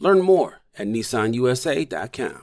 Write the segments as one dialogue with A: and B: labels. A: Learn more at nissanusa.com.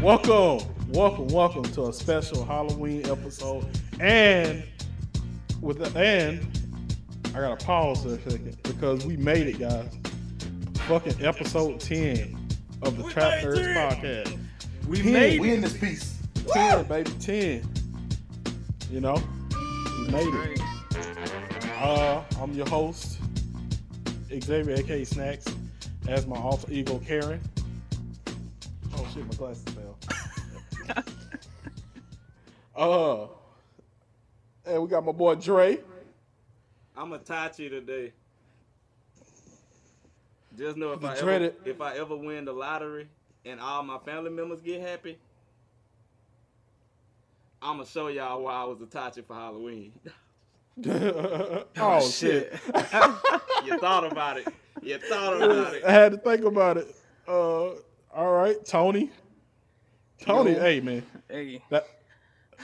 B: Welcome, welcome, welcome to a special Halloween episode. And with the and I gotta pause for a second because we made it, guys. Fucking episode 10 of the Trap Nerds podcast.
C: We
B: 10,
C: made
B: we
C: it.
B: in this piece. 10, baby, 10. You know? We made it. Uh, I'm your host, Xavier aka Snacks, as my alter ego Karen. Oh shit, my glasses fell. uh and we got my boy Dre.
C: I'm a Tachi today. Just know if
B: You
C: I
B: dread
C: ever,
B: it.
C: if I ever win the lottery and all my family members get happy, I'ma show y'all why I was a Tachi for Halloween.
B: oh, shit.
C: you thought about it. You thought about it.
B: I had to think about it. Uh all right, Tony. Tony,
D: Yo.
B: hey man.
D: Hey,
B: That,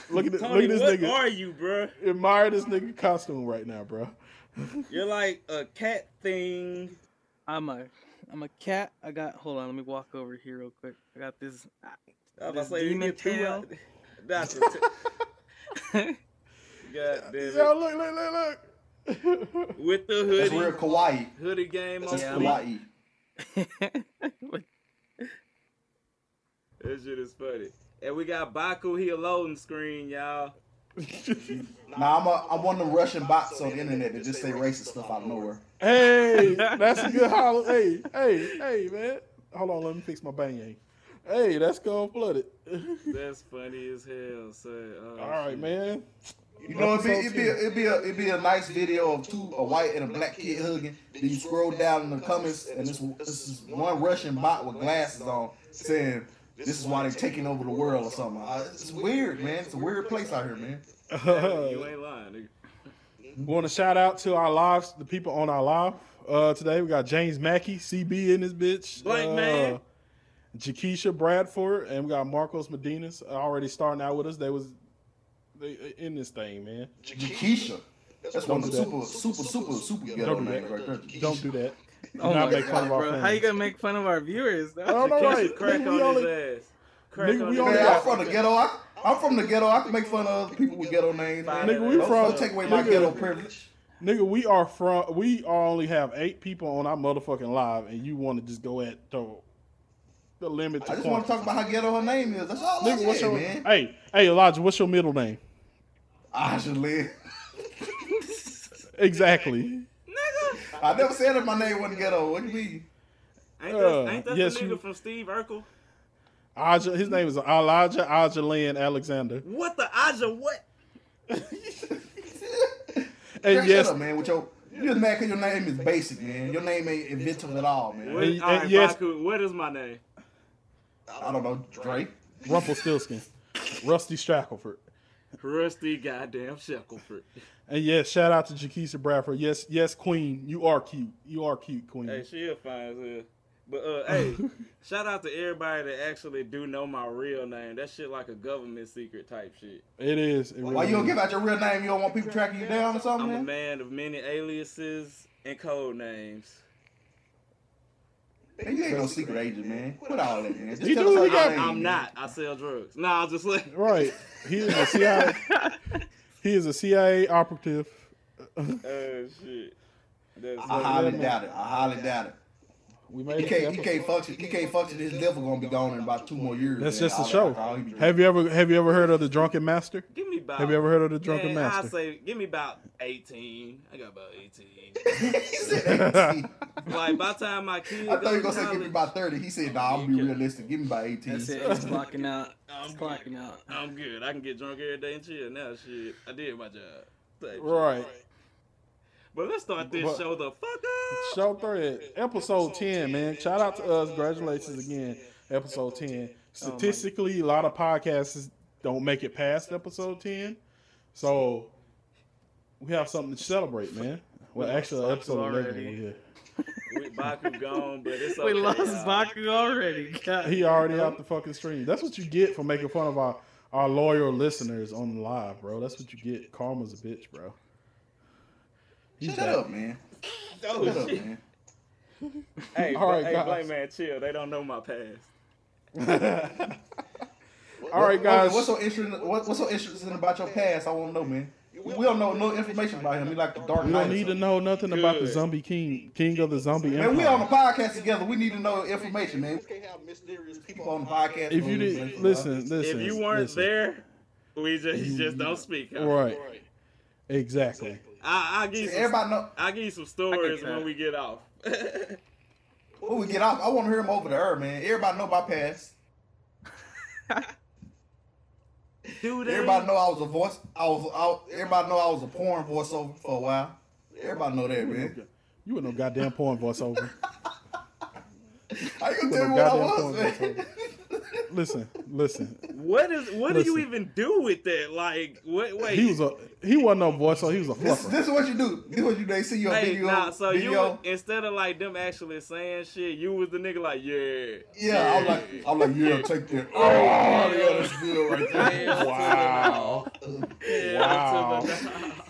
B: look at this,
C: Tony,
B: look at this
C: what
B: nigga.
C: are you, bruh?
B: Admire this nigga costume right now, bro.
C: You're like a cat thing.
D: I'm a I'm a cat. I got hold on, let me walk over here real quick. I got this
C: I was
D: This
C: like, you
D: demon
C: get two
D: tail.
C: out- That's a t-
D: I
C: God damn it.
B: Yo, look, look, look, look.
C: With the hoodie.
E: That's real kawaii.
C: Hoodie game on.
E: That's
D: Yeah.
C: fleek.
E: kawaii.
C: That shit is funny. And we got Baku, he a loading screen, y'all.
E: Nah, I'm, a, I'm one of them Russian bots on the internet that just say racist stuff out of nowhere.
B: Hey, that's a good holler. Hey, hey, hey, man. Hold on, let me fix my bang. Hey, that's cold flooded.
C: That's funny as hell. Son. Oh,
B: All right,
C: shit.
B: man.
E: You know, it'd be, it'd, be a, it'd, be a, it'd be a nice video of two, a white and a black kid hugging. Then you scroll down in the comments, and this, this is one Russian bot with glasses on saying, this is why they're taking over the world or something. Uh, It's weird, man. It's a weird place out here, man.
C: You ain't lying. Nigga.
B: Want to shout out to our lives, the people on our live uh, today. We got James Mackey, CB in this bitch.
C: Blank
B: uh,
C: man.
B: Jakeisha Bradford, and we got Marcos Medinas already starting out with us. They was they they in this thing, man.
E: Jakeisha. That's one of the
B: Don't
E: super, super, super, super ghetto
B: Don't do
E: names
B: that.
E: right there.
B: Don't do that. Do
D: Oh
B: not
D: my
B: make fun
D: God,
B: of our
D: bro. How
B: fans.
D: you gonna make fun of our viewers?
B: I don't know,
D: That's-
B: right?
C: Crack
B: Nigga,
C: on
B: we
C: his
B: only-
C: ass. Crack
B: Nigga,
C: on
B: we
C: his
B: only
E: Man, I'm
B: got-
C: ass.
E: from the ghetto. I, I'm from the ghetto. I can make fun of other people with ghetto names. Man.
B: Nigga, we
E: Don't-
B: from-
E: Don't take away my
B: nigga.
E: ghetto privilege.
B: Nigga, we are from. We only have eight people on our motherfucking live, and you want to just go at the, the limit. To
E: I just want to talk about how ghetto her name is. That's all I
B: Nigga, what's
E: said,
B: your
E: man.
B: hey hey Elijah? What's your middle name?
E: I should live.
B: Exactly.
F: I never said that my name wasn't ghetto. What do you mean?
C: Ain't that, ain't
B: Uh,
C: that
B: yes,
C: the nigga
B: you-
C: from Steve Urkel?
B: Aja, his name is Elijah Aja Lynn Alexander.
C: What the Aja? What?
B: And
F: Girl,
B: yes,
F: shut up, man. With your you just mad 'cause your name is basic, man. Your name ain't inventive at all, man.
C: What-
B: And-
C: all right,
B: and yes-
C: Baku, what is my name?
F: I don't know, Drake.
B: Rumpelstiltskin, Rusty Shackelford.
C: Rusty goddamn Shackelford.
B: And yes, shout out to Jakeisha Bradford. Yes, yes, Queen, you are cute. You are cute, Queen.
C: Hey, she a fine as hell. But uh, hey, shout out to everybody that actually do know my real name. That shit like a government secret type shit.
B: It is. It
F: Why
B: really
F: you don't
B: is.
F: give out your real name? You don't want people tracking you down or something,
C: I'm a
F: man?
C: man of many aliases and code names.
F: Man, You ain't no secret agent, man. What all that, man? Just
B: You
F: tell
B: do,
F: us
B: he
F: our
B: got-
F: name,
C: I'm
F: man.
C: not. I sell drugs. Nah, I'm just like
B: Right. He is a CIA. he is a CIA operative.
C: Oh shit. That's
F: I highly doubt it. I highly doubt it.
B: We made
F: He
B: it
F: can't, he
B: happen.
F: can't function. He can't function. His liver gonna be gone in about two more years.
B: That's
F: man.
B: just a
F: All that
B: show.
F: alcohol he be drinking.
B: Have you ever have you ever heard of the Drunken Master?
C: Give me about.
B: Have you ever heard of the Drunken
C: Man,
B: Master?
C: I say, give me about eighteen. I got about eighteen.
F: He said 18.
C: like by the time my kids,
F: I thought you
C: go
F: were
C: to
F: gonna say give me
C: college,
F: about thirty. He said, "Nah, I'm gonna be realistic. Give me about 18.
G: That's it. It's clocking out.
C: I'm
G: It's clocking out.
C: I'm good. I can get drunk every day and chill. Now shit, I did my job. Thank you.
B: Right.
C: But let's start this
B: But-
C: show the fuck up.
B: Show thread. Episode ten, man. Shout out to us. Congratulations again. Episode
C: Oh,
B: ten. Statistically, a lot of podcasts don't make it past episode ten. So we have something to celebrate, man. Well, actually, episode eleven.
G: already.
B: Yeah.
C: We Baku gone, but it's okay.
G: We lost
C: y'all.
G: Baku already. God.
B: He already out the fucking stream. That's what you get for making fun of our, our loyal listeners on live, bro. That's what you get. Karma's a bitch, bro. He's
F: Shut
B: back.
F: up, man.
C: Oh,
F: Shut up,
C: shit.
F: man.
C: Hey,
B: All
C: All
B: right,
C: right, hey,
B: guys.
C: Black man, chill. They don't know my past.
B: All right, guys.
F: What's so interesting? What, what's so interesting about your past? I want to know, man. We don't know no information about him. He like the dark.
B: we
F: Knight or
B: don't need to
F: something.
B: know nothing about the zombie king, king of the zombie empire.
F: Man, we on the podcast together. We need to know information, man. We can't have mysterious people on the podcast.
B: if you did, listen, listen.
C: If you weren't
B: listen.
C: there, we just you just don't speak. huh?
B: right? Exactly.
C: I, I'll give you some,
F: Everybody know.
C: I'll give you some stories
G: cut.
C: when we get off.
F: When we get off, I want to hear him over the air, man. Everybody know my past.
C: Dude,
F: Everybody know I was a voice. I was. I, everybody know I was a porn voiceover for a while. Everybody know that, man.
B: You were no goddamn porn voiceover.
F: How you gonna
B: You were
F: tell me what I
B: no goddamn
F: was,
B: porn
F: man?
B: voiceover. Listen, listen.
C: What is what do you
B: Listen.
C: even do with that? Like what wait
B: He was a he wasn't no voiceover. He was a
F: This,
B: fluffer.
F: this is what you do. This is what you do. They see your
C: Hey,
F: video.
C: nah, so
F: video.
C: you instead of like them actually saying shit, you was the nigga like, yeah.
F: yeah, I'm like, I'm like, yeah, take that. Oh, yeah, that's good right there.
B: Wow.
C: yeah to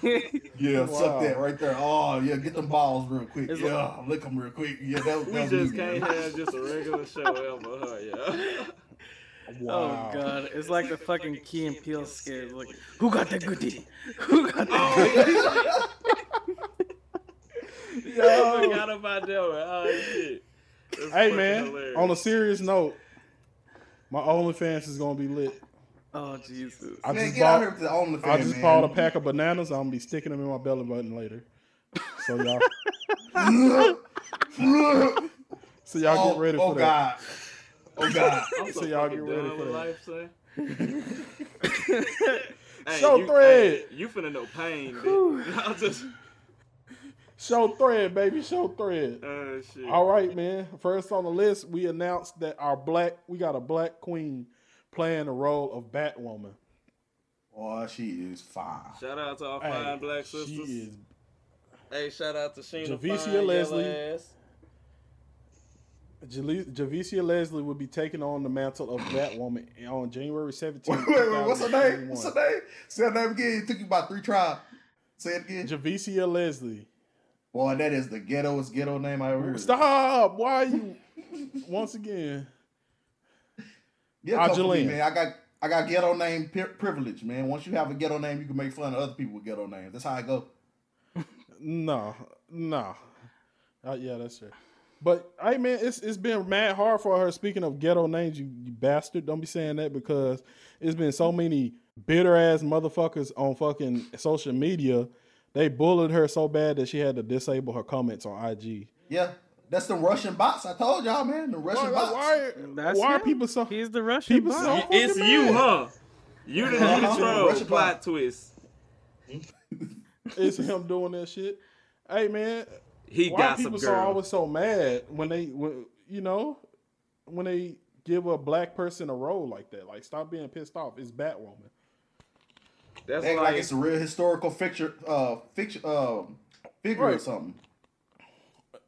C: the-
F: Yeah,
B: Wow.
F: suck that right there. Oh, yeah, get them balls real quick.
G: It's
F: yeah, lick them real quick. Yeah, that, that
C: We
F: was
C: just
F: me,
C: can't
F: man.
C: have just a regular show ever, huh? Yeah.
B: Wow.
G: Oh god, it's like the fucking Key and Peele skit. Like, who got that good titty? Who got that?
C: I forgot about that one. Oh shit. That's
B: Hey
C: fucking
B: man,
C: hilarious.
B: on a serious note, my OnlyFans is gonna be lit.
G: Oh Jesus.
B: I
F: Man,
B: just
F: get out here
B: bought
F: with the only
B: I just bought a pack of bananas. I'm gonna be sticking them in my belly button later. So y'all, so y'all
F: Oh,
B: get ready
F: oh
B: for that.
F: God. Oh God.
C: I'm
B: So y'all get
C: fucking
B: ready
C: done
B: for
C: with
B: that.
C: life, son. hey,
B: Show
C: you,
B: thread.
C: hey, you finna know pain, bitch. I'll just
B: Show thread, baby. Show thread.
C: oh shit.
B: All right, man. First on the list, we announced that our black we got a black queen playing the role of Batwoman.
F: Boy, she is fine.
C: Shout out to our
B: Hey,
C: fine black
B: she
C: sisters.
B: is
C: Hey, shout out to Sheena
B: Javicia
C: fine,
B: Leslie.
C: yellow ass.
B: Jale- Javicia Leslie will be taking on the mantle of Batwoman on January 17th.
F: Wait, wait, wait, what's her name?
B: 2021.
F: What's her name? Say her name again. It took you about three tries. Say it again.
B: Javicia Leslie.
F: Boy, that is the ghettoest ghetto name I ever heard.
B: Stop! Why are you? Once again,
F: Get a couple of me,
B: Angelina.
F: man. I got I got ghetto name pri- privilege, man. Once you have a ghetto name, you can make fun of other people with ghetto names. That's how I go.
B: no, no. Uh, yeah, that's right. But hey, man, it's it's been mad hard for her. Speaking of ghetto names, you, you bastard, don't be saying that because it's been so many bitter ass motherfuckers on fucking social media They bullied her so bad that she had to disable her comments on IG.
E: Yeah, that's the Russian bots. I told y'all, man, the Russian
B: Why-
E: bots.
B: why-
D: That's
B: why are
D: him.
B: people so?
D: He's the Russian.
B: People
D: bot.
B: so-
D: He-
C: It's
B: fucking
C: you,
B: mad.
F: Uh-huh.
C: huh? You the, you the
E: Uh-huh.
C: troll.
E: Russian
C: Plot
E: bot.
C: twist.
B: It's him doing that shit. Hey man,
C: He
B: why are
C: got some
B: people so
C: girl.
B: always so mad when they, when, you know, when they give a black person a role like that? Like, stop being pissed off. It's Batwoman.
C: That's
E: They act
C: like,
E: like it's a real historical fixture, uh, fiction, um, figure or
B: Right.
E: something.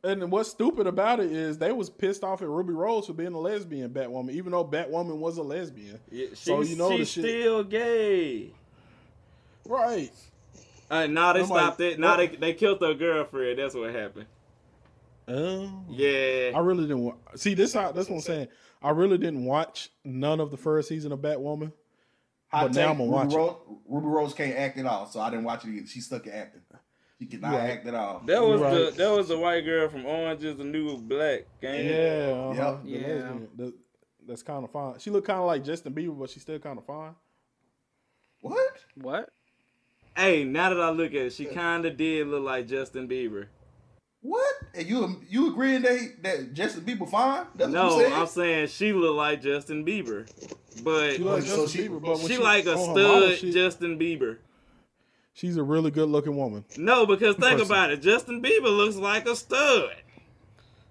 B: And what's stupid about it is they was pissed off at Ruby Rose for being a lesbian Batwoman, even though Batwoman was a lesbian.
C: yeah, she's,
B: so you know the
C: she's
B: shit.
C: still gay.
B: Right.
C: Uh, now they
B: I'm like,
C: stopped it. Now they
B: what?
C: they killed her girlfriend. That's what happened.
B: Um,
C: Yeah.
B: I really didn't wa see this. How, that's what I'm saying. I really didn't watch none of the first season of Batwoman.
E: Hot
B: But
E: take,
B: now I'ma
E: Ruby
B: watch it.
E: Rose, Ruby Rose can't act at all, so I didn't watch it either. She's stuck at acting. She cannot
B: Right.
E: act at all.
C: That was
B: Right.
C: the that was the white girl from Orange Is the New Black. Gang.
B: Yeah, uh-huh, the
D: Yeah.
B: lesbian. That- that's kind of fine. She looked kind of like Justin Bieber, but she's still kind of fine.
E: What?
D: What?
C: Hey, now that I look at it, she kind of did look like Justin Bieber.
E: What? And you you agreeing that that Justin Bieber fine? That's
C: No,
E: what you
C: I'm saying she looked like Justin Bieber, but
B: She look like
E: so
B: Justin
E: she-
B: Bieber, but when
C: she like a
B: on her model
C: stud
B: shit,
C: Justin Bieber.
B: she's a really good looking woman.
C: No, because think
B: Person.
C: about it, Justin Bieber looks like a stud.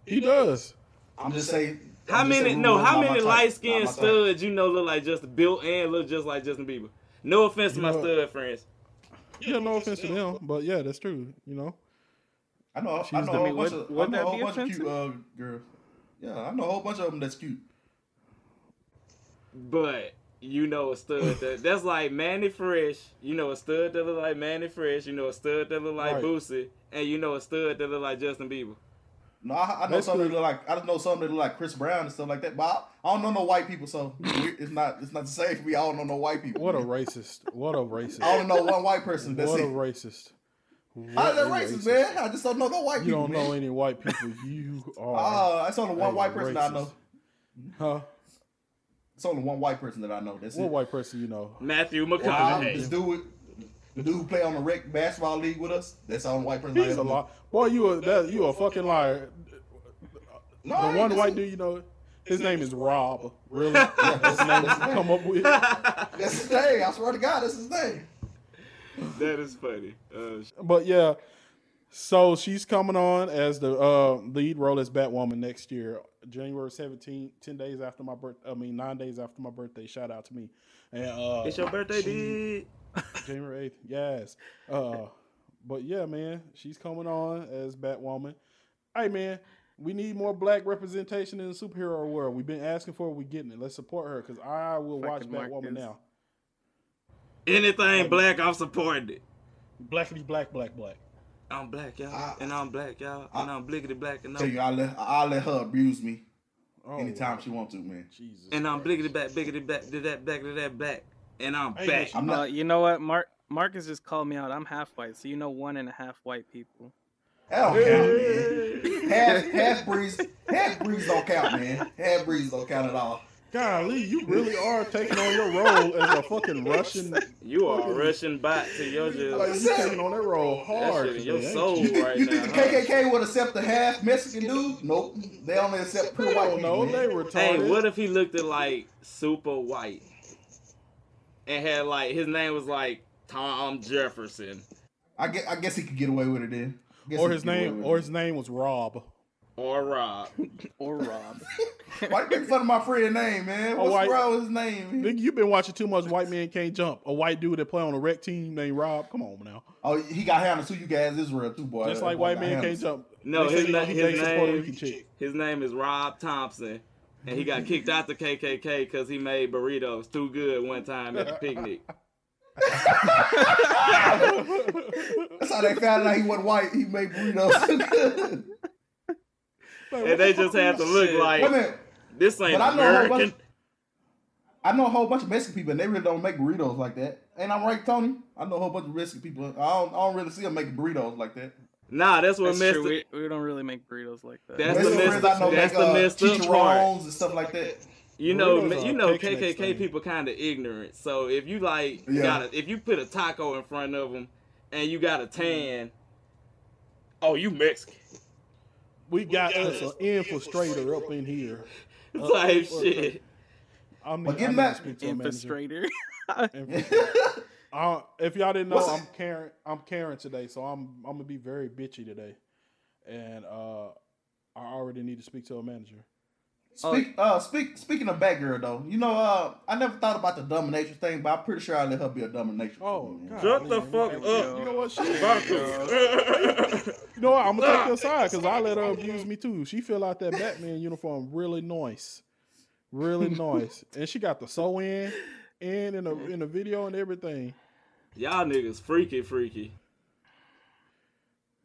B: He does.
E: I'm just saying.
C: How
E: I'm just
C: many
E: saying
C: no?
E: Ruby
C: How
E: Rose not
C: many
E: my type.
C: light skinned
E: Not my type.
C: studs you know look like Justin Bill and look just like Justin Bieber? No offense to
B: You
C: my
B: know-
C: stud friends.
B: Yeah, no offense to them, but yeah, that's true. You know,
E: I know.
B: She's
E: I know
B: the-
E: a whole bunch
D: would-
E: of. I
D: would
E: know a
D: that
E: whole
D: be
E: bunch of cute uh,
D: offensive?
E: girls. Yeah, I know a whole bunch of them that's cute.
C: But you know a stud that that's like Manny Fresh. You know a stud that look like Manny Fresh. You know a stud that look like
B: Right.
C: Boosie, and you know a stud that look like Justin Bieber.
E: No, I, I know some
B: Basically-
E: that look like I just know some that look like Chris Brown and stuff like that. But I, I don't know no white people, so we- it's not it's not the same. We all don't know no white people.
B: what a racist! What a racist!
E: I only know one white person. That's
B: What a
E: it.
B: racist!
E: How is that
B: What a
E: racist, man? I just don't know no white
B: You
E: people.
B: don't know
E: man.
B: any white people. You are.
E: Ah,
F: Uh,
E: that's only one
B: a
E: white person I know.
B: racist. huh?
E: It's only one white person that I know. That's
B: What
E: it.
B: white person you know?
C: Matthew
E: Bob,
C: McConaughey.
E: this dude, the dude who play on the rec basketball league with us. That's the only white person. I
B: He's
E: ever
B: a
E: knew.
B: liar. Boy, you a that, you a fucking liar.
E: No, I
B: The
E: ain't.
B: one
E: That's
B: white
E: it.
B: dude you know, his name is Rob. Really? That's the name you come up with.
E: That's his name. I swear to God, that's his name.
C: That is funny. Uh, sh-
B: But yeah, so she's coming on as the uh, lead role as Batwoman next year, January 17th, 10 days after my birth. I mean, nine days after my birthday. Shout out to me. And uh,
C: it's your birthday,
B: she-
C: dude.
B: January 8th. Yes. Uh, but yeah, man, she's coming on as Batwoman. Hey, man, we need more black representation in the superhero world. We've been asking for it. We're getting it. Let's support her because I will watch
D: Fucking Marcus.
B: Batwoman now.
C: Anything black, I'm supporting it.
B: Blackity black, black, black.
C: I'm black, y'all,
E: I-
C: and I'm black, y'all, and I'm blickety black, and
E: Tell you,
C: I'm
E: I let I let her abuse me
B: Oh,
E: anytime she wants to, man.
B: Jesus.
C: and I'm
B: Christ.
C: blickety back, biggity back, did that back, did that back, and I'm
B: Hey,
C: back.
B: listen,
E: I'm
D: Uh,
E: not.
D: you know what, Mark? Marcus just called me out. I'm half white, so you know one and a half white people.
E: Hell man. Half half breeze, half breeze don't count, man. Half breeze don't count at all.
B: Golly, you really are taking on your role as a fucking Russian. Like,
C: You are a Russian bot to your just.
B: you taking on that role hard.
C: shit in your
B: man.
C: soul.
E: You think,
C: Right
E: you think
C: now,
E: the KKK would accept the half Mexican dude? Nope, they only accept
B: They
E: pure white
B: don't know.
E: people.
B: They
E: man.
B: retarded.
C: Hey, what if he looked at like super white and had like his name was like Tom Jefferson
E: I guess, I guess he could get away with it then. I guess
B: or
E: he
B: his
E: could get away
B: name,
E: with
B: or
E: it.
B: his name was Rob.
C: or Rob?
D: Or Rob.
E: Why you making fun of my friend name, man?
B: Oh,
E: What's
B: white-
E: wrong with his name? man?
B: Nigga, you've been watching too much White Man Can't Jump. A white dude that play on a rec team named Rob. Come on now.
E: Oh, he got handled too. You guys, Israel too, boy.
B: Just
E: That
B: like
E: boy
B: White
E: got
B: Man Can't
E: handled.
B: Jump.
C: No,
B: Next
C: his,
B: thing you know,
C: na-
B: he
C: his
B: dates a Puerto
C: name
B: Rican chick.
C: his name is Rob Thompson, and he got kicked out the KKK because he made burritos too good one time at the picnic.
B: Oh,
E: That's how they found out he wasn't white. He made burritos.
B: Like, what
C: and they
B: the fuck
C: just
B: are
C: had to
B: you-
C: look
E: Wait a
C: like
E: minute.
C: this ain't
E: But I know a whole bunch.
C: American.
E: I know a whole bunch of Mexican people, and they really don't make burritos like that. Ain't I right, Tony? I know a whole bunch of Mexican people. I don't, I don't really see them making burritos like that.
C: Nah, that's what
D: That's
C: messed.
D: true.
C: it-
D: We, we don't really make burritos like that.
C: That's
E: Mexican
C: the messed-
E: friends I know
C: that's
E: make,
C: the
E: uh,
C: messed up
E: chicharrones
C: part.
E: and stuff like that.
C: You know,
B: Burritos are
C: you
B: a
C: know,
B: Tex-Mex
C: KKK
B: thing.
C: people kind of ignorant. So if you like,
E: Yeah.
C: gotta, if you put a taco in front of them and you got a
E: Mm-hmm.
C: tan, oh, you Mexican.
E: We got us an infiltrator up in here. Uh,
C: Type
E: uh,
C: shit.
E: I'm,
H: But get
E: I'm
H: back-
E: speak to a manager.
B: Infiltrator.
E: Uh, if y'all didn't know,
H: What's-
E: I'm Karen. I'm Karen today, so I'm I'm gonna be very bitchy today, and uh, I already need to speak to a manager.
H: Speak, uh, speak, speaking of Batgirl though, you know, uh, I never thought about the dominatrix thing, but I'm pretty sure I let her be a dominatrix.
E: Oh,
H: man.
E: God,
C: Shut the
E: man.
C: fuck
E: Hey,
C: up.
E: You know what? She,
C: Vodka.
E: you know what? I'm gonna take your side because I let her abuse me too. She fill out that Batman uniform really nice, really nice, and she got the sew in, in in the in the video and everything.
C: Y'all niggas freaky, freaky.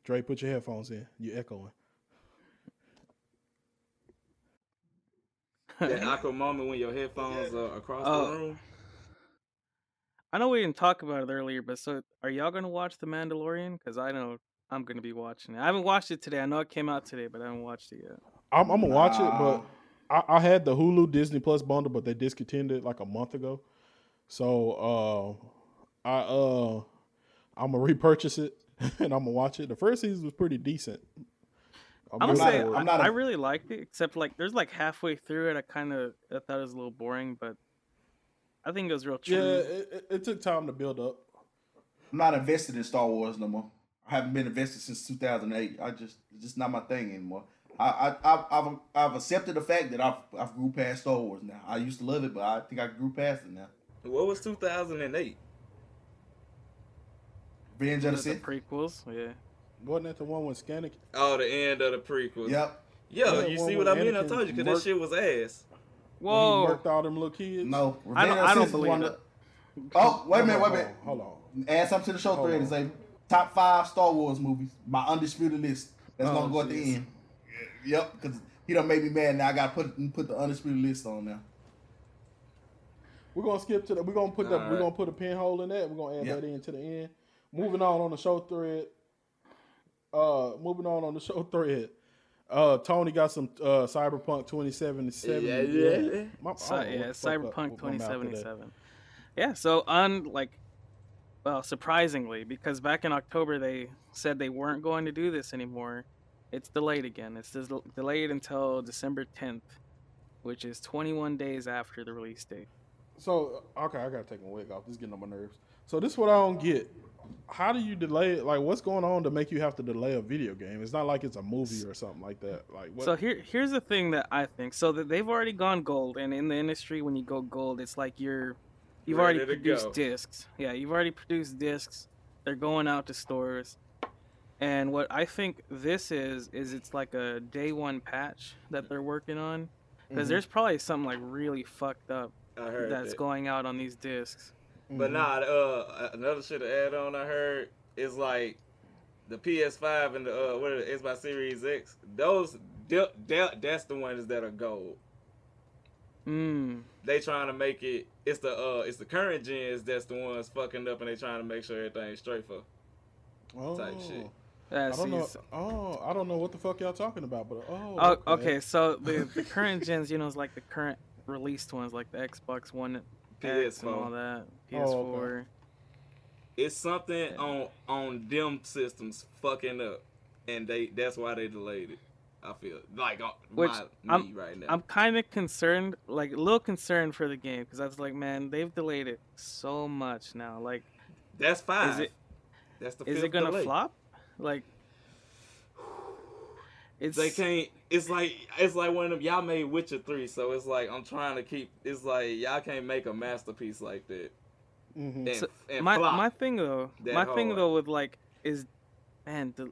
E: Dre, put your headphones in. You echoing.
C: That awkward moment when your headphones are across
B: Oh.
C: the room.
B: I know we didn't talk about it earlier, but so are y'all gonna watch The Mandalorian? Because I know I'm gonna be watching it. I haven't watched it today. I know it came out today, but I haven't watched it yet.
E: I'm, I'm gonna watch it, but
H: Nah.
E: I, I had the Hulu Disney Plus bundle, but they discontinued it like a month ago. So uh, I uh, I'm gonna repurchase it and I'm gonna watch it. The first season was pretty decent.
B: I'm gonna
H: not
B: say
H: a-
B: i
H: I'm not a-
B: I really liked it, except like there's like halfway through it, I kind of I thought it was a little boring, but I think it was real true.
E: yeah, it, it, it took time to build up.
H: I'm not invested in Star Wars no more. I haven't been invested since 2008. I just it's just not my thing anymore. I I I've I've, I've accepted the fact that I've I've grew past Star Wars now. I used to love it, but I think I grew past it now.
C: What was 2008?
H: Revenge
B: One
H: of the
B: of the
H: Sith.
B: prequels. Yeah,
E: Wasn't that the one with Scannick?
C: Oh, the end of the prequel.
H: Yep.
C: Yeah,
E: Yeah,
C: you
E: one
C: see
E: with
C: what I mean? I
E: Anakin
C: told you, because
E: murk-
C: that shit was ass.
E: Whoa. He
B: whoa,
E: murked all them little kids.
H: No. Revenge
B: I
H: of
B: don't-
H: the
B: I don't
H: Sith is
B: believe
H: one
B: it.
H: of the- Oh wait a minute, wait a
E: Hold
H: minute.
E: on, hold on.
H: Add something to the show
E: Hold
H: thread
E: on.
H: and say top five Star Wars movies. My undisputed list. That's
B: Oh,
H: gonna go at
B: jeez.
H: the end. Yep, because he done made me mad. Now I gotta put put the undisputed list on now.
E: We're gonna skip to the. We're gonna put the.
C: All
E: We're
C: right.
E: gonna put a pinhole in that. We're gonna add
H: Yeah.
E: that in to the end. Moving on on the show thread. Uh, moving on on the show thread. Uh, Tony got some uh Cyberpunk twenty seven seven.
C: Yeah, yeah.
E: My, I don't
B: Cy-
E: know
B: yeah,
E: what the Oh, fuck up
B: Cyberpunk
E: with my mouth today.
B: 2077. Yeah, so on like, well, surprisingly, because back in October they said they weren't going to do this anymore. It's delayed again. It's des- delayed until December 10th, which is 21 days after the release date.
E: So uh, okay, I gotta take my wig off. This is getting on my nerves. So this is what I don't get. How do you delay it? Like, what's going on to make you have to delay a video game? It's not like it's a movie or something like that. Like, what?
B: So here, here's the thing that I think. So that they've already gone gold, and in the industry, when you go gold, it's like you're, you've already
C: Ready to
B: produced
C: go.
B: discs. Yeah, you've already produced discs. They're going out to stores, and what I think this is is it's like a day one patch that they're working on, because there's probably something like really fucked up
C: I heard
B: that's
C: that.
B: going out on these discs. Mm-hmm.
C: But nah, uh, another shit to add on I heard is like the PS5 and the uh, what are the Xbox Series X. Those de- de- that's the ones that are gold.
B: Mm.
C: They trying to make it. It's the uh, it's the current gens that's the ones fucking up, and they trying to make sure everything's straight for.
E: oh,
C: type shit.
B: Yeah,
E: I don't
B: see,
E: know.
B: so-
E: Oh, I don't know what the fuck y'all talking about. But oh,
B: Oh, okay. So the, the current gens, you know, is like the current released ones, like the Xbox One, X, and
C: PS4.
B: all that,
E: Oh,
B: PS4.
E: okay.
C: It's something on on them systems fucking up, and they that's why they delayed it. I feel like on
B: Which
C: my, me
B: I'm-
C: right now.
B: I'm kind of concerned, like a little concerned for the game, because I was like, man, they've delayed it so much now. Like,
C: that's five.
B: it-
C: that's the
B: is it
C: fifth
B: gonna
C: delay.
B: flop? Like, it's
C: They can't. It's like it's like one of them. Y'all made Witcher three, so it's like I'm trying to keep. It's like y'all can't make a masterpiece like that.
E: Mm-hmm.
C: And,
B: So,
C: and
B: my
C: flop.
B: my thing though,
C: that
B: my
C: whole
B: thing
C: lot.
B: though with like is, man, the,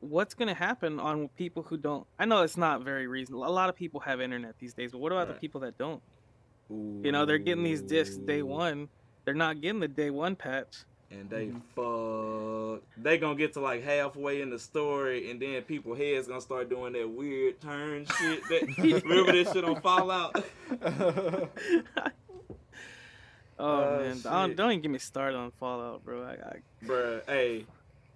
B: what's gonna happen on people who don't? I know it's not very reasonable. A lot of people have internet these days, but what about the
C: Right.
B: people that don't? You know, they're getting these discs day one. They're not getting the day one patch.
C: and they fuck. They gonna get to like halfway in the story, and then people heads gonna start doing that weird turn shit. That remember that shit on Fallout.
B: Oh
C: Oh,
B: man, don't,
C: shit.
B: don't even get me started on Fallout, bro. I, I,
C: Bruh, hey,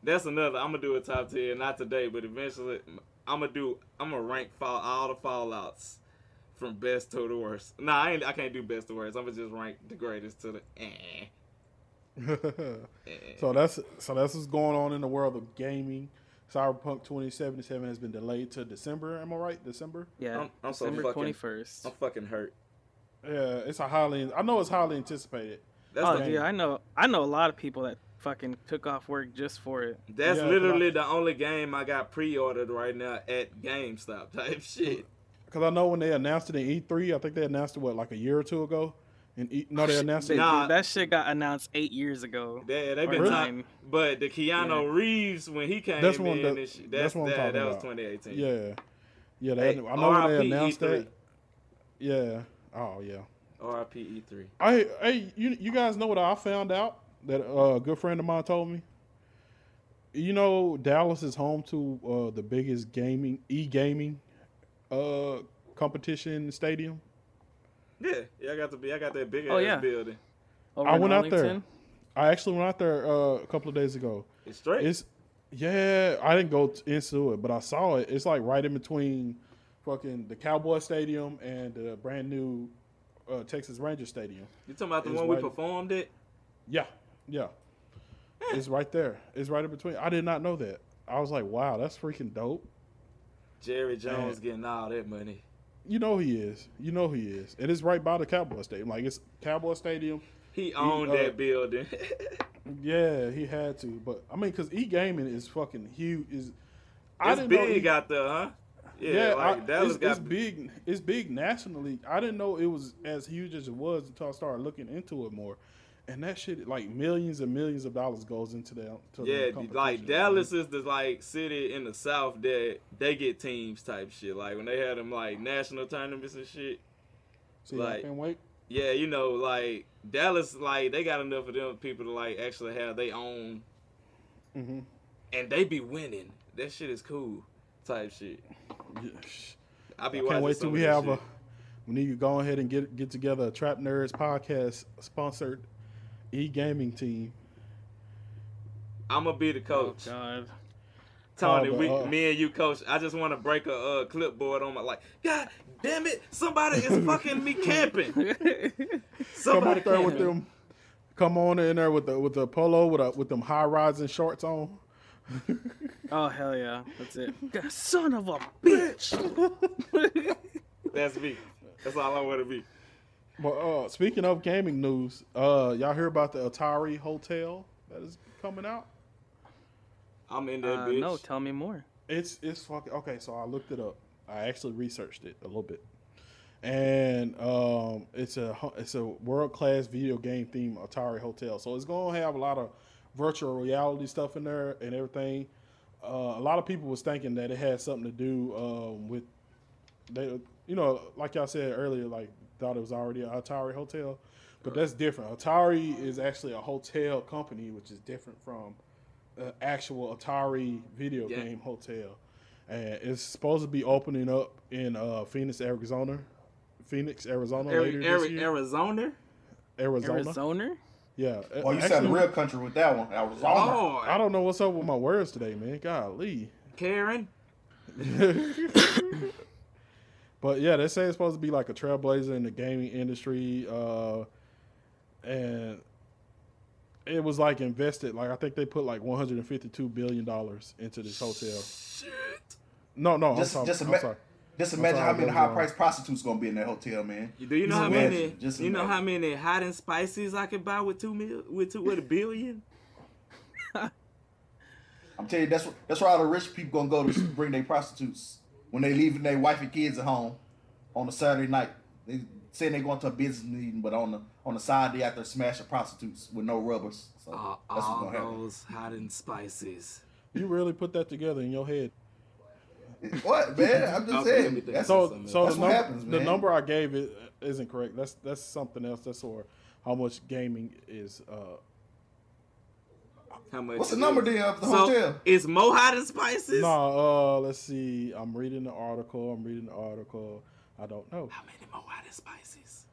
C: that's another. I'm gonna do a top ten, not today, but eventually. I'm gonna do. I'm gonna rank fall, all the fallouts from best to the worst. Nah, I ain't. I can't do best to worst. I'm gonna just rank the greatest to the. Eh.
B: so that's so that's what's going on in the world of gaming. Cyberpunk 2077 has been delayed to December. Am I right? December.
D: Yeah,
C: I'm, I'm so
D: December
C: fucking.
D: 21st.
C: I'm fucking hurt.
B: Yeah, it's a highly. I know it's highly anticipated.
C: That's
D: Oh,
C: the-
D: dude, I know, I know a lot of people that fucking took off work just for it.
C: That's
B: Yeah, but
C: literally
B: I-
C: the only game I got pre-ordered right now at GameStop type shit.
B: Because I know when they announced it in E3, I think they announced it what like a year or two ago. And e, no, they announced it.
D: Dude,
C: Nah.
D: that shit got announced eight years ago.
C: They they
D: Or
C: been
D: nine.
C: talking, but the Keanu Reeves when he came
B: That's
C: in,
B: one. That,
C: and shit,
B: that's
C: that's,
B: what I'm
C: that,
B: talking
C: that was
B: about.
C: 2018.
B: Yeah, yeah. They,
C: Hey,
B: I know when they
C: RIP
B: announced
C: E3.
B: that. Yeah. Oh yeah.
C: RIP E3.
B: I hey you you guys know what I found out that uh, a good friend of mine told me. You know Dallas is home to uh, the biggest gaming e gaming uh, competition stadium.
C: Yeah, yeah, I got to be. I got that big ass
D: Oh, yeah.
C: building.
D: Over
B: I
D: in
B: went out there.
D: Arlington.
B: I actually went out there uh, a couple of days ago.
C: It's straight.
B: It's yeah, I didn't go t- into it, but I saw it. It's like right in between fucking the Cowboy Stadium and the brand new uh, Texas Ranger Stadium.
C: you talking about the
B: it's
C: one we
B: right-
C: performed it?
B: Yeah, yeah. It's right there. It's right in between. I did not know that. I was like, wow, that's freaking dope.
C: Jerry Jones getting all that money.
B: You know he is. You know he is. And it's right by the Cowboy Stadium. Like it's Cowboy Stadium.
C: He owned
B: uh,
C: that building.
B: Yeah, he had to. But I mean, because e gaming is fucking huge. Is I
C: it's
B: didn't know
C: big
B: E-
C: out there, huh? Yeah,
B: Yeah,
C: like
B: I,
C: Dallas
B: it's,
C: got
B: it's big. It's big nationally. I didn't know it was as huge as it was until I started looking into it more. And that shit, like millions and millions of dollars goes into that. To the
C: Yeah,
B: competition.
C: like Dallas is the like city in the South that they get teams type shit. Like when they had them like national tournaments and shit.
B: See, I
C: like-
B: can't wait.
C: Yeah, you know, like Dallas, like they got enough of them people to like actually have their own,
B: Mhm.
C: and they be winning. That shit is cool, type shit.
B: Yeah.
C: I be
B: I
C: watching
B: can't wait
C: some
B: till
C: of
B: we
C: that
B: have a.
C: shit.
B: We need to go ahead and get get together a Trap Nerds podcast sponsored e gaming team.
C: I'm gonna be the coach,
D: Oh god.
C: Tony.
B: Oh, but,
C: we,
B: uh,
C: me and you, coach. I just want to break a uh, clipboard on my like. God damn it! Somebody is fucking me camping.
B: Come
C: Somebody
B: up there with
C: camping.
B: them. Come on in there with the with the polo with a, with them high rides and shorts on.
D: Oh hell yeah, that's it. God, son of a bitch.
C: That's me. That's all I want to be.
B: But uh, speaking of gaming news, uh, y'all hear about the Atari Hotel that is coming out?
C: I'm in that
D: uh,
C: bitch.
D: no, tell me more.
B: It's it's fucking okay. So I looked it up. I actually researched it a little bit, and um, it's a hu- it's a world class video game theme Atari Hotel. So it's gonna have a lot of virtual reality stuff in there and everything. Uh, a lot of people was thinking that it had something to do um, with they you know like y'all said earlier like thought it was already an atari hotel but that's different atari is actually a hotel company which is different from an actual atari video
C: Yeah.
B: game hotel and it's supposed to be opening up in uh, phoenix arizona phoenix arizona
C: Ari-
B: later
C: Ari-
B: this year
C: Arizona.
B: arizona,
D: Arizona?
B: yeah
E: Well, Oh, you
B: Actually,
E: sound real country with that one. Arizona.
C: Oh,
B: i don't know what's up with my words today man golly
C: Karen.
B: But yeah, they say it's supposed to be like a trailblazer in the gaming industry, uh, and it was like invested. Like I think they put like one hundred and fifty-two billion dollars into this hotel. No, no,
E: Just,
B: I'm sorry.
E: just,
B: I'm
E: ima-
B: sorry.
E: just imagine
B: sorry,
E: how
B: I
E: many
B: was
E: high
B: wrong.
E: priced prostitutes gonna be in that hotel, man.
C: Do you know
E: Just
C: how
E: imagine,
C: many?
E: just
C: you know how
E: imagine.
C: many hot and spices I could buy with two mil with two with a billion?
E: I'm telling you, that's wh- that's where all the rich people gonna go to bring their prostitutes when they leaving their wife and kids at home on a Saturday night. They saying they going to a business meeting, but on the on the side they out there smashing prostitutes with no rubbers. So
C: Uh,
E: that's what's
C: all
E: gonna happen.
C: those hot and spices.
B: You really put that together in your head.
E: What man? I'm just
C: Okay, let me
E: saying.
C: think.
E: That's,
C: So-
B: So,
C: Something
B: so the,
E: else. That's what
B: number,
E: happens,
B: the
E: man.
B: number I gave it uh, isn't correct. That's that's something else. That's or how much gaming is. Uh,
C: How much?
E: what's the
C: it
E: number
C: is.
E: then of the
C: so
E: hotel?
C: It's mo hot and spices.
B: nah, uh, let's see. I'm reading the article. I'm reading the article. I don't know.
C: How many mo hot and spices?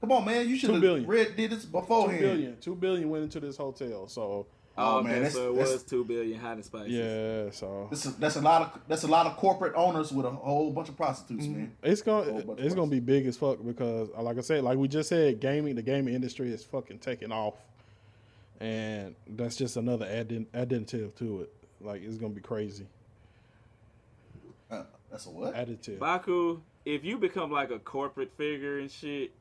E: Come on, man. You should
B: billion.
E: have read did this
B: Two
E: beforehand.
B: billion. Two billion went into this hotel. So
C: Oh,
E: Oh, man,
C: man,
E: that's-
C: so it
E: that's-
C: was two billion hot and spicy.
B: Yeah, so
E: This is, that's a lot of that's a lot of corporate owners with a whole bunch of prostitutes, man.
B: It's
E: A whole
B: gonna
E: bunch of
B: it's gonna be big as fuck because, uh, like I said, like we just said, gaming the gaming industry is fucking taking off, and that's just another addin- additive to it. Like it's gonna be crazy
E: Uh, that's a what?
B: additive.
C: Baku, if you become like a corporate figure and shit,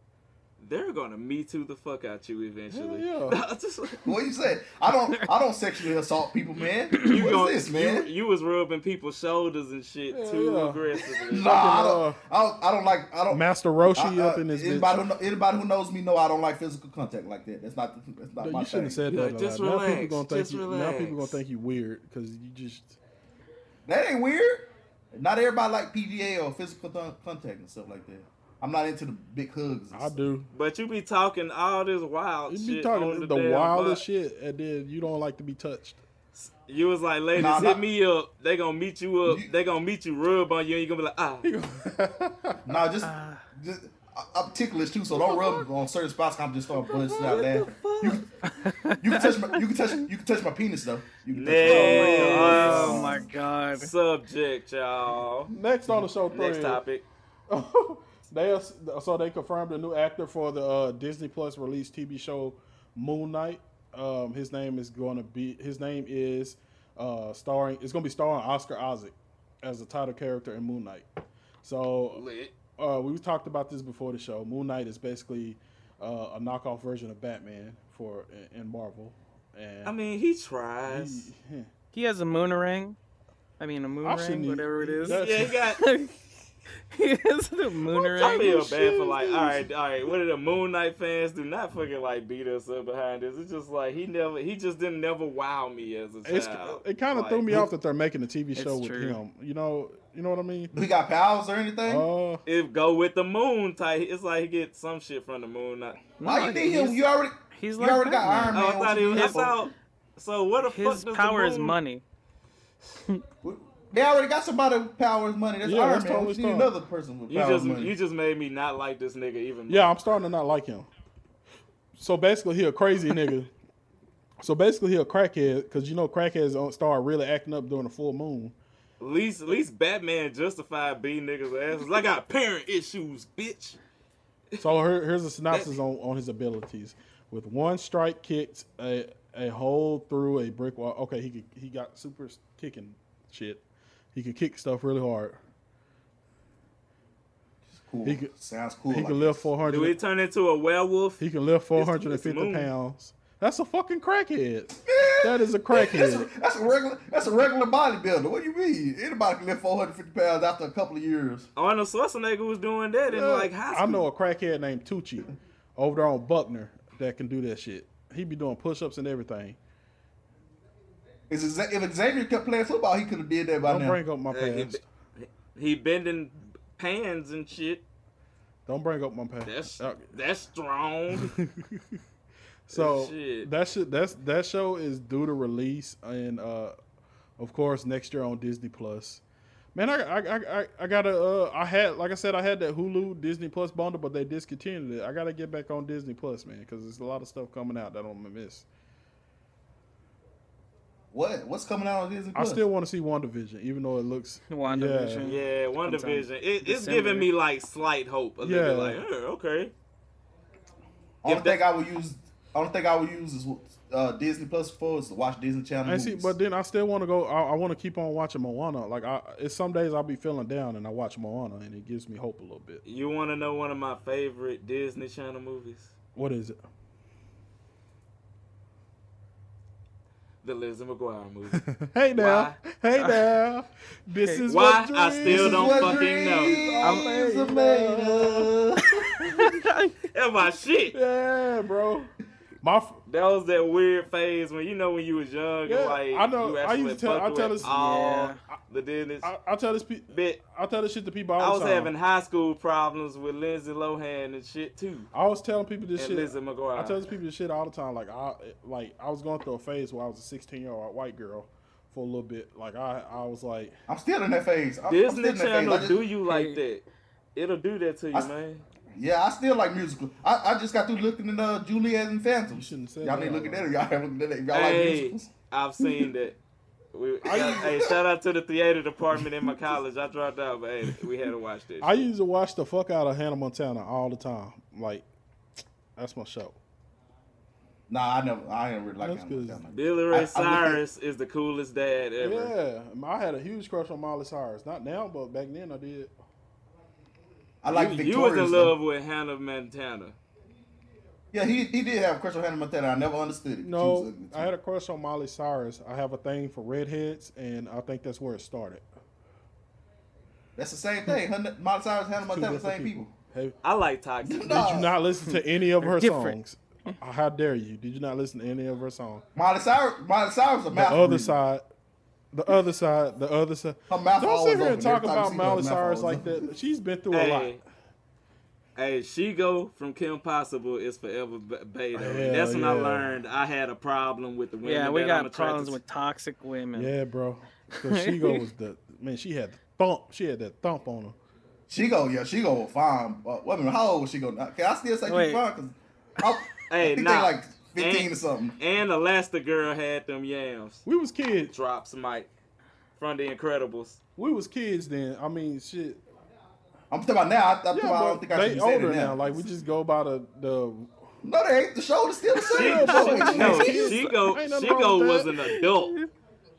C: they're gonna me too the fuck out you eventually.
B: Hell yeah.
C: Just like-
E: What you say? I don't I don't sexually assault people, man.
C: you
E: What is
C: gonna-
E: this, man?
C: You, you was rubbing people's shoulders and shit too
B: yeah.
C: aggressively.
E: nah, I
B: uh,
E: don't, I don't. I don't like. I don't.
B: Master Roshi
E: I, uh,
B: up in this
E: anybody,
B: bitch.
E: who, kno- anybody who knows me know I don't like physical contact like that. That's not. That's not
B: No,
E: my
B: you shouldn't have
E: thing.
B: said
C: You're
B: that.
C: like,
B: out
C: just
B: loud. now people
C: relax,
B: gonna think
C: just
B: you. Now people gonna
C: relax.
B: think you weird because you just.
E: That ain't weird. Not everybody like PGA or physical th- contact and stuff like that. I'm not into the big hugs. and
B: I
E: stuff.
B: do.
C: But you be talking all this wild
B: You
C: shit.
B: be talking
C: on the,
B: the,
C: damn
B: wildest
C: pod.
B: shit, and then you don't like to be touched.
C: You was like, ladies,
E: Nah,
C: hit
E: nah.
C: me up. They gonna meet you up. They gonna meet you rub on you and you gonna be like, ah.
E: Nah, just, just I- I'm ticklish too, so don't rub on certain spots. I'm just start busting out laughing. You, you can touch my, you can touch, you can touch my penis though. You can touch
C: Next
D: Oh my god.
C: subject, y'all.
B: Next on the show,
C: Next
B: thread.
C: topic.
B: they are, so they confirmed a new actor for the uh, Disney Plus release TV show Moon Knight. Um, his name is going to be his name is uh, starring. It's going to be starring Oscar Isaac as the title character in Moon Knight. So
C: Lit.
B: uh, we talked about this before the show. Moon Knight is basically uh, a knockoff version of Batman for in, in Marvel. And
C: I mean, he tries.
D: He has a moon ring. I mean, a moon
B: I
D: ring,
B: shouldn't-
D: whatever it is.
B: that-
C: Yeah, he got.
D: he has the moon
C: I
D: ring.
C: feel bad for like, all right, all right. What are the Moon Knight fans do? Not fucking like beat us up behind this. It's just like he never, he just didn't never wow me as a child.
B: it's, it kind of
C: Like,
B: threw me off that they're making a TV show with
D: true.
B: him. You know, you know what I mean?
E: We got pals or anything?
B: Uh,
C: It go with the moon type. It's like he get some shit from the moon. Knight.
E: Why you need him? You already,
D: he's
E: you
D: like
E: already got
D: Batman.
E: Iron Man.
C: Oh, I
E: What
C: thought he
E: you
C: was.
E: need
C: I
E: him for?
C: thought- so what the fuck does
D: His
C: the
D: power is
C: moon-
D: money.
E: They already got somebody with powers and money. That's
B: Yeah,
E: Iron
B: that's
E: Man.
B: totally
E: We need
B: fine.
E: another person with
C: You
E: powers
C: just,
E: and money.
C: you just made me not like this nigga even. more.
B: Yeah, I'm starting to not like him. So basically, he a crazy nigga. So basically, he a crackhead because you know crackheads don't start really acting up during the full moon.
C: At least, at least Batman justified beating niggas' asses. I got parent issues, bitch.
B: So here, here's a synopsis on, on his abilities. With one strike, kicked a a hole through a brick wall. Okay, he could, he got super kicking shit. He could kick stuff really hard.
E: cool.
B: he could-
E: Sounds cool.
B: He
E: like
B: can
E: this.
B: lift
C: Do we
B: 400.
C: turn into a werewolf?
B: He can lift
C: It's moon.
B: 450 pounds. That's a fucking crackhead. That is
E: That's
B: a
E: a,
B: crackhead.
E: that's a regular. That's a regular bodybuilder. What do you mean? Anybody can lift 450 pounds after a couple of years.
C: Arnold Schwarzenegger was doing that in like high school.
B: I know a crackhead named Tucci over there on Buckner that can do that shit. He be doing push ups and everything.
E: Is Exa- if Xavier kept playing football, he could have did that by
B: Don't
E: now.
B: bring up my
C: Hey, he,
B: past.
C: he bending pans and shit.
B: Don't bring up my past. Uh,
C: That's
B: Okay.
C: that's strong.
B: So
C: Shit.
B: that shit, that's that show is due to release and uh, of course next year on Disney Plus. Man, I I I, I- I gotta uh, I had like I said I had that Hulu Disney Plus bundle, but they discontinued it. I gotta get back on Disney Plus, man, because there's a lot of stuff coming out that I'm gonna miss.
E: What? What's coming out on Disney?
B: I
E: Plus?
B: still want to see WandaVision, even though it looks
D: WandaVision.
C: yeah, One
D: Comes out
C: Division. It, it's
D: December.
C: giving me like slight hope. A
B: Yeah.
C: little bit like, oh, okay.
E: Only
C: If that-
E: thing I would use, only thing I would use is uh, Disney Plus for is to watch Disney Channel.
B: I see,
E: movies.
B: but then I still want to go. I, I want to keep on watching Moana. Like, I it's some days I'll be feeling down and I watch Moana, and it gives me hope a little bit.
C: You want to know one of my favorite Disney Channel movies?
B: What is it?
C: The Lizzie McGuire movie.
B: Hey now,
C: Why?
B: hey now, this
D: Okay.
B: is
C: Why
B: what
C: I
B: dreams-
C: still don't fucking know.
E: Always a made of.
C: That's my shit.
B: Yeah, bro. My f-
C: That was that weird phase when you know when you was young
B: Yeah,
C: and like
B: I know.
C: you
B: I
C: actually
B: used to tell- I
C: fucked
B: tell
C: with
B: this-
C: all
D: Yeah.
C: the Disney
B: I, I tell this pe-
C: bit.
B: I tell this shit to people
C: I
B: all
C: was
B: the time.
C: having high school problems with Lindsay Lohan and shit too.
B: I was telling people this
C: And
B: shit.
C: Lizzie McGuire.
B: I tell these people this shit all the time. Like I, like I was going through a phase where I was a 16 year old white girl for a little bit. Like I, I was like,
E: I'm still in that phase. I'm, I'm still
C: Disney
E: in that phase. I
C: Channel
E: just-
C: do you like that. It'll do that to you,
E: I-
C: man.
E: Yeah, I still like musicals. I, I just got through looking at uh, Juliet and Phantom. You
B: shouldn't say
E: Y'all
B: that
E: need
B: out
E: looking at
B: loud.
E: it. Y'all haven't looked at it. Y'all like
C: Hey,
E: musicals?
C: I've seen that. We, hey, shout out to the theater department in my college. I dropped out, but hey, we had to watch this.
B: I used to watch the fuck out of Hannah Montana all the time. Like, that's my show.
E: Nah, I never. I ain't really like
B: That's
E: Hannah
B: 'cause-
E: Montana.
C: Billy
E: I- I
C: Ray
E: look at-
C: Cyrus is the coolest dad ever.
B: Yeah, I had a huge crush on Molly Cyrus. Not now, but back then I did.
E: I like
C: you, you was
E: Victorious.
C: in
E: though.
C: love with Hannah Montana.
E: Yeah, he, he did have a crush on Hannah Montana. I never understood it. She
B: No,
E: was ugly, too.
B: I had a crush on Molly Cyrus. I have a thing for redheads, and I think that's where it started.
E: That's the same thing. Her, Miley Cyrus, Hannah
B: Two
E: Montana,
B: different
E: same people.
B: Hey,
C: I like Toxic.
B: did you not listen to any of her
D: different.
B: songs? How dare you? Did you not listen to any of her songs?
E: Miley Cyrus, Miley Cyrus, a
B: The
E: mouth.
B: other
E: breather.
B: side, the other side, the other side.
E: Her mouth
B: Don't
E: always
B: sit here
E: open.
B: and talk
E: Every time you
B: about
E: see her, her
B: Miley
E: mouth always
B: Cyrus like
E: open.
B: that. She's been through a lot.
C: Hey, hey, she go from Kim Possible is forever b- beta.
B: Hell
C: and that's when I
B: yeah.
C: learned I had a problem with the women.
D: Yeah, we
C: that I'm
D: got
C: attracted
D: problems
C: to.
D: with toxic women.
B: Yeah, bro. Because she goes the man. She had the thump. She had that thump on her.
E: She go, yeah, she go fine. Uh, wait a minute, how old was she go? Can I still say
D: Wait.
E: she's fine? Cause I,
C: Hey,
E: I think
C: nah.
E: they like fifteen
C: And-
E: or something.
C: And Elastigirl had them yams.
B: We was kids.
C: Drops Mike from The Incredibles.
B: We was kids then. I mean, shit.
E: I'm talking about now. I, I'm talking
B: Yeah,
E: about, I
B: but
E: don't think I should
B: they
E: be saying
B: older
E: it
B: now.
E: now.
B: Like we just go by the the.
E: no, they ain't. The shoulder's still the
C: She,
E: same.
C: no,
E: Boy,
C: no,
E: Jesus.
C: she go,
B: Ain't nothing
C: she go
B: wrong with
C: was
B: that.
C: an adult.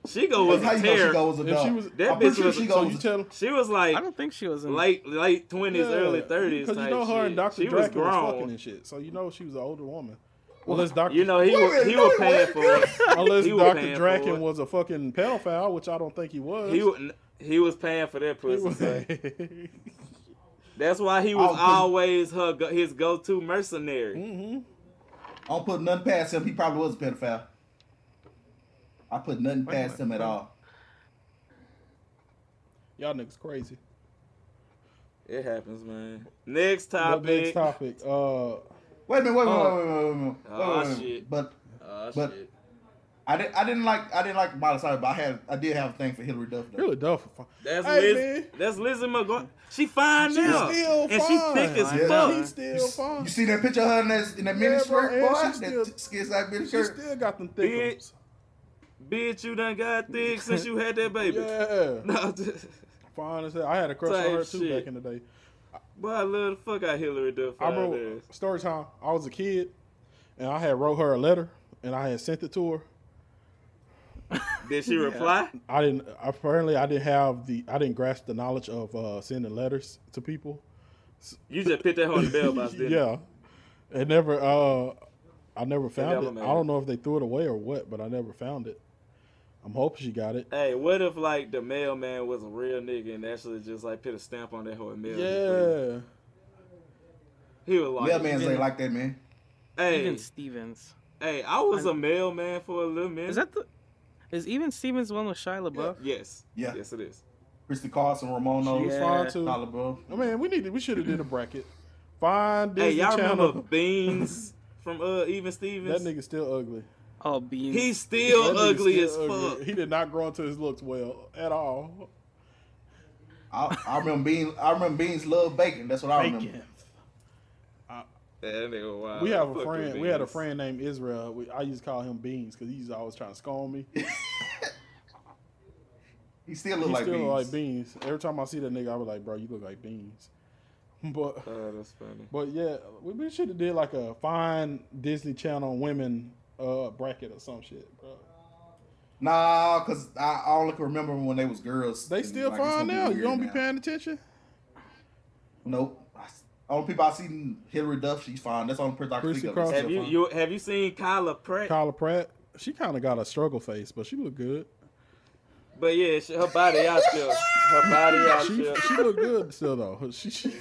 C: She go was
E: That's how
C: a
E: you know she
C: terror.
E: go was a
B: If she was,
E: dog.
C: That
B: I'm
C: bitch
B: pretty sure
C: was-
B: she
E: so
B: goes.
E: you
B: You tell
C: She was like
D: I don't think she was in.
C: late late twenties, early thirties.
B: Because you know her
C: shit.
B: and Doctor
C: she was
B: Dracula was,
C: grown.
B: fucking and shit. So you know she was an older woman. Unless Doctor,
C: You know he
E: Wait a
C: was
E: minute,
C: he
E: no,
C: was
E: he
C: paying for it.
B: unless
C: he was
B: Doctor
C: paying for
B: Draken
C: it.
B: was a fucking pedophile, which I don't think he was.
C: He was he was paying for that
B: He
C: pussy.
B: was-
C: son. That's why he was
E: Oh, 'cause-
C: always her go- his go to mercenary.
B: Mm-hmm.
E: I don't put nothing past him. He probably was a pedophile. I put nothing past him at all.
B: Y'all niggas crazy.
C: It happens, man. Next
B: But
C: topic.
B: Next topic. Uh,
E: Wait a minute, wait, wait, wait, wait, wait, wait, wait,
C: Oh,
E: wait, wait, wait.
C: shit.
E: But
C: Oh,
E: But-
C: shit.
E: I didn't, I didn't like, I didn't like Miley Cyrus, but I had, I did have a thing for Hillary Duff. though.
B: really Duff.
C: That's
B: hey,
C: Liz.
B: man.
C: That's Lizzie McGuire. She fine
B: She's
C: now,
B: still
C: and she
B: fine.
C: thick as
E: Yeah.
C: fuck.
B: She's still fine.
E: You see that picture of her in that, in that
B: Yeah,
E: mini
B: bro,
E: skirt,
B: and
E: boy?
B: she
E: That
B: still-
E: t- skins like mini
B: She
E: skirt.
B: still got them thick ones.
C: Bitch, you done got thick since you had that baby.
B: Yeah.
C: No, just,
B: Fine as hell. I had a crush on
C: Type
B: her too
C: shit.
B: back in the day.
C: boy, I love the fuck out Hillary Duff.
B: I
C: out
B: wrote
C: there.
B: story time. I was a kid, and I had wrote her a letter, and I had sent it to her.
C: Did she reply?
B: I didn't. Apparently, I didn't have the. I didn't grasp the knowledge of uh, sending letters to people.
C: You just put that on the bell box, didn't you?
B: yeah, it never. Uh, I never found
C: never
B: it.
C: made
B: I don't
C: it.
B: know if they threw it away or what, but I never found it. I'm hoping she got it.
C: Hey, what if like the mailman was a real nigga and actually just like put a stamp on that whole mail?
B: Yeah,
C: He was like,
E: Yeah, man's ain't like that, man.
C: hey,
D: Even Stevens.
C: hey, I was a mailman for a little minute.
D: Is that the? Is even Stevens one with Shia LaBeouf?
C: Yes.
E: Yeah. Oh,
C: Yes, it is.
E: Kristen Carson, Ramona,
B: it was
D: Yeah.
B: fine too.
E: Dollar Bill.
B: I mean, we needed. We should have did a bracket. Find
C: Hey,
B: Disney
C: y'all
B: Channel.
C: remember Beans from uh Even Stevens?
B: that nigga still ugly.
D: Oh, Beans.
C: He's still
B: That nigga still
C: ugly as
B: ugly.
C: fuck.
B: He did not grow into his looks well at all.
E: I, I remember Beans. I remember Beans love bacon. That's what I remember.
B: Bacon.
C: That nigga wild.
B: We have
C: Fuck
B: a
C: you,
B: friend. We had a
C: Beans.
B: friend named Israel. We, I used to call him Beans because he's always trying to scorn me. He
E: He still look
B: still
E: like Beans.
B: like Beans. Every time I see that nigga, I was like, "Bro, you look like Beans." But
C: Oh, that's funny.
B: but yeah, we, we should have did like a fine Disney Channel women uh, bracket or some shit, bro.
E: Nah, cause I, I only can remember when they was girls.
B: They
E: And,
B: still
E: like, it's
B: fine
E: gonna
B: now. You
E: weird
B: don't be
E: now.
B: paying attention.
E: Nope. I s- Only people I seen Hillary Duff. She's fine. That's the only person I can
B: Kristen
E: think of. that's
B: Carson.
C: Have
E: still
C: you,
E: fine.
C: you have you seen Kyla Pratt?
B: Kyla Pratt, she kind of got a struggle face, but she looked good.
C: But yeah, she, her body out there. Her body out
B: She,
C: there.
B: she looked good still though. She, she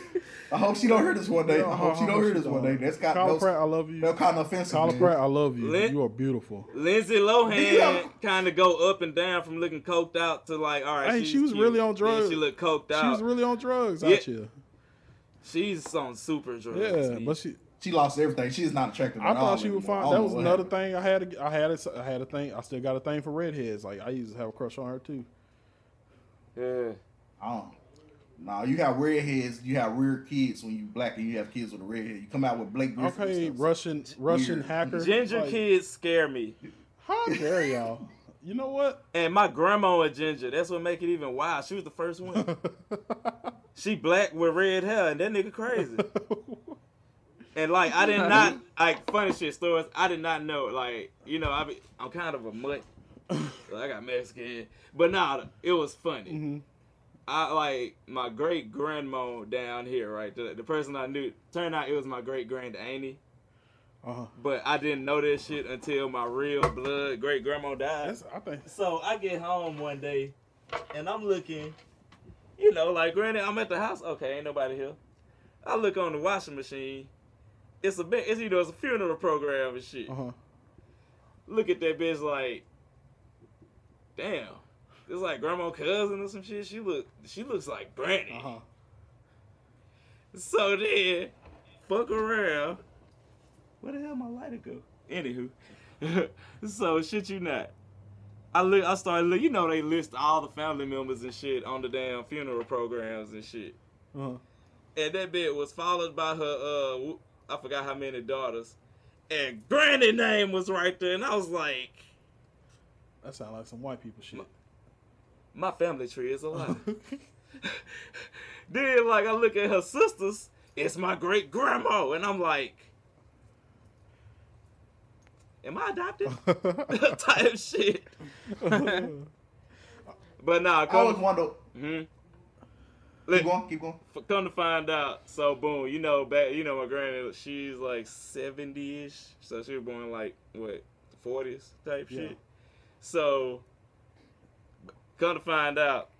E: I hope she don't hear this one day.
B: Yeah, uh-huh.
E: I hope she don't hear this one day. That's got
B: Kyla
E: those,
B: Pratt, I love you.
E: that kind of offensive.
B: Kyla
E: man.
B: Pratt, I love you.
C: Lit.
B: You are beautiful.
C: Lindsay
E: Yeah.
C: Lohan kind of go up and down from looking coked out to like, all right,
B: Hey,
C: she's
B: she was
C: cute.
B: really on
C: Then
B: drugs.
C: she looked coked
B: She
C: out.
B: was really on drugs
C: Yeah.
B: out here.
C: she's on super drugs.
B: Yeah,
C: B.
B: but she.
E: She lost everything. She's not attractive.
B: I
E: at all
B: thought she would
E: anymore. I don't
B: find that
E: know
B: was
E: what
B: another
E: happened.
B: thing I had. to- I had. a- I had a thing. I still got a thing for redheads. Like I used to have a crush on her too.
C: yeah.
E: I don't. Um, Nah, you have redheads. You have weird kids when you black, and you have kids with a red head. You come out with Blake Griffin. and
B: Okay,
E: stuff.
B: Russian Russian
E: Weird.
B: hacker.
C: Ginger
B: Like,
C: kids scare me.
B: How dare y'all? You know what?
C: And my grandma was ginger. That's what make it even wild. She was the first one. she black with red hair, and that nigga crazy. and like I did not like funny shit stories. I did not know. Like you know, I be, I'm kind of a mutt. Like, I got Mexican, but nah, it was funny. I like my great grandma down here, right? The, the person I knew turned out it was my great grand auntie.
B: Uh-huh.
C: But I didn't know this shit until my real blood great grandma died.
B: That's, I think.
C: So I get home one day, and I'm looking, you know, like granted I'm at the house. Okay, ain't nobody here. I look on the washing machine. It's a bit. It's you know it's a funeral program and shit.
B: Uh-huh.
C: Look at that bitch like, damn. It's like grandma cousin or some shit. She look. She looks like granny.
B: Uh-huh.
C: So then, fuck around. Where the hell my lighter go? Anywho, so shit you not. I look. I started look. You know they list all the family members and shit on the damn funeral programs and shit.
B: Uh-huh.
C: And that bitch was followed by her. uh w- I forgot how many daughters. And granny name was right there, and I was like,
B: That sounds like some white people shit.
C: my family tree is alive. then like I look at her sisters, it's my great grandma, and I'm like, am I adopted? type shit. but nah,
E: I always
C: come,
E: wonder.
C: look,
E: Keep going. Keep going.
C: f- come to find out, so boom, you know, back, you know, my granny, she's like seventy ish, so she was born like what forties type
B: Yeah.
C: shit. So come to find out,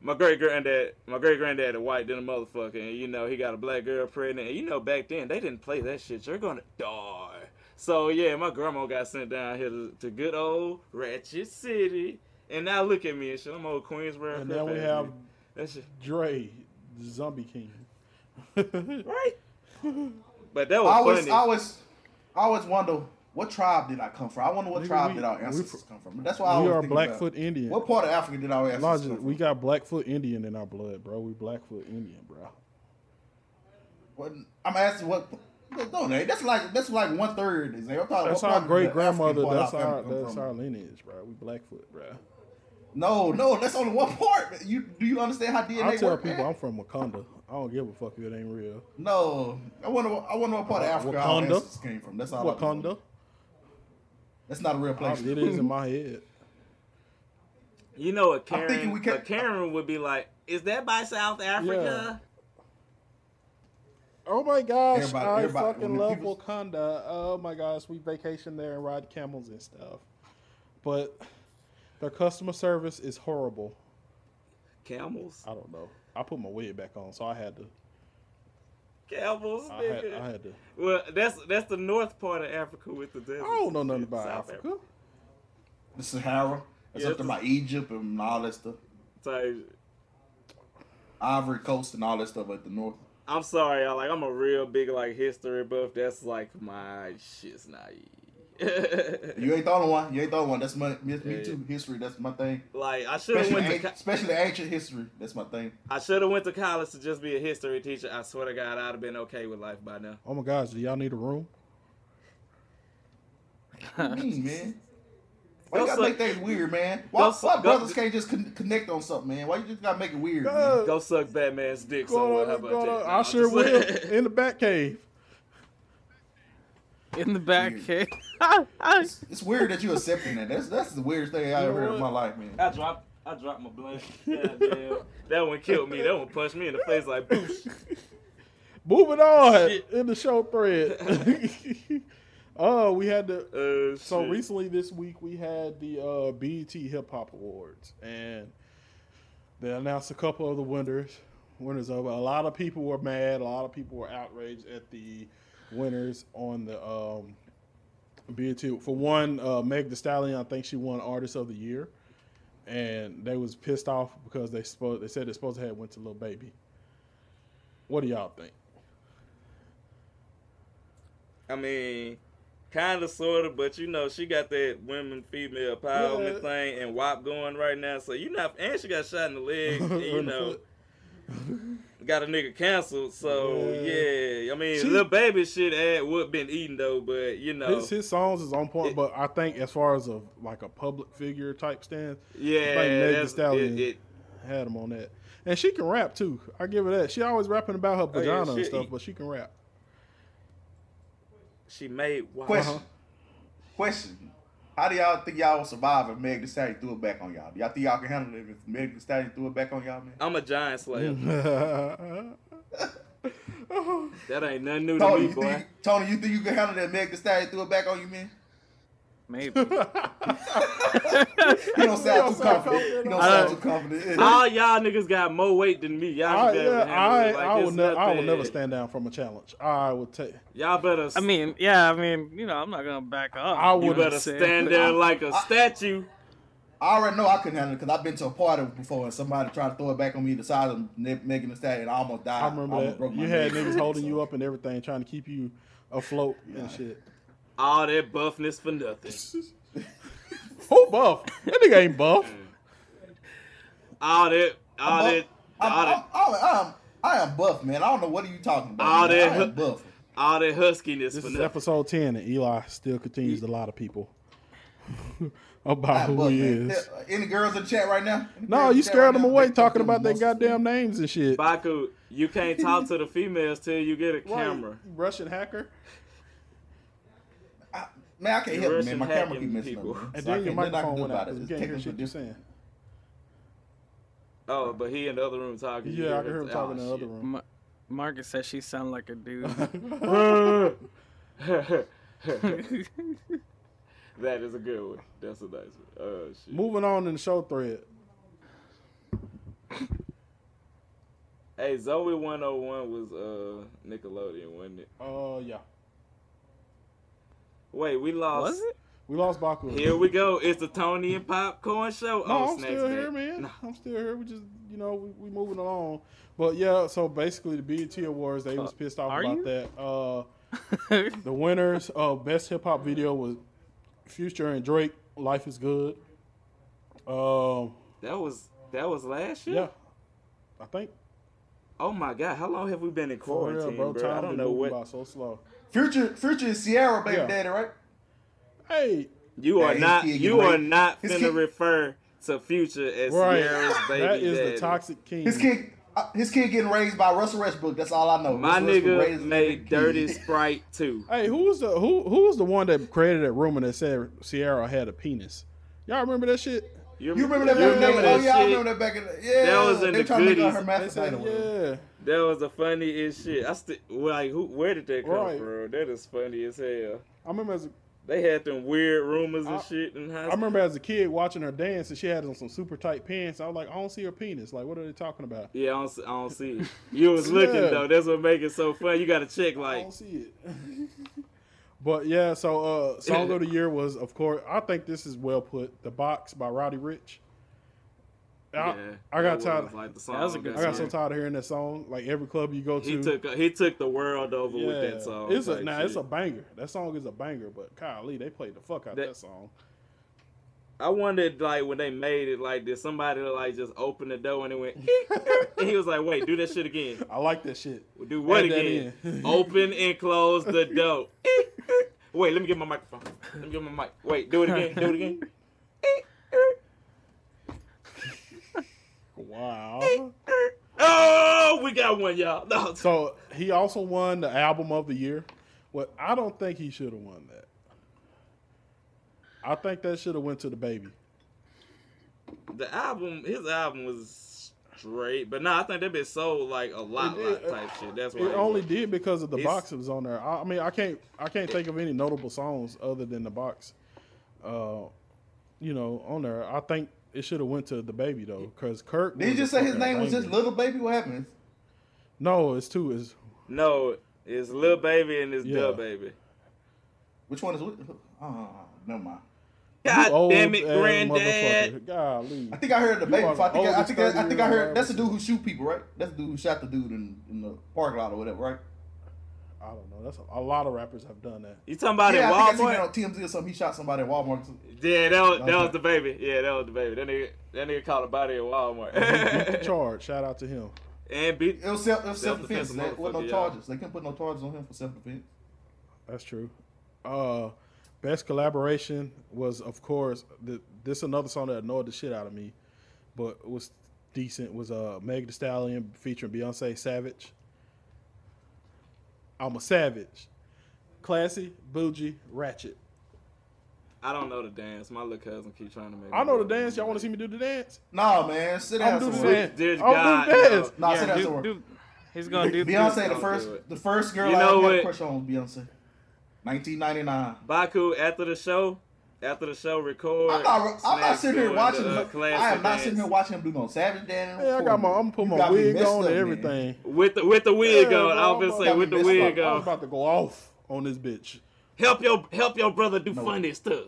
C: my great granddad, my great granddad, a white than a motherfucker, and you know he got a black girl pregnant. And you know back then they didn't play that shit. You're gonna die. So yeah, my grandma got sent down here to, to good old Ratchet City, and now look at me and shit. I'm old Queensborough.
B: And then we
C: Crip ass
B: have
C: nigga. that shit,
B: Dre, Zombie King.
C: right? but that was
E: I always,
C: Oh, funny.
E: I always, I always wonder what tribe did I come from. I wonder what
B: Nigga,
E: tribe
B: we-
E: did our
B: we
E: ancestors
B: fr-
E: come from. That's why I
B: we
E: always
B: are
E: think
B: Blackfoot
E: about.
B: Indian.
E: What part of Africa did our ancestors
B: Logic,
E: come from?
B: we got Blackfoot Indian in our blood, bro. We Blackfoot Indian, bro.
E: What, I'm asking what. Don't they? That's like that's like one third. Is they? I'm talking-
B: That's
E: what
B: our
E: part of the
B: great grandmother.
E: African part
B: That's
E: family
B: our
E: come
B: that's
E: from?
B: our lineage, bro. We Blackfoot, bro.
E: No, no, that's only one part. You do you understand how DNA
B: I tell
E: work, man?
B: people I'm from Wakanda. I don't give a fuck if it ain't real.
E: No, I wonder. what- I wonder what part of Africa our
B: Wakanda?
E: ancestors came from. That's all. I
B: Wakanda.
E: know. That's not a real place.
B: It is in my head.
C: you know a
E: I'm thinking
C: Karen,
E: we can-
C: a Karen would be like, "Is that by South Africa?"
B: Oh my gosh,
E: Everybody-
B: I
E: everybody-
B: fucking
E: when
B: love
E: people-
B: Wakanda. Oh my gosh, we vacation there and ride camels and stuff. But their customer service is horrible.
C: Camels,
B: I don't know. I put my wig back on, so I had to.
C: camels,
B: I had,
C: nigga.
B: I had to.
C: Well, that's that's the north part of Africa with
B: I
C: the desert.
B: don't know nothing about
C: South
B: Africa.
E: The Sahara. That's
C: Yeah,
E: up to
C: it's-
E: my Egypt and all that stuff.
C: Africa. So,
E: Ivory Coast and all that stuff at the north.
C: I'm sorry, y'all. Like, I'm a real big like history buff. That's like my shit's naive.
E: You ain't the only one. You ain't the only one. That's my that's me
C: Yeah,
E: too. History. That's my thing.
C: like, I should have
E: Especially,
C: went to
E: ancient,
C: co-
E: especially ancient history. That's my thing.
C: I should have went to college to just be a history teacher. I swear to God, I'd have been okay with life by now.
B: Oh my gosh, do y'all need a room?
E: What do you mean, man? Why you
C: Go
E: gotta make
C: suck-
E: things weird, man? Why,
C: Go su-
E: why
C: go-
E: brothers can't just con- connect on something, man? Why you just gotta make it weird? Man?
C: Go suck Batman's dick somewhere. How about that? Nah,
B: I
C: I'm
B: sure
C: just
B: will.
C: saying.
B: In the back cave.
D: in the back cave.
E: It's weird that you accepting that. That's that's the weirdest thing I ever heard in my life, man.
C: I dropped. I dropped my blunt. God damn. That one killed me. That one punched me in the face like boosh.
B: Moving on
C: Shit.
B: in the show thread. Oh, we had to.
C: Uh,
B: So
C: shit.
B: recently this week we had the uh, BET Hip Hop Awards, and they announced a couple of the winners. Winners of it. a lot of people were mad. A lot of people were outraged at the winners on the um, BET. For one, uh, Meg Thee Stallion, I think she won Artist of the Year, and they was pissed off because they supposed they said they supposed to have went to Lil Baby. What do y'all think?
C: I mean, Kind of, sort of, but you know, she got that women female empowerment
B: Yeah.
C: thing and WAP going right now. So you not, and she got shot in the leg, and, you
B: In the
C: know,
B: foot.
C: got a nigga canceled. So
B: Yeah.
C: yeah, I mean,
B: She-
C: little baby shit had would been eating though, but you know,
B: His, his songs is on point, but I think as far as a like a public figure type stance,
C: Yeah,
B: I think Meg Thee
C: that's-
B: Stallion
C: it- it-
B: had him on that, and she can rap too. I give her that. She always rapping about her
C: Oh, yeah,
B: vagina and
C: she-
B: stuff, but she can rap.
C: she made Uh-huh. WAP.
E: Question.
B: Uh-huh.
E: Question. How do y'all think y'all will survive if Meg Thee Stallion threw it back on y'all? Do y'all think y'all can handle it if Meg Thee Stallion threw it back on y'all, man?
C: I'm a giant slayer.
B: Mm-hmm.
C: that ain't nothing new to
B: Oh,
E: Tony,
C: me,
E: you
C: boy.
E: think, Tony, you think you can handle that Meg Thee Stallion threw it back on you, man?
D: Maybe.
E: You don't sound too
B: sound
E: confident. You don't
C: confident.
E: sound too confident.
C: All y'all niggas got more weight than me. Y'all
B: I,
C: should be able
B: yeah,
C: to handle
B: I,
C: it. Like,
B: I
C: it's
B: would never, I would
C: nothing.
B: never stand down from a challenge. I would take.
C: Y'all better.
D: I mean, yeah, I mean, you know, I'm not gonna back up.
B: I
D: you know
C: you
B: wouldn't
D: what I'm
C: better
D: saying?
C: stand there like a statue.
E: I already know I couldn't handle it because I've been to a party before and somebody tried to throw it back on me the size of Ne- Megan Thee Stallion. I almost died.
B: I remember
E: almost
B: that
E: broke my
B: you had
E: leg.
B: niggas holding you up and everything, trying to keep you afloat and shit.
C: All that buffness for nothing.
B: Who Oh, buff? That nigga ain't buff.
C: All that. All
E: I'm buff.
C: that.
E: I'm,
C: All
E: I'm,
C: that.
E: I'm, I'm, I am buff, man. I don't know what are you talking about.
C: All
E: man.
C: that-
E: I am buff.
C: All that huskiness
B: This
C: for
B: is
C: nothing.
B: episode ten, and Eli still continues to lie to people
E: I
B: about
E: am
B: who
E: buff,
B: he
E: man.
B: is.
E: Yeah, Any girls in the chat right now? Any
B: No,
E: girls in
B: you
E: the chat right
B: scared them
E: now?
B: away
E: They
B: talking
E: fucking
B: about their
E: monsters.
B: goddamn names and shit.
C: Baku, you can't talk to the females till you get a camera.
B: Russian hacker.
E: Man, I can't
C: You're
E: help it, man. My
C: Russian
E: camera
C: hacking
E: keep messing
C: people.
E: up. man.
B: And
E: So I
B: then your
E: can't- nothing I can
B: microphone
E: do
B: went out
E: about it.
B: because we
E: It's
B: can't hear
E: technical
B: shit you're saying.
C: Oh, but he in the other room talking. You
B: Yeah, I can hear him
C: oh,
B: talking in the other
C: shit.
B: room.
D: Ma- Marcus says she sound like a dude.
C: That is a good one. That's a nice one. Oh shit.
B: Moving on in the show thread.
C: Hey, Zoe 101 was uh Nickelodeon, wasn't it?
B: Oh
E: Uh,
B: yeah,
C: Wait, we lost.
D: Was it?
B: we lost Baku.
C: Here we go. It's the Tony and Popcorn Show.
B: No,
C: oh,
B: I'm
C: snacks
B: still
C: back.
B: here, man. I'm still here. We just, you know, we, we moving along. But yeah, so basically the BET Awards, they was pissed off
D: are
B: about
D: you?
B: that. Uh, the winners of best hip hop video was Future and Drake. Life is good. Um,
C: That was that was last year.
B: yeah, I think
C: Oh my god, how long have we been in
B: for real,
C: quarantine,
B: bro.
C: bro?
B: Time
C: I
B: been
C: don't know
B: moving
C: what
B: by so slow.
E: Future, Future is Sierra, baby
B: Yeah.
E: daddy, right?
B: Hey,
C: you
E: Nah,
C: are
E: his
C: not.
E: kid
C: You
E: get
C: are
E: raped.
C: not
E: His
C: finna
E: kid-
C: refer to Future as
B: right,
C: Sierra's baby
B: that is
C: daddy.
B: the toxic king.
E: His kid, uh, his kid getting raised by Russell Westbrook. That's all I know.
C: My
E: Russell Westbrook
C: nigga
E: raised his
C: made
E: kid.
C: Dirty Sprite too.
B: Hey, who was the who who was the one that created that rumor that said Sierra had a penis? Y'all remember that shit?
E: You remember that back in the
C: remember
E: day? Oh
C: that
E: yeah, I
C: shit?
E: remember that back in the yeah.
C: That was in
E: they
C: the
E: trying to make her
C: goodies.
B: They
E: hermaphrodite
B: said,
E: or whatever.
B: yeah.
C: That was the funniest shit. I still like, who, where did that come
B: Right.
C: from? That is funny as hell.
B: I remember as a,
C: They had them weird rumors and
B: I-
C: shit in high
B: I
C: school.
B: remember as a kid watching her dance and she had on some super tight pants. I was like, I don't see her penis. Like, what are they talking about?
C: Yeah, I don't, s- I don't see it. You was looking
B: Yeah.
C: though. That's what make it so fun. You got to check
B: I
C: like
B: don't see it. but yeah, so uh, song of the year was, of course, I think this is well put. The Box by Roddy Rich. I,
C: yeah,
B: I got
C: that
B: tired.
C: was, Like the song
D: That was a good
B: I got so
D: song.
B: tired of hearing that song. Like every club you go to,
C: He took uh, he took the world over with
B: Yeah.
C: that song.
B: It's a
C: type
B: now it's a
C: shit.
B: banger. That song is a banger, but golly, they played the fuck out that,
C: That-
B: that song.
C: I wondered like when they made it like did somebody like just open the door and it went and he was like wait do that shit again
B: I like that shit.
C: do what
B: Add that
C: again
B: in.
C: open and close the door wait let me get my microphone let me get my mic wait do it again do it again
B: Wow.
C: oh we got one y'all no
B: so he also won the album of the year. What I don't think he should have won that. I think that should have went to the baby.
C: the album his album was straight but nah I think they've been sold like a lot
B: It
C: lot
B: did-
C: type shit that's why
B: It
C: he
B: only
C: won.
B: did because of the
C: It's-
B: box that was on there. I, I mean, I can't I can't think of any notable songs other than the box. Uh, you know, on there. I think it should have went to the baby though, because Kirk.
E: Did you
B: was a
E: just say his
B: fucking
E: name was
B: banger.
E: just Little Baby? What happened?
B: No, it's two. It's
C: no it's Lil Baby and it's
B: Yeah.
C: Dub Baby
E: Which one is? wh- Oh, never mind.
C: God
B: old
C: damn it
B: ass
C: granddad
B: motherfucker. Golly.
E: I think I heard the baby.
B: are
E: before. I
B: the
E: think I, I
B: oldest
E: think I, I think I
B: 30-year-old
E: heard that's the dude who shoot people, right? That's the dude who shot the dude in, in the parking lot or whatever, right?
B: I don't know. That's a, a lot of rappers have done that.
C: You talking about
E: yeah,
C: at
E: I
C: Walmart?
E: think I seen it on TMZ or something. He shot somebody at Walmart.
C: Yeah, that was, that
E: Okay.
C: was the baby. Yeah, that was the baby. That nigga, that nigga called a body at
B: Beat the
C: Walmart.
B: charge. Shout out to him.
C: and beat.
E: It was self, it was self
C: Self-defense,
E: defense. There was
C: motherfucker,
E: no
C: yeah.
E: charges. They couldn't put no charges on him for self defense.
B: That's true. Uh, best collaboration was, of course, the, this another song that annoyed the shit out of me, but was decent. Was uh Meg The Stallion featuring Beyonce Savage. I'm a savage, classy, bougie, ratchet.
C: I don't know the dance. My little cousin keep trying to make.
B: I know the dance. Y'all want to see me do the dance?
E: Nah, man, sit
B: I'm
E: down
B: do the
E: somewhere.
B: dance.
C: There's
B: I'm
C: God,
B: do the dance.
E: Nah, sit down
D: Dude,
E: somewhere.
D: dude, he's gonna do
E: Beyonce, the
C: Don't
E: first,
C: do it.
E: the first girl
C: You
E: I
C: know
E: ever had a
C: what?
E: crush on was Beyonce. 1999.
C: Baku after the show, after the show record.
E: I'm not, I'm not
C: Smash
E: sitting here
C: doing
E: watching.
C: the, uh,
E: him.
C: classic
E: I am not
C: dance.
E: sitting here watching him do no savage dance.
B: Hey, I got my. I'm gonna put my wig on and everything.
C: with the with the wig
B: Yeah,
C: on.
B: bro,
C: I was
B: I'm
C: gonna say
E: about-
C: with the
E: I'm
C: wig
B: I was
C: on.
B: about to go off on this bitch.
C: Help your help your brother do funny stuff.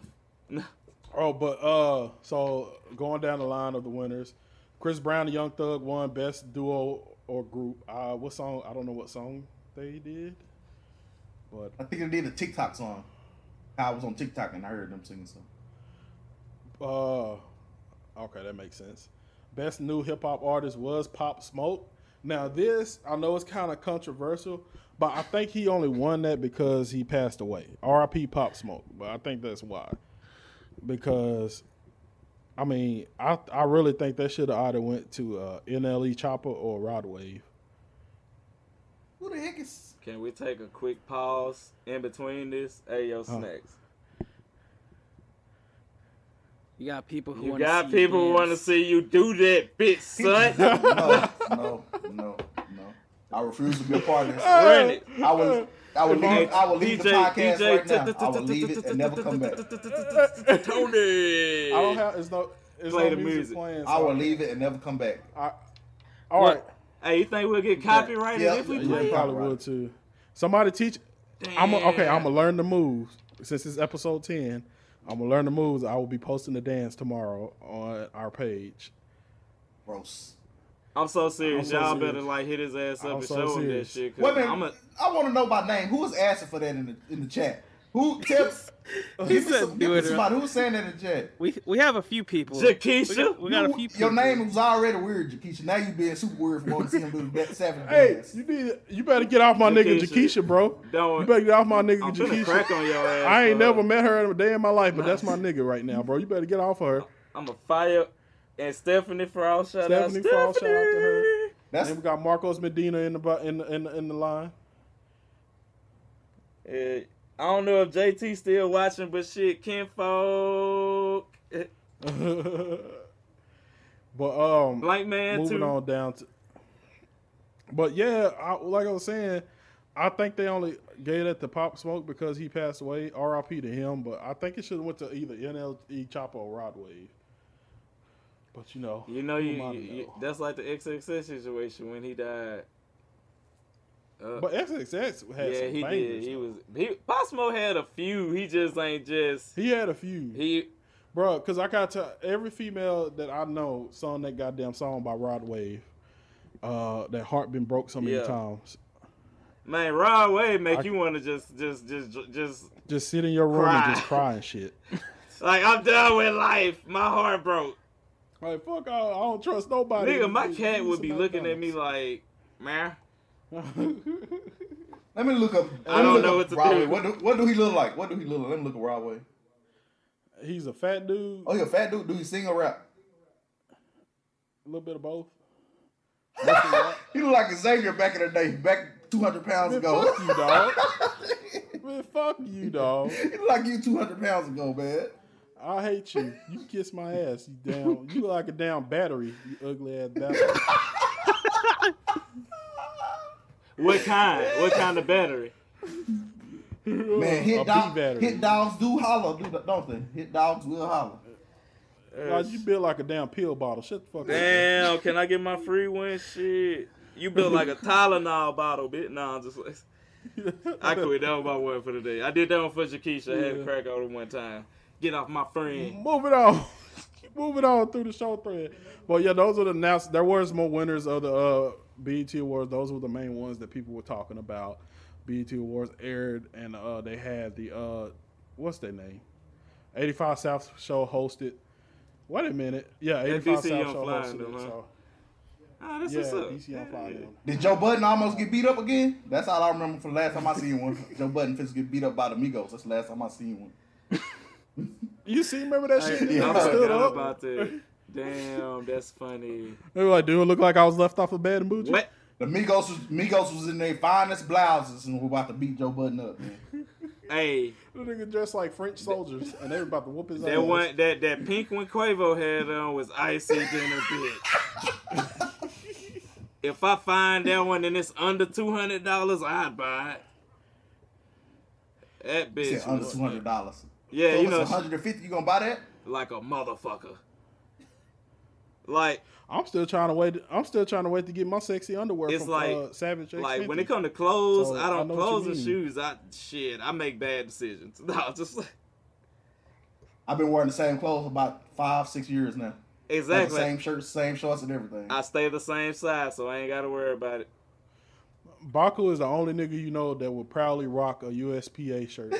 B: Oh, but uh, so going down the line of the winners, Chris Brown and Young Thug won best duo or group. Uh, what song? I don't know what song they did, but
E: I think they did a TikTok song. I was on TikTok and I heard them singing something.
B: uh, okay, that makes sense. Best new hip hop artist was Pop Smoke. Now this, I know it's kind of controversial, but I think he only won that because he passed away. R.I.P. Pop Smoke. But I think that's why, because I mean, I I really think that should have either went to uh, NLE Chopper or Rod Wave.
E: Who the heck is?
C: Can we take a quick pause in between this? Hey yo, snacks.
D: You got people who
C: You
D: want to
C: got people who want to see you do that, bitch, son.
E: No, no, no, no. I refuse to be a part of this.
C: Run it.
E: I will. I will leave. I will leave the
C: DJ
E: podcast right now. I will
C: t-
E: leave it and never come back.
C: Tony.
B: I don't have. It's no. It's no
C: Play the
B: music,
C: music.
B: playing.
E: I
B: so-
E: will leave it and never come back.
B: All right.
C: Hey, you think we'll get copyrighted
E: Yeah,
C: if we
E: yeah,
B: Yeah,
C: play? it?
B: probably would too. Somebody teach. I'm a, okay. I'm gonna learn the moves since it's episode ten. I'm gonna learn the moves. I will be posting the dance tomorrow on our page.
E: Gross.
C: I'm so serious.
B: I'm so
C: Y'all
B: serious.
C: better like hit his ass up
B: I'm
C: and
B: so
C: show him that
B: serious.
C: shit.
E: Wait a
C: Cause
E: minute.
C: I'm a,
E: I want to know by name. Who was asking for that in the in the chat? Who tips?
D: He said do it,
E: somebody who's saying that in the chat.
D: We we have a few people.
C: Jakeisha?
D: we got, we got a few. People.
E: Your name was already weird, Jakisha. Now you being super weird for wanting to see him do that savage
B: Hey,
E: dance.
B: you need. You better get off my nigga
C: Jakeisha.
B: Jakisha, bro.
C: Don't-
B: You better get off my nigga
C: I'm finna crack
B: Jakisha.
C: on your ass. uh,
B: I ain't
C: bro.
B: never met her in a day in my life, but that's my nigga right now, bro. You better get off of her.
C: I'm a fire. And Stephanie Frost, shout out
B: Stephanie Frost, shout out to her.
C: Stephanie.
E: That's
B: Then we got Marcos Medina in the bu- in the, in the, in the line.
C: Eh, I don't know if JT still watching, but shit, kinfolk. Eh,
B: But um,
C: Blank man
B: moving
C: too.
B: on down to. But yeah, I, like I was saying, I think they only gave it to Pop Smoke because he passed away. R.I.P. to him. But I think it should have went to either NLE Chopper or Rod Wave. But you know,
C: You know,
B: who
C: you,
B: am I to
C: you- you-
B: know?
C: that's like the XXX situation when he died. Uh,
B: but XXX had
C: yeah,
B: some
C: he did.
B: bangers.
C: He was. He Posmo had a few. He just ain't just.
B: He had a few,
C: He
B: bro. Because I got to every female that I know sung that goddamn song by Rod Wave. Uh, that heart been broke so many
C: Yeah.
B: times.
C: man, Rod Wave make
B: I-
C: you want to just, just, just, just.
B: Just sit in your room
C: Cry.
B: and just cry and shit.
C: Like I'm done with life. My heart broke.
B: Like fuck, I, I don't trust nobody.
C: Nigga, my
B: Give me
C: cat would
B: some
C: be looking at me
B: McDonald's.
C: like, man.
E: Let me look up.
C: I
E: let me
C: don't
E: look
C: know
E: up
C: what to do.
E: Rodway. What do, what do he look like? What do he look like? Let me look at Rodway.
B: He's a fat dude,
E: Oh,
B: a
E: he a fat dude. Do he sing or rap?
B: little bit of both.
E: He look like Xavier back in the day, back 200 pounds
B: Man,
E: ago.
B: fuck you, dog. man, fuck you, dog.
E: he look like you 200 pounds ago, man.
B: I hate you. You kiss my ass. You down. You look like a down battery. You ugly ass battery.
C: What kind? What kind of battery?
E: Man, hit,
B: a
E: dog,
B: bee battery.
E: hit dogs do holler, do- don't they? Hit dogs will holler.
B: God, you built like a damn pill bottle. Shut the fuck up.
C: Damn, can I get my free win? Shit. You built like a Tylenol bottle, bitch. Nah, I'm just like. I quit. That was my word for the day. I did that one for Jakeisha. I had a crack on it one time. Get off my friend.
B: Moving on. Moving on through the show thread. But yeah, those are the E announced. There was more winners of the uh, BET Awards. Those were the main ones that people were talking about. BET Awards aired, and uh, they had the uh, what's their name? 85 South show hosted. Wait a minute, yeah,
C: That
B: 85
C: DC
B: South
C: Young
B: show
C: Fly
B: hosted.
C: them,
B: it,
C: huh?
B: So
C: Ah, that's
B: Mm-hmm. yeah,
C: what's up.
B: DC Young Fly them.
E: Did Joe Budden almost get beat up again? That's all I remember from the last time I seen one. Joe Budden just get beat up by the Migos. That's the last time I seen one.
B: You see, remember that shit?
C: I
B: Yeah, I
E: forgot
B: stood
C: forgot
B: up.
C: about that. Damn, that's funny.
B: They were like, dude, it looked like I was left off of bed and booty.
C: What?
E: The Migos was, Migos was in their finest blouses and we're about to beat Joe Budden up, man.
C: Hey,
B: The nigga dressed like French soldiers, and they were about to whoop his ass.
C: that one, that that pink one Quavo had on was icy than a bitch. if I find that one and it's under two hundred dollars, I'd buy it. That
E: He
C: bitch
E: said under
C: was
E: two hundred dollars.
C: Yeah, you know-
E: one hundred and fifty. You gonna buy that?
C: like a motherfucker. Like,
B: I'm still trying to wait. I'm still trying to wait to get my sexy underwear
C: It's
B: from
C: like-
B: uh, Savage. X
C: like when it
B: 50.
C: come to clothes,
B: So,
C: I
B: I
C: don't
B: know what you
C: clothes and
B: mean.
C: shoes. I shit, I make bad decisions. No, just
E: I've been wearing the same clothes for about five, six years now. Like the
C: exactly.
E: same shirts, same shorts, and everything.
C: I stay the same size, so I ain't gotta worry about it.
B: Baku is the only nigga you know that will proudly rock a USPA shirt.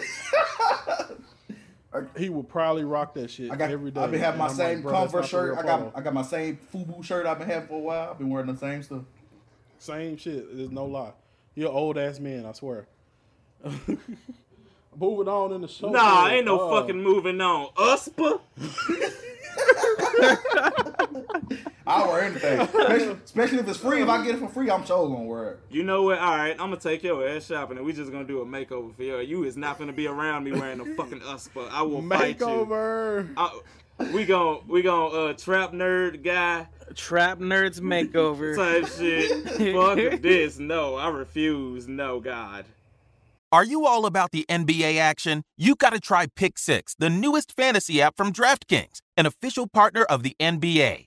B: he will proudly rock that shit
E: I got.
B: every day.
E: I've been having my
B: And I'm like,
E: same
B: "Bro, that's
E: Converse
B: not the real
E: shirt. I got.
B: polo."
E: I got my same FUBU shirt I've been having for a while. I've been wearing the same stuff.
B: same shit. There's no lie. He an old ass man. I swear. Moving on in the show.
C: Nah,
B: man,
C: ain't no
B: uh,
C: fucking moving on. USPA?
E: I wear anything, especially, especially if it's free. If I get it for free, I'm sure gonna wear it.
C: You know what? All right, I'm gonna take your ass shopping, and we just gonna do a makeover for you. You is not gonna be around me wearing a fucking USPA. I will fight you.
B: makeover.
C: I, we gon' we gon' uh, trap nerd guy
D: Trap nerds makeover.
C: type shit. Fuck this. No, I refuse. No, God.
I: Are you all about the NBA action? You got to try Pick Six, the newest fantasy app from DraftKings, an official partner of the NBA.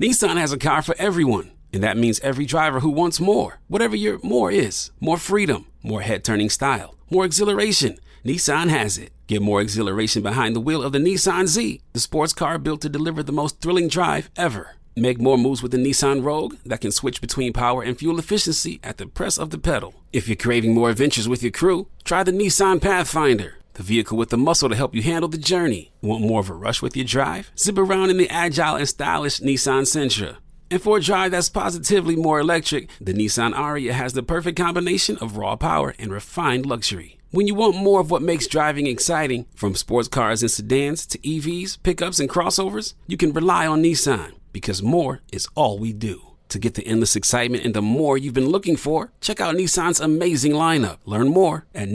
A: Nissan has a car for everyone, and that means every driver who wants more. Whatever your more is more freedom, more head turning style, more exhilaration. Nissan has it. Get more exhilaration behind the wheel of the Nissan Z, the sports car built to deliver the most thrilling drive ever. Make more moves with the Nissan Rogue that can switch between power and fuel efficiency at the press of the pedal. If you're craving more adventures with your crew, try the Nissan Pathfinder the vehicle with the muscle to help you handle the journey. Want more of a rush with your drive? Zip around in the agile and stylish Nissan Sentra. And for a drive that's positively more electric, the Nissan Aria has the perfect combination of raw power and refined luxury. When you want more of what makes driving exciting, from sports cars and sedans to E EVs, pickups, and crossovers, you can rely on Nissan because more is all we do. To get the endless excitement and the more you've been looking for, check out Nissan's amazing lineup. Learn more at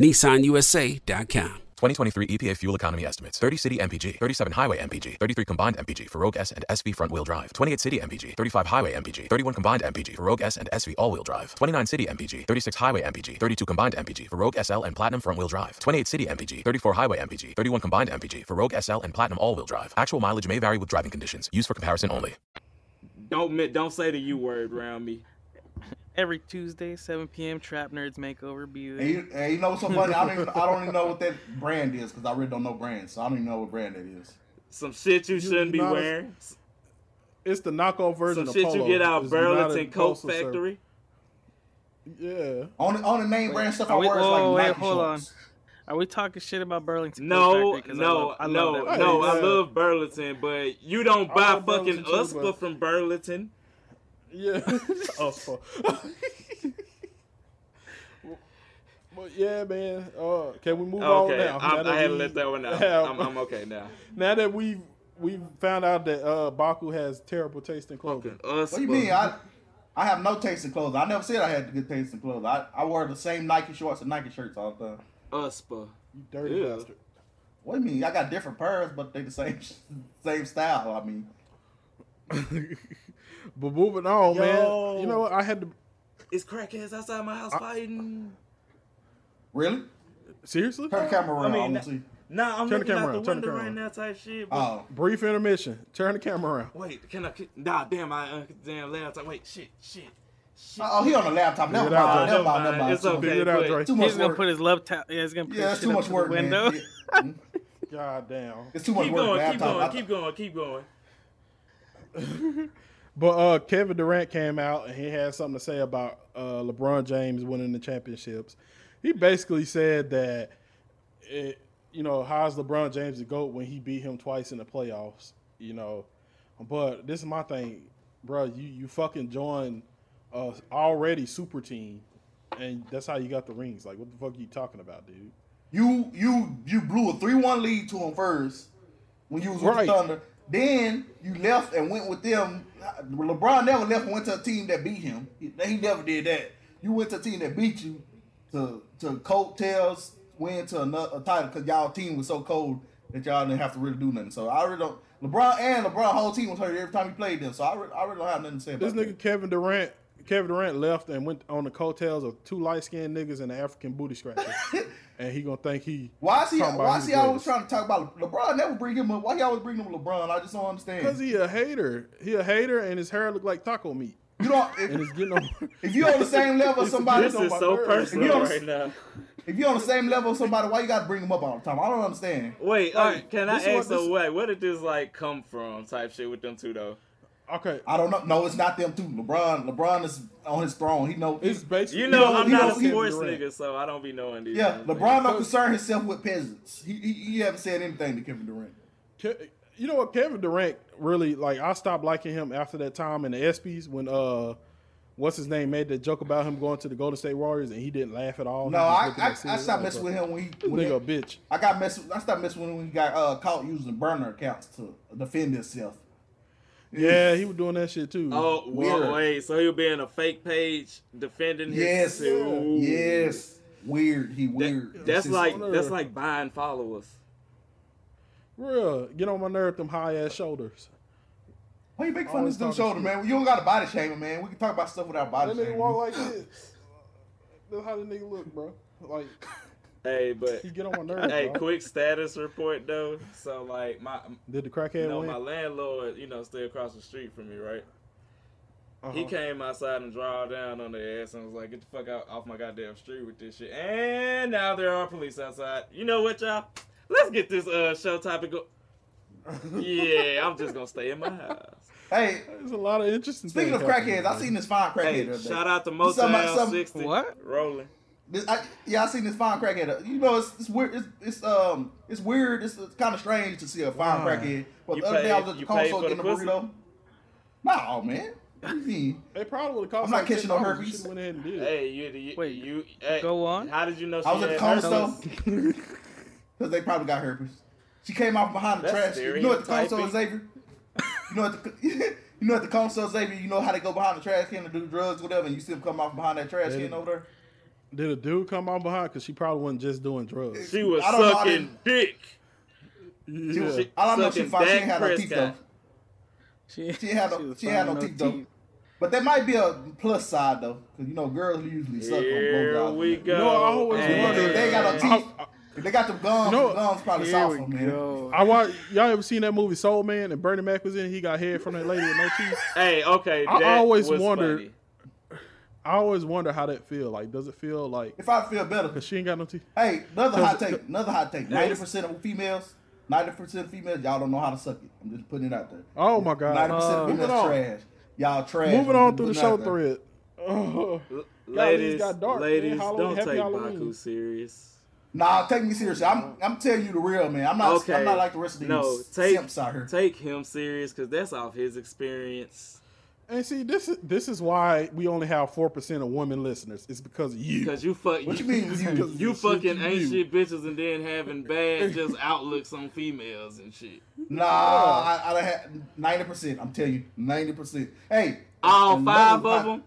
A: nissanusa.com.
F: 2023 EPA E fuel economy estimates 30 city MPG, 37 highway MPG, 33 combined MPG for Rogue S and SV front wheel drive, 28 city MPG, 35 highway MPG, 31 combined MPG for Rogue S and SV all wheel drive, 29 city MPG, 36 highway MPG, 32 combined MPG for Rogue SL and Platinum front wheel drive, 28 city MPG, 34 highway MPG, 31 combined MPG for Rogue SL and Platinum all wheel drive. Actual mileage may vary with driving conditions. Used for comparison only.
C: Don't mi- don't say the U word around me.
D: Every Tuesday, 7 p.m. Trap Nerds Makeover. Be there.
E: And you, and you know what's so funny? I don't even I don't even know what that brand is because I really don't know brands, so I don't even know what brand that is.
C: Some shit you shouldn't be
E: not a-
C: wearing.
B: It's the knockoff version
C: Some
B: of
C: shit
B: Polo.
C: you get out of
B: It's not a
C: Burlington Coat
B: postal service.
C: Factory.
B: Yeah.
E: Only only name brand stuff I
D: Are we-
E: wear is
D: whoa,
E: like
D: Oh, wait,
E: Nike
D: hold
E: shorts.
D: on. Are we talking shit about Burlington? Coat
C: No,
D: Factory? 'Cause I
C: no,
D: love- I love
C: no,
D: that
C: no.
D: place.
C: I love Burlington, but you don't
B: I
C: buy
B: love
C: fucking
B: Burlington too,
C: USPA
B: but-
C: from Burlington.
B: Yeah. oh, fuck. But yeah, man. Uh, can we move on
C: okay,
B: now? Now
C: I'm, I
B: that
C: had to
B: we
C: let that one out.
B: have-
C: I'm, I'm okay now.
B: Now that we we found out that uh, Baku has terrible taste in clothing.
E: What do you mean? I I have no taste in clothes. I never said I had good taste in clothes. I, I wear the same Nike shorts and Nike shirts all the time.
C: USPA.
B: You dirty
C: Ew.
B: bastard.
E: What do you mean? I got different pairs, but they the same same style. I mean,
B: But moving on, man. You
C: Yo.
B: know what? I had to.
C: It's crackheads outside my house fighting.
E: really?
B: Seriously?
E: Turn the camera around.
C: I
E: I,
C: mean,
E: want to see.
C: Nah,
B: Turn
C: I'm
B: the
C: looking
B: camera
C: out the
B: around, turn the
C: window
B: camera
C: right
B: around.
C: now, type shit. But
E: Oh,
B: Brief intermission. Turn the camera around.
C: wait, can I? Nah, damn, I uh, damn laptop. Wait, shit, shit. shit.
E: oh, he on the laptop. Never
B: it out,
E: mind.
B: Dre.
E: Never mind. Never mind.
C: It's
E: Too much-
C: okay.
B: Figure it out,
C: but-
B: Dre.
E: Too
D: He's
E: much
D: gonna
E: work.
D: put his love tap. Yeah, he's gonna put
E: yeah,
D: his
E: it's
D: shit
E: too
D: up
E: much
D: to the
E: work, man.
D: window.
E: Yeah. Hmm?
B: God damn.
E: It's too much
C: Keep
E: work.
C: going,
E: man.
C: keep
E: I'm
C: going,
E: talking-
C: keep going, keep going.
B: But uh, Kevin Durant came out and he had something to say about uh, LeBron James winning the championships. He basically said that, it, you know, how's LeBron James the GOAT when he beat him twice in the playoffs? You know, but this is my thing, bro. You you fucking joined a already super team, and that's how you got the rings. Like, what the fuck are you talking about, dude?
E: You you you blew a three one lead to him first when you was with
B: Right.
E: the Thunder. Then you left and went with them. LeBron never left and went to a team that beat him. He, he never did that. You went to a team that beat you to to coattails win to another a title because y'all team was so cold that y'all didn't have to really do nothing. So I really don't. LeBron and LeBron whole team was hurt every time he played them. So I really, I really don't have nothing to say
B: This
E: about
B: nigga
E: that.
B: Kevin Durant. Kevin Durant left and went on the coattails of two light skinned niggas and an African booty scratcher. and he gonna think he
E: Why is he?
B: talking about
E: Why
B: he's
E: is he
B: the
E: always
B: greatest.
E: trying to talk about Le- LeBron? Never bring him up. Why he always bring him LeBron? I just don't understand.
B: Cause he a hater. He a hater, and his hair look like taco meat,
E: you don't.
B: and it's getting on.
E: If you're on the same level as somebody,
C: This is so
E: If
C: personal
E: you don't-
C: right now.
E: if you're on the same level as somebody, why you gotta bring them up all the time? I don't understand.
C: Wait, all right, can I
B: this is what
C: ask though?
B: this-
C: Wait, where did this like come from? Type shit with them two though.
B: Okay,
E: I don't know. No, it's not them too. LeBron, LeBron is on his throne. He know.
B: it's basically
C: You know, I'm
E: he
C: not
E: don't-
C: a
E: he-
C: sports
B: Durant.
C: nigga, so I don't be knowing these.
E: yeah,
C: things, man.
E: LeBron don't concern himself with peasants. He, he he haven't said anything to Kevin Durant.
B: Ke- you know what? Kevin Durant really like. I stopped liking him after that time in the ESPYS when uh, what's his name made that joke about him going to the Golden State Warriors, and he didn't laugh at all.
E: No,
B: He just
E: I I,
B: looked at that
E: I
B: serious,
E: stopped
B: like,
E: messing
B: bro,
E: with him when he
B: This
E: when
B: nigga a
E: he-
B: bitch.
E: I got mess. I stopped messing with him when he got uh, caught using burner accounts to defend himself.
B: Yeah, he was doing that shit too.
C: Oh, whoa,
E: Weird.
C: wait. So he'll be in a fake page defending his
E: Yes,
C: Ooh.
E: yes, weird. He
C: That-
E: weird. It's
C: that's
E: just-
C: like
B: on
C: that's
B: her.
C: like buying followers.
B: real. Get on my nerve, them high ass shoulders.
E: Why you make fun of this dude's
B: Always talking
E: shoulder, man? You don't got a body shame, him, man. We can talk about stuff without body
B: That nigga
E: shaming.
B: walk like this. That's how the nigga look, bro. Like
C: Hey, but
B: he get on my nerves.
C: hey,
B: bro.
C: quick status report though. So like my
B: Did the crackhead
C: you know,
B: win?
C: my landlord, you know, stay across the street from me, right? He
B: Uh-huh.
C: came outside and draw down on their ass and was like, "Get the fuck out off my goddamn street with this shit." And now there are police outside. You know what, y'all? Let's get this uh show topic. Go- yeah, I'm just gonna stay in my house.
E: Hey,
B: There's a lot of interesting.
E: speaking
B: things
E: of crackheads, I
B: happening,
E: seen this fine crackhead.
C: Hey,
E: the other day.
C: shout out to
E: This somebody-
C: Motown
E: some-
C: 60.
D: What?
C: Rolling.
E: This, I, yeah, I seen this fine crackhead. You know, it's, it's weird. It's, it's um, it's weird. It's, it's kind of strange to see a fine
B: Why?
E: crackhead. But
C: You
E: the other day I
C: paid-
E: was at the
C: you paid
E: console
C: for the
E: getting a
C: pussy?
E: burrito. Nah, man. What do you mean?
B: They probably would have cost.
E: I'm not
B: like
E: catching no
B: $10. You
E: herpes.
B: should've Went ahead and did. it.
C: Hey, you, you,
D: Wait,
C: you hey,
D: go on.
C: How did you know she
E: I was at the
C: had
E: corner
C: herpes?
E: store because they probably got herpes. She came out from behind the
C: That's
E: trash. You know, at the
C: stereotyping.
E: console, Xavier. You know, at the, you know, at the Consul Xavier, you know how they go behind the trash can to do drugs, whatever, and you see them come off behind that trash
B: They-
E: can over there.
B: Did a dude come on behind? Cause she probably wasn't just doing drugs.
E: She was I don't know, I sucking didn't-
C: dick.
E: She was- I don't know if she found she ain't had no teeth though.
D: She,
E: she had no, she had no
D: finding no
E: teeth, though. But that might be a plus side though, because you know girls usually suck
C: Here
E: on blowjobs.
C: we
E: man.
C: go.
B: You know, I always
E: Hey.
B: wondered-
E: If they got no teeth. if they got them gums.
B: No,
E: the gums probably
B: here
E: soft,
B: we
E: man.
B: I watch. Y'all ever seen that movie Soul Man? And Bernie Mac was in. it, He got head from that lady with no teeth.
C: Hey, okay.
B: I
C: that
B: always
C: was
B: wondered.
C: funny.
B: I always wonder how that feel. Like, does it feel like?
E: If I feel better,
B: cause she ain't got no teeth.
E: Hey, another
B: 'Cause-
E: hot take. Another hot take.
B: Nice.
E: Ninety percent of females, ninety percent of females, y'all don't know how to suck it. I'm just putting it out there.
B: Oh my god.
E: Ninety percent
B: Uh,
E: of
B: moving
E: females
B: on.
E: trash. Y'all trash.
B: Moving
E: I'm
B: on
E: just
B: through the
E: putting it
B: show
E: out there.
B: thread. Oh.
C: Ladies,
B: got dark, man.
C: ladies,
B: Halloween,
C: don't
B: happy
C: take
B: Halloween.
C: Baku serious.
E: Nah, take me seriously. I'm I'm telling you the real man. I'm not
C: okay.
E: I'm not like the rest of these
C: no, take,
E: simps out here.
C: Take him serious because that's off his experience.
B: And see, this is this is why we only have four percent of women listeners. It's because of you.
C: Because you fuck.
B: What you mean with you?
C: You, fucking ain't
B: you do.
C: shit bitches and then having bad just outlooks on females and shit.
E: Nah, I, I done had ninety percent. I'm telling you, ninety percent. Hey,
C: All five of
E: them.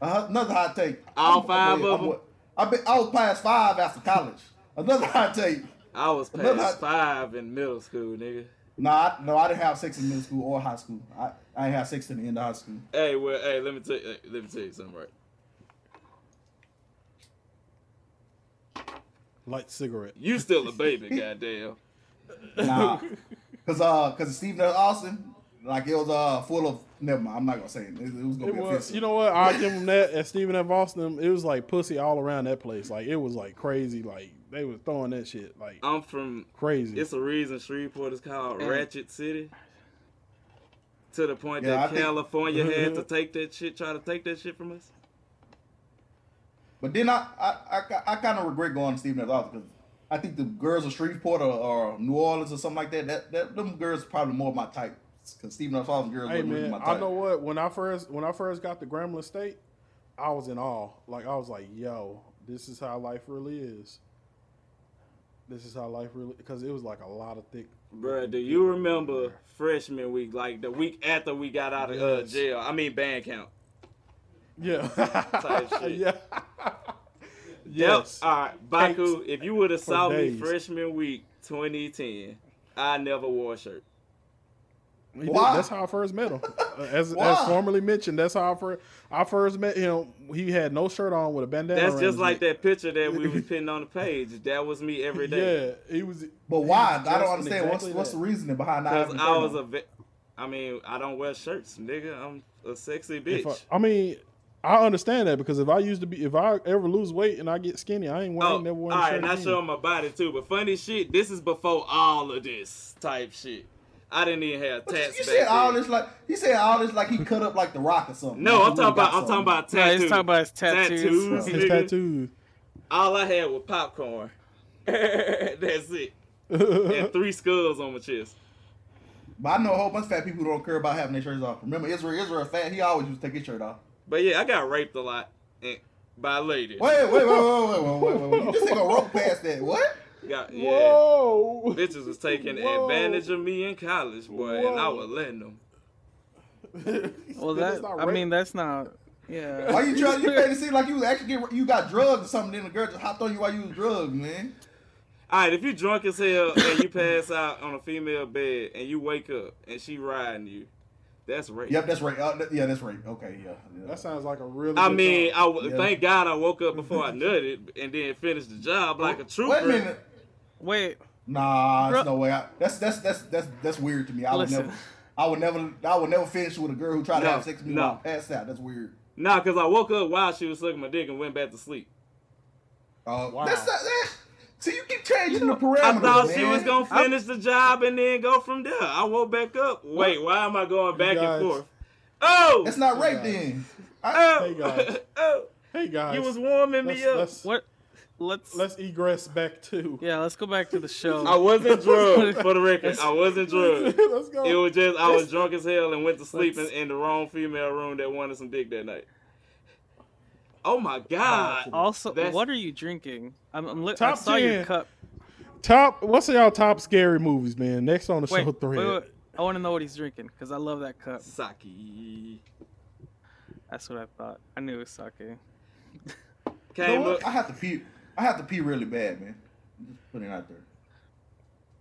E: Uh, another hot take.
C: All five of
E: I'm-
C: 'em?
E: I been, I was past five after college. Another hot take.
C: I was
E: Another
C: past
E: hot-
C: five in middle school, nigga.
E: Nah, I, no, I didn't have sex in middle school or high school. I, I didn't have sex in the end of high school.
C: Hey, well, hey, let me tell you, let me tell you something, right?
B: Light cigarette.
C: You still a baby, goddamn.
E: Nah, cause uh, cause Stephen F. Austin, like it was uh full of. Never mind. I'm not gonna say it. It, it was gonna
B: It
E: be
B: was,
E: offensive.
B: you know what? I give them that. At Stephen F. Austin, it was like pussy all around that place. Like it was like crazy. Like they was throwing that shit like
C: I'm from
B: crazy.
C: It's a reason Shreveport is called
B: Yeah.
C: Ratchet City. To the point
B: Yeah, I
C: that
B: think-
C: California had to take that shit, try to take that shit from us.
E: But then I I, I, I kind of regret going to Stephen F. Austin because I think the girls of Shreveport or, or New Orleans or something like that, that, that them girls are probably more my type. Because Stephen F. Austin girls
B: Hey
E: were really
B: man,
E: my type.
B: I know what. When I first when I first got to Grambling State, I was in awe. Like I was like, "Yo, this is how life really is. This is how life really." Because it was like a lot of thick.
C: Bruh, do you remember freshman week, like the week after we got out of uh,
B: Yes.
C: jail? I mean, band camp.
B: Yeah.
C: Type shit.
B: yeah.
C: Yep.
B: Yes.
C: All right, Baku, if you would have
B: For
C: saw me
B: days.
C: freshman week 2010, I never wore a shirt.
B: He did.
C: Why?
B: That's how I first met him. Uh, As, as
C: Why?
B: formerly mentioned, that's how I first, I first met him. He had no shirt on with a bandana.
C: That's
B: around his
C: just like
B: neck.
C: that picture that we was pinning on the page. That was me every day.
B: Yeah, he was.
E: But
B: he
E: why?
B: was
E: I don't
B: dressed
E: understand. What's,
B: exactly
E: what's
B: that.
E: the reasoning behind not having
C: Because I was
E: a
C: a, ve- I mean, I don't wear shirts, nigga. I'm a sexy
B: If
C: bitch.
B: I, I mean, I understand that because if I used to be, if I ever lose weight and I get skinny, I ain't wearing
C: oh,
B: never
C: all
B: wearing a
C: right,
B: shirt
C: not
B: again.
C: showing my body too, but funny shit. This is before all of this type shit. I didn't even have tats.
E: You
C: back
E: said all
C: then.
E: this like you said all this like he cut up like the rock or something.
C: No,
E: Like,
C: I'm
E: he
C: talking
E: got
C: about I'm talking
E: something.
C: about
D: No,
C: tattoos.
D: he's talking about his tattoos.
C: tattoos,
D: His
C: nigga.
B: tattoos.
C: All I had was popcorn. That's it. and three skulls on my chest.
E: But I know a whole bunch of fat people who don't care about having their shirts off. Remember Israel? Israel fat. He always used to take his shirt off.
C: But yeah, I got raped a lot and, by ladies.
E: Wait, wait, wait, wait, wait, wait, wait, wait, wait. You just ain't gonna rope past that. What?
C: Got, yeah.
B: Whoa!
C: Bitches was taking
B: Whoa.
C: advantage of me in college, boy, and I was letting them.
D: Well,
E: That's
D: that
E: not
D: I
E: rape.
D: mean, that's not. Yeah.
E: Why you trying? You made it seem like you was actually get, you got drugs or something. Then the girl just hopped on you while you was drugged, man.
C: All right, if you drunk as hell and you pass out on a female bed and you wake up and she riding you, that's rape.
E: Yep, that's right. Uh, th- yeah, that's right. Okay, yeah. yeah.
B: That sounds like a really.
C: I
B: good
C: mean,
B: time.
C: I w- thank God I woke up before I nutted and then finished the job like a trooper.
E: Wait a minute.
D: Wait.
E: Nah, there's
C: Bro-
E: no way. I, that's that's that's that's that's weird to me. I would
C: Listen.
E: never. I would never. I would never finish with a girl who tried
C: No,
E: to have sex with me
C: no.
E: while I passed out. That's weird.
C: Nah, cause I woke up while she was sucking my dick and went back to sleep.
E: Uh, That's not that. So you keep changing the parameters.
C: I thought she
E: man.
C: was gonna finish the job and then go from there. I woke back up. Wait, why am I going back
B: guys-
C: and forth? Oh,
E: That's not rape then.
B: hey guys,
C: oh,
B: hey guys,
C: you was warming me
B: Let's-
C: up.
B: let's-
D: What? Let's
B: let's egress back to.
D: Yeah, let's go back to the show.
C: I wasn't drunk, for the record. I wasn't drunk.
B: Let's go.
C: It was just I was drunk as hell and went to sleep in,
D: Let's-
C: in the wrong female room that wanted some dick that night. Oh my god!
D: Uh, Also,
C: That's-
D: what are you drinking? I'm, I'm li- I
B: Top
D: saw
B: 10.
D: your cup.
B: Top. What's y'all top scary movies, man? Next on the
D: Wait,
B: show
D: wait,
B: thread.
D: wait. I want to know what he's drinking because I love that cup.
C: Sake.
D: That's what I thought. I knew it was sake.
E: You know what? I have to pee. I have to pee really bad, man. Just putting it out there.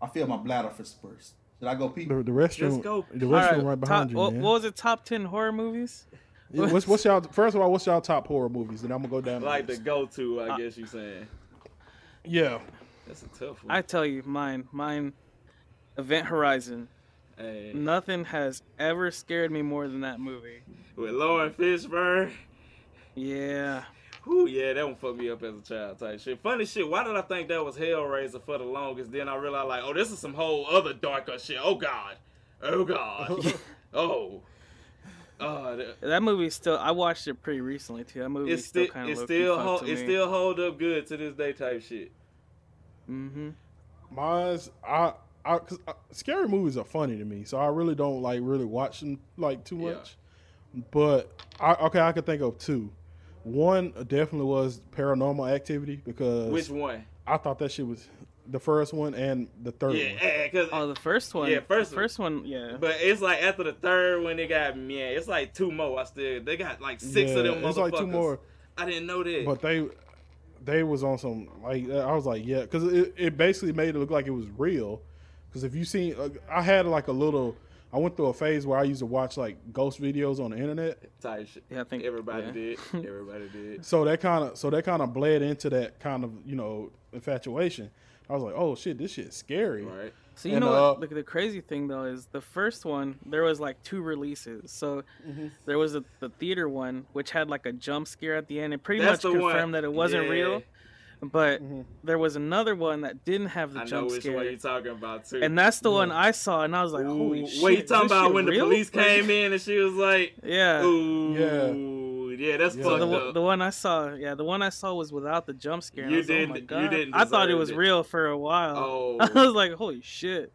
E: I feel my bladder for first. Should I go pee?
B: The, the restroom. The restroom
D: All
B: right,
D: top-
B: behind you,
D: What,
B: man.
D: what was it? Top ten horror movies?
B: Yeah, what's, what's y'all? First of all, what's y'all top horror movies? And I'm gonna go down.
C: Like the go-to, I guess you saying.
B: Yeah.
C: That's a tough one.
D: I tell you, mine, mine, Event Horizon. Nothing has ever scared me more than that movie.
C: With Lauren Fishburne.
D: Yeah.
C: Whew, yeah, that one fucked me up as a child type shit. Funny shit, why did I think that was Hellraiser for the longest? Then I realized, like, oh, this is some whole other darker shit. Oh, God. Oh, God. oh. Oh, that-
D: That movie still. I watched it pretty recently too. That movie
C: it's
D: still
C: still,
D: kind of
C: it still, hold, it still hold up good to this day type shit.
D: Mm-hmm.
B: Mine's I. I, cause uh scary movies are funny to me, so I really don't like really watch them like too much. But I okay, I could think of two. One definitely was Paranormal Activity because
C: Which one?
B: I thought that shit was the first one and the third
C: Yeah,
B: one.
C: eh, cause
D: oh, the first one.
C: Yeah, first
D: the first one. Yeah.
C: But it's like after the third one, they got yeah, it's like two more. I still they got like six of them
B: Yeah,
C: motherfuckers.
B: it's like two more.
C: I didn't know that.
B: But they they was on some like I was like yeah because it, it basically made it look like it was real because if you seen uh, I had like a little I went through a phase where I used to watch like ghost videos on the internet
C: type shit.
D: Yeah, I think
C: everybody
D: yeah.
C: did. Everybody did.
B: so that kind of so that kind of bled into that kind of you know infatuation I was like oh shit this shit's scary
C: right uh,
D: So you know what? Look, the crazy thing though is the first one there was like two releases. So
C: Mm-hmm.
D: there was a, the theater one which had like a jump scare at the end. It pretty
C: That's
D: much
C: the one.
D: confirmed that it wasn't
C: Yeah. Mm-hmm.
D: real. But there was another one that didn't have the
C: I know
D: jump
C: which one
D: scare,
C: you're talking about too. Mm.
D: and that's the one I saw, and I was like, "Holy
C: Ooh,
D: shit!"
C: What you
D: is
C: talking
D: this
C: about
D: shit
C: when
D: real?
C: the police
D: Like-
C: came in and she was like,
D: Yeah.
C: ooh, yeah, that's
D: So
C: fucked
D: the,
C: up.
D: one- the one I saw, yeah, the one I saw was without the jump scare. and I
C: You
D: was like,
C: didn't- you
D: oh my God.
C: didn't
D: I thought it
C: deserve
D: was
C: it.
D: real for a while.
C: Oh.
D: I was like, holy shit.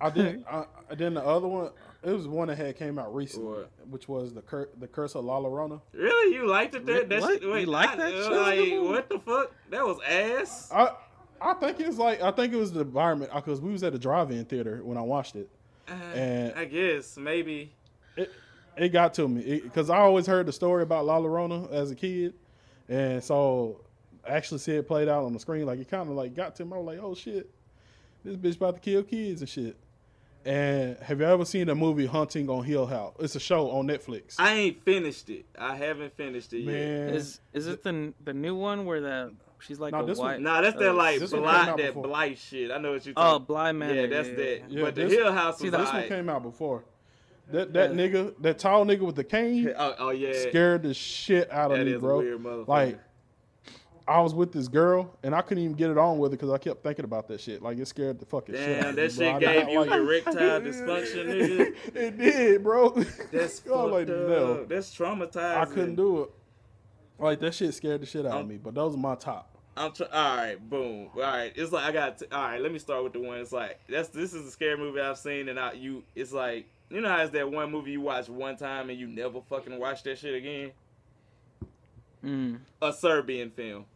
B: I did. I, I did the other one. It was one that had came out recently, which was the cur- the Curse of La Llorona.
C: Really, you liked it? That, that
B: What?
C: shit? Wait,
B: You liked
C: I- uh,
B: that shit?
C: Like, what the fuck? That was ass.
B: I I think it was like I think it was the environment because we was at the drive-in theater when I watched it,
C: Uh-huh.
B: and
C: I guess maybe.
B: it got to me because I always heard the story about La Llorona as a kid, and so I actually see it played out on the screen. Like it kind of like got to me. I was like, oh shit, this bitch about to kill kids and shit. And have you ever seen the movie Hunting on Hill House? It's a show on Netflix.
C: I ain't finished it. I haven't finished it
B: Man.
C: yet.
D: Is is it the the new one where the she's like
B: Nah,
D: a
B: this one-
D: white?
C: Nah, that's
D: uh,
C: that like
B: This one came
C: blight,
B: out
C: that
B: before.
C: blight shit. I know what you.
D: Oh, blind man.
C: Yeah, that's
D: yeah,
C: that.
D: yeah.
C: but the Hill House
B: See,
C: was
B: this one
C: alright.
B: came out before. That that nigga, that tall nigga with the cane,
C: Oh, oh, yeah.
B: scared the shit out of
C: That
B: me,
C: is a
B: bro.
C: weird motherfucker.
B: like, I was with this girl and I couldn't even get it on with her because I kept thinking about that shit. Like, it scared the fucking shit. out
C: Damn,
B: of me, bro.
C: that shit
B: I did
C: gave
B: not
C: you
B: like it.
C: erectile dysfunction, nigga.
B: It did, bro. I
C: That's
B: was like,
C: fucked up.
B: no.
C: That's traumatizing.
B: I couldn't do it. Like that shit scared the shit out of me. But those are my top.
C: I'm try- all right, boom. All right, it's like I got. T- all right, let me start with the one. It's like that's this is a scary movie I've seen, and I you. It's like you know how it's that one movie you watch one time and you never fucking watch that shit again.
D: Mm.
C: A Serbian film.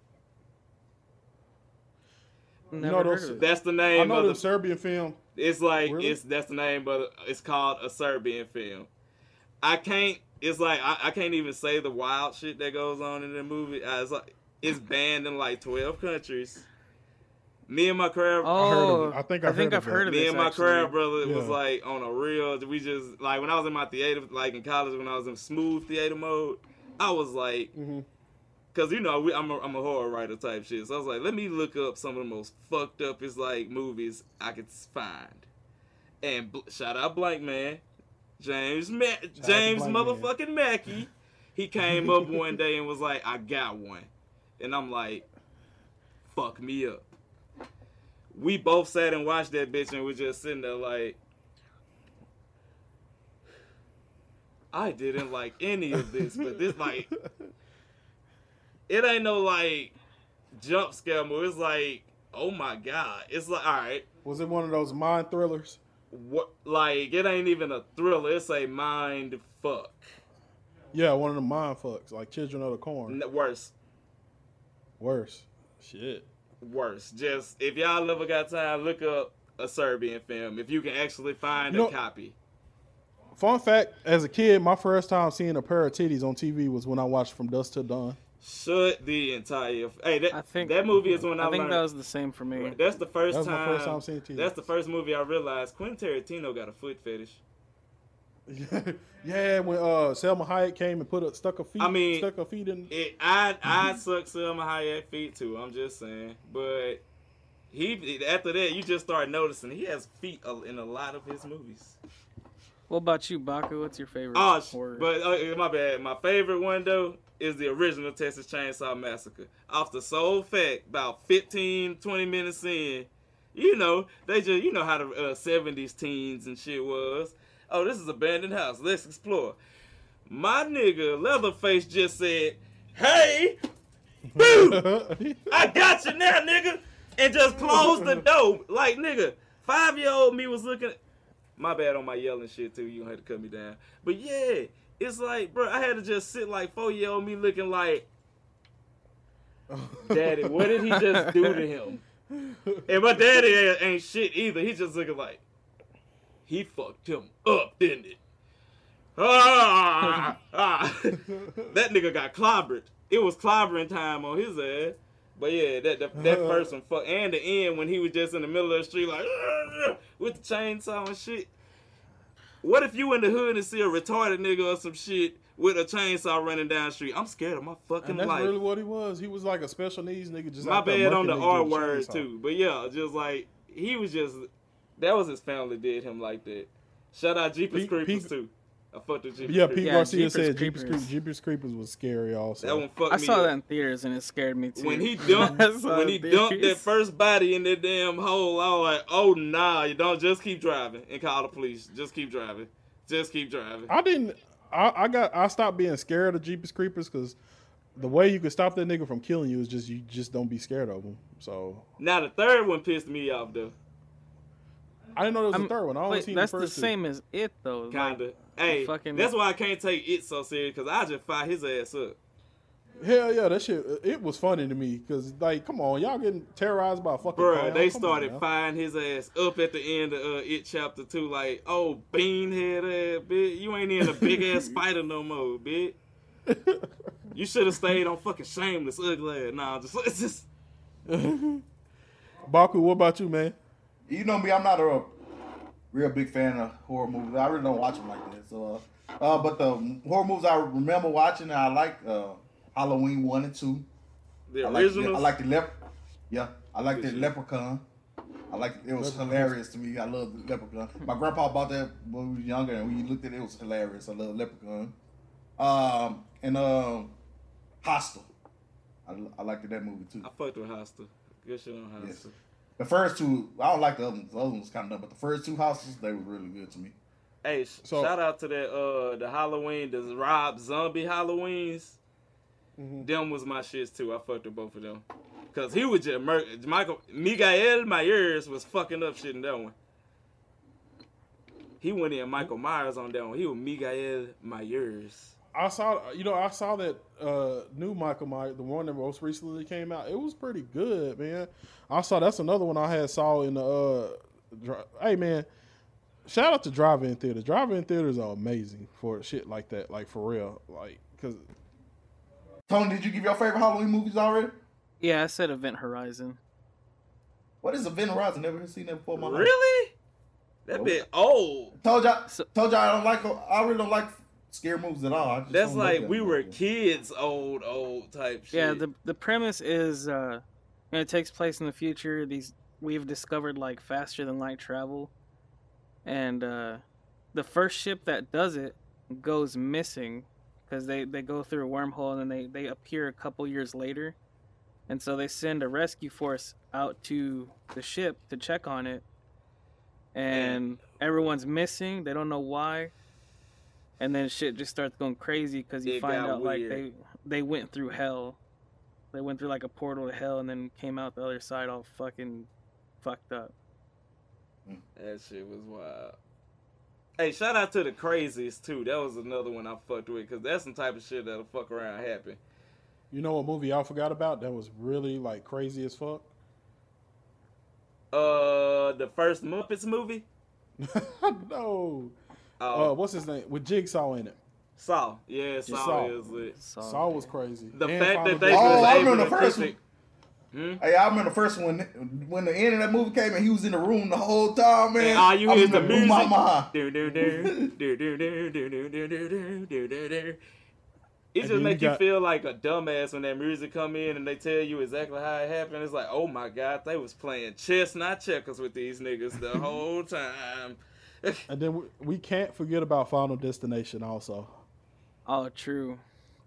B: Never know those- heard of it.
C: That's the
B: I
C: name
B: know
C: of
B: them
C: the
B: Serbian film.
C: It's like
B: Really?
C: it's that's the name, but it's called a Serbian film. I can't. It's like I, I can't even say the wild shit that goes on in the movie. Uh, it's like it's banned in like twelve countries. Me and my crab.
B: I heard of it. Uh, I think I've, heard, of
C: Me and my crab brother was
B: Yeah.
C: like on a real. We just like when I was in my theater, like in college, when I was in smooth theater mode, I was like,
B: Mm-hmm.
C: because you know we, I'm a, I'm a horror writer type shit. So I was like, let me look up some of the most fucked up is like movies I could find. And bl- shout out Blank Man, James Ma-
B: out
C: James
B: Blank Man.
C: motherfucking Mackey. He came up one day and was like, I got one, and I'm like, fuck me up. We both sat and watched that bitch and was just sitting there like. I didn't like any of this, but this like it ain't no like jump scare movie. It's like, oh my god. It's like all right.
B: Was it one of those mind thrillers?
C: What like it ain't even a thriller. It's a mind fuck.
B: Yeah, one of the mind fucks, like Children of the Corn.
C: N- Worse,
B: Worse. Shit.
C: worse. Just if y'all ever got time, look up a Serbian film if you can actually find
B: You know-
C: a copy.
B: Fun fact: As a kid, my first time seeing a pair of titties on TV was when I watched From Dusk Till Dawn.
C: Shut the entire. Hey, that, that movie is when I,
D: I think
C: learned.
D: that was the same for me.
C: That's the first
D: That was
C: time.
D: my first time seeing TV.
C: That's the first movie I realized Quentin Tarantino got a foot fetish.
B: Yeah, when uh, Selma Hayek came and put a stuck a feet.
C: I mean,
B: stuck a feet in.
C: It, I I suck Selma Hayek feet too. I'm just saying, but he after that you just start noticing he has feet a- in a lot of his movies.
D: What about you, Baku? What's your favorite?
C: Oh, sh-
D: horror?
C: but uh, my bad. My favorite one though is the original Texas Chainsaw Massacre. Off the sole fact, about 15, 20 minutes in, you know they just you know how the uh, seventies teens and shit was. Oh, this is abandoned house. Let's explore. My nigga Leatherface just said, "Hey, boo, I got you now, nigga," and just closed the door. Like nigga, five year old me was looking. My bad on my yelling shit too. You don't have to cut me down. But yeah, it's like, bro, I had to just sit like four year old me looking like, Daddy, what did he just do to him? And my daddy ain't- ain't shit either. He just looking like, he fucked him up, didn't it? Ah, ah. that nigga got clobbered. It was clobbering time on his ass. But yeah, that that,
B: Uh-huh.
C: that first one, fuck, and the end when he was just in the middle of the street like "Argh," with the chainsaw and shit. What if you in the hood and see a retarded nigga or some shit with a chainsaw running down the street? I'm scared of my fucking
B: And that's
C: life.
B: really what he was. He was like a special needs nigga. Just
C: My
B: out there
C: bad on the
B: murking niggas
C: R
B: with a
C: word
B: chainsaw.
C: too, but yeah, just like he was just that was his family did him like that. Shout out Jeepers Creepers too. I fucked with Jeepers.
B: Yeah, Pete
C: Creepers.
B: Garcia said Jeepers Creepers. Jeepers Creepers was scary. Also,
C: That one fucked
D: I
C: me
D: saw
C: up.
D: that in theaters and it scared me too.
C: When he
D: I
C: dumped,
D: saw it
C: when he
D: in
C: dumped that
D: theaters.
C: first body in that damn hole, I was like, "Oh nah, you don't just keep driving and call the police. Just keep driving. Just keep driving."
B: I didn't. I, I got. I stopped being scared of Jeepers Creepers because the way you can stop that nigga from killing you is just you just don't be scared of him. So
C: Now the third one pissed me off though.
B: I didn't know there was
C: I'm-
B: a third one. I only
C: wait,
B: seen
C: that's
B: the
C: the
B: first. two.
D: same as it though.
C: Kinda.
D: the
C: hey,
D: fucking-
C: that's why I can't take it so serious because I just fire his ass up.
B: Hell yeah, that shit. uh, It was funny to me because like, come on, y'all getting terrorized by a fucking.
C: Bruh,
B: clown.
C: they
B: Come on
C: started
B: now.
C: firing his ass up at the end of uh, it chapter two, like, oh beanhead ass bitch, you ain't even a big ass spider no more, bitch. You should have stayed on fucking shameless, ugly ass. Nah, just it's just
B: Baku, what about you, man?
E: You know me, I'm not a real big fan of horror movies. I really don't watch them like that. So, uh, uh, but the horror movies I remember watching, and I like uh, Halloween one and two.
C: The
E: I like
C: originals?
E: I like the lep. Yeah, I like the Leprechaun. I like it was
C: Leprechaun.
E: hilarious to me. I love the Leprechaun. My grandpa bought that when we was younger, and we looked at it. It was hilarious. I love Leprechaun. Um, and um, Hostel. I, I liked that movie too.
C: I fucked with Hostel. Good shit on Hostel.
E: The first two, I don't like the other ones. The other ones kind of dumb, but the first two houses, they were really good to me.
C: Hey, sh-
E: So-
C: shout out to that uh the Halloween, the Rob Zombie Halloweens.
E: Mm-hmm.
C: Them was my shits too. I fucked with both of them. Cause he was just mur- Michael Miguel Myers was fucking up shit in that one. He went in Michael Myers on that one. He was Miguel Myers.
B: I saw, you know, I saw that uh, new Michael Myers, the one that most recently came out. It was pretty good, man. I saw that's another one I had saw in the. Uh, dri- hey, man, shout out to drive-in theaters. Drive-in theaters are amazing for shit like that, like for real, like because
E: Tony, did you give your favorite Halloween movies already?
D: Yeah, I said Event Horizon.
E: What is Event Horizon? Never seen that before. in My Oh. life.
C: Really? That bit old.
E: Told y'all, told y'all I don't like. I really don't like scary movies at all. I just
C: That's
E: don't like
C: like
E: them.
C: we were kids, old, old type shit.
D: Yeah, the the premise is uh you know, it takes place in the future. These we've discovered like faster than light travel. And uh the first ship that does it goes missing because they, they go through a wormhole and then they, they appear a couple years later. And so they send a rescue force out to the ship to check on it. And everyone's missing. They don't know why. And then shit just starts going crazy because you
C: It
D: find
C: got
D: out like
C: weird.
D: they they went through hell. They went through like a portal to hell and then came out the other side all fucking fucked up.
C: That shit was wild. Hey, shout out to the crazies too. That was another one I fucked with because that's some type of shit that'll fuck around and happen.
B: you know what movie I forgot about that was really like crazy as fuck.
C: Uh, the first Muppets movie.
B: no, uh, what's his name with Jigsaw in it.
C: Saw, yeah, Oh. Saw,
B: Saw.
C: is it.
B: Saw, was crazy.
C: The
B: And
C: fact
B: Final
C: that they
B: Boss.
C: was
E: Oh, I
C: able
E: remember
C: to
E: the first
C: depict-
E: Hey, I remember the first one when the end of that movie came and he was in the room the whole time, man.
C: And all you
E: I
C: hear is the
E: remember blew my
C: music.
E: mind.
C: Do, do, do, do, do, do, do, do, do, do, do, do, do, do. It
B: And
C: just
B: then
C: make
B: you
C: you,
B: got-
C: feel like a dumbass when that music come in and they tell you exactly how it happened. It's like, oh my god, they was playing chess, not checkers, with these niggas the whole time.
B: And then we, we can't forget about Final Destination also.
D: Oh, true.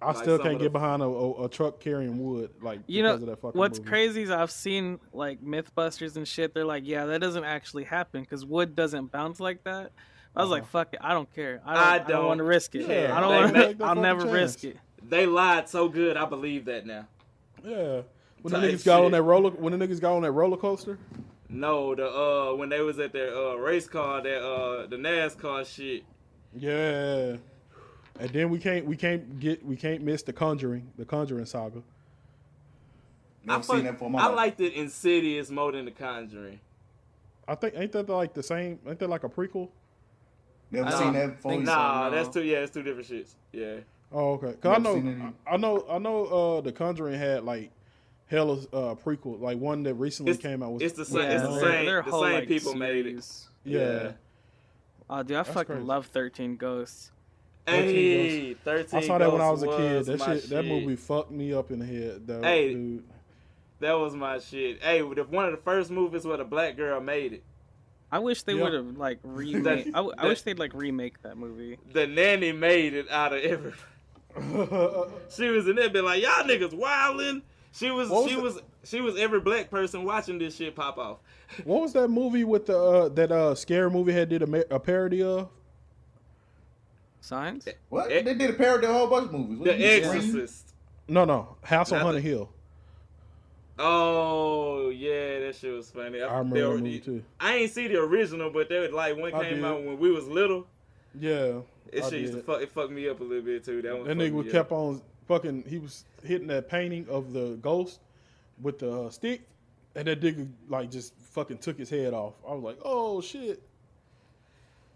B: I still can't get behind a, a, a truck carrying wood like
D: You
B: because
D: know
B: of that fucking
D: what's
B: movie.
D: crazy is I've seen like MythBusters and shit. They're like, yeah, that doesn't actually happen because wood doesn't bounce like that. I was like, fuck it, I don't care. I don't, I don't, want to risk it.
C: care.
D: I don't
C: They
D: want.
C: make
D: to
C: the
D: I'll
C: fucking
D: never risk
C: chance.
D: it.
C: They lied so good, I believe that now.
B: Yeah. When the
C: Type
B: niggas got on
C: shit.
B: that roller when the niggas got on that roller coaster.
C: No, the uh when they was at their uh race car, that uh the NASCAR shit.
B: Yeah. And then we can't we can't get we can't miss the Conjuring, the Conjuring saga.
C: I,
B: Never seen
C: fuck-
B: that before in my
C: I
B: life.
C: liked it Insidious more than The Conjuring.
B: I think ain't that like the same? Ain't that like a prequel?
C: I don't think so, Nah, that's two. Yeah, it's two different shits. Yeah.
B: Oh, okay. Cause I
C: Never seen
B: know, I I know, I know. Uh, The Conjuring had like hella uh, prequel, like one that recently came out. Was
C: it's the same. it's the same.
D: their
C: the
D: whole,
C: same
D: like,
C: people made it.
B: Yeah.
D: Oh, dude, I
B: That's
D: fucking
B: crazy.
D: love Thirteen Ghosts.
B: 13 Ghosts. I saw that when I was a kid. That shit, that movie fucked me up in the head. Though,
C: Hey.
B: dude.
C: That was my shit. Hey, the, one of the first movies where the black girl made it.
D: I wish they
C: Yeah.
D: would have like remade. I, w- I wish they'd like remake that movie.
C: The nanny made it out of everybody. she was in there, be like, y'all niggas wildin'. She was,
B: What was
C: she
B: the-
C: was, she was every black person watching this shit pop off.
B: What was that movie with the uh, that uh scary movie had did a, ma- a parody of?
D: Science?
E: What? they did a parody of a whole bunch of movies. What
C: Eh. The
E: you mean, Scream?
C: Exorcist.
B: No, no, House on
C: Not
B: Hunter Hill.
C: Oh yeah, that shit was funny.
B: I remember
C: they
B: that
C: were-
B: movie too.
C: I ain't see the original, but they were like one
B: I
C: came
B: did.
C: out when we was little.
B: Yeah,
C: It
B: I
C: shit used to
B: did.
C: fuck it fucked me up a little bit too. That one.
B: That
C: fucked
B: nigga
C: me
B: was
C: up.
B: kept on fucking. He was hitting that painting of the ghost with the uh, stick, and that nigga like just fucking took his head off. I was like, oh shit.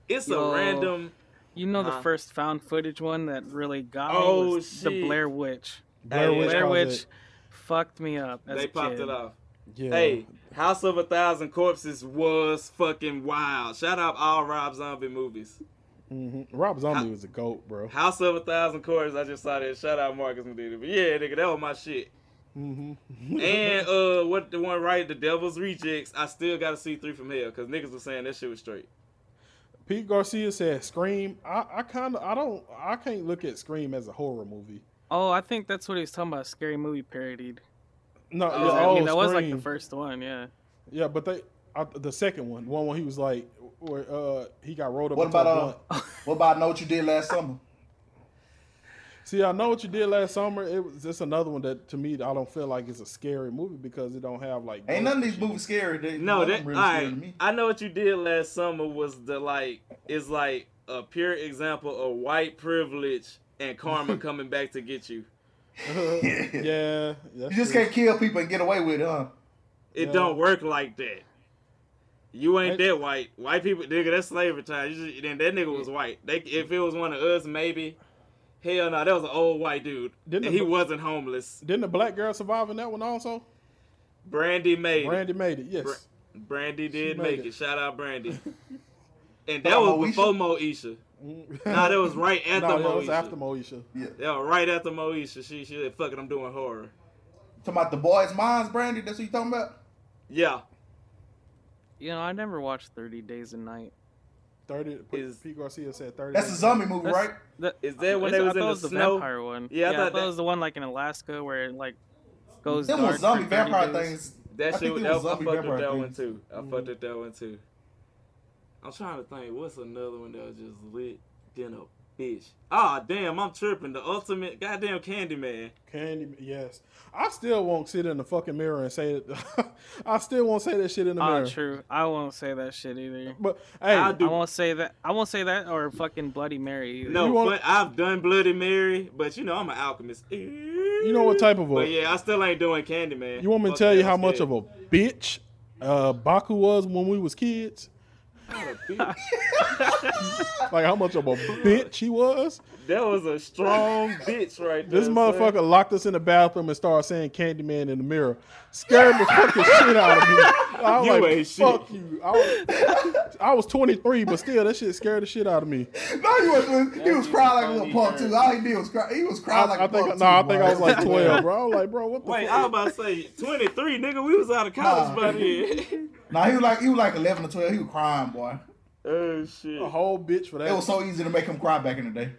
C: It's
D: Yo,
C: a random.
D: You know the
C: Huh?
D: first found footage one that really got me
C: Oh,
D: was the
C: shit.
D: Blair Witch.
C: Blair Witch
D: Blair
C: caused
D: Witch
C: it.
D: fucked me up. As
C: They
D: a
C: popped
D: kid.
C: it off.
B: Yeah.
C: Hey, House of a Thousand Corpses was fucking wild. Shout out all Rob Zombie movies.
B: hmm Rob Zombie was a goat, bro.
C: House of a Thousand Corpses. I just saw that. Shout out Marcus Medina. But yeah, nigga, that was my shit.
B: hmm
C: and uh, what the one right? The Devil's Rejects. I still got to see Three from Hell because niggas was saying that shit was straight.
B: Pete Garcia said, "Scream." I, I kind of, I don't, I can't look at Scream as a horror movie.
D: Oh, I think that's what he was talking about. Scary movie parodied.
B: No,
D: Because,
B: yeah,
D: I mean
B: oh,
D: that was like the
B: Scream.
D: first one. Yeah.
B: Yeah, but they, I, the second one, the one where he was like, where uh, he got rolled up.
E: What
B: into a blunt.
E: about uh, what about Know What You Did Last Summer?
B: See, I know what you did last summer. It was just another one that to me I don't feel like it's a scary movie because it don't have like
E: Ain't
B: ghosts
E: none of
B: and
E: these
B: shit.
E: movies scary. They,
C: No,
E: none of
C: that
E: them really
C: all
E: scary to
C: right.
E: me.
C: I know what you did last summer was the like is like a pure example of white privilege and karma coming back to get you.
B: yeah,
E: You just can't kill people and get away with it, huh?
C: It
E: Yeah.
C: don't work like that. You ain't that white. White people, nigga, that's slavery time. You just, then that nigga was white. They, if it was one of us, maybe. Hell no, that was an old white dude.
B: Didn't
C: and
B: the
C: he
B: bl-
C: wasn't homeless.
B: Didn't the black girl survive in that one also?
C: Brandy made it.
B: Brandy made it. Yes.
C: Bra- Brandy did
B: made
C: make
B: it.
C: it. Shout out Brandy. and
B: Nah,
C: that
B: Moesha?
C: was before Moesha. nah, that was right after
B: no, that
C: Moesha.
B: was after Moesha.
E: Yeah.
C: That was right after Moesha. She she said, "Fuck it, I'm doing horror."
E: Talking about the boys' minds, Brandy. That's what you talking about?
C: Yeah.
D: You know, I never watched Thirty Days a Night.
B: Thirty. Pete Garcia said thirty.
E: That's a zombie movie,
D: That's-
E: right?
D: that-
C: Is that when
D: I
C: they was
D: thought
C: in
D: it
C: the
D: was the
C: snow?
D: vampire one.
C: Yeah, I thought
D: that
C: that-
D: was the one like in Alaska where it like goes
E: Them
D: dark.
E: was zombie
D: for 30
E: vampire
D: days.
E: things.
C: That
E: I
C: shit
E: think
C: was,
E: it
C: that
E: was
C: I
E: zombie
C: fucked with
E: vampire
C: that one
E: things.
C: too. I fucked with that one too. I'm trying to think. What's another one that was just lit than a bitch? Ah, damn, I'm tripping. The ultimate goddamn Candyman.
B: Candy. Yes. I still won't sit in the fucking mirror and say that. I still won't say that shit in the
D: Ah,
B: mirror.
D: true. I won't say that shit either.
B: But hey,
D: I, won't say that. I won't say that or fucking Bloody Mary either.
C: No, but I've done Bloody Mary, but you know I'm an alchemist. You
B: know what type of a-
C: But yeah, I still ain't doing Candyman.
B: You want me to
C: Fuck
B: tell
C: that,
B: you
C: I'm
B: how much
C: scared.
B: of a bitch uh, Baku was when we was kids? like how much of a bitch he was.
C: That was a strong bitch right there.
B: This
C: son.
B: motherfucker locked us in the bathroom and started saying Candyman in the mirror. Scared the fucking shit out of me. I was
C: You
B: like,
C: ain't shit.
B: fuck you. I was, I was 23, but still, that shit scared the shit out of me.
E: No, he was, he was crying like a little punk too. All he did was cry. He was crying like
B: I
E: a punk.
B: think,
E: too,
B: no, I think I
E: bro.
B: was like 12, bro. I was like, bro, what the
C: Wait,
B: fuck?
C: I was about to say 23, nigga. We was out of college
E: Nah.
B: Ah.
C: by then.
E: Nah, he was like he was like eleven or twelve. He was crying, boy.
C: oh shit.
B: A whole bitch for that.
E: It was so easy to make him cry back in the day.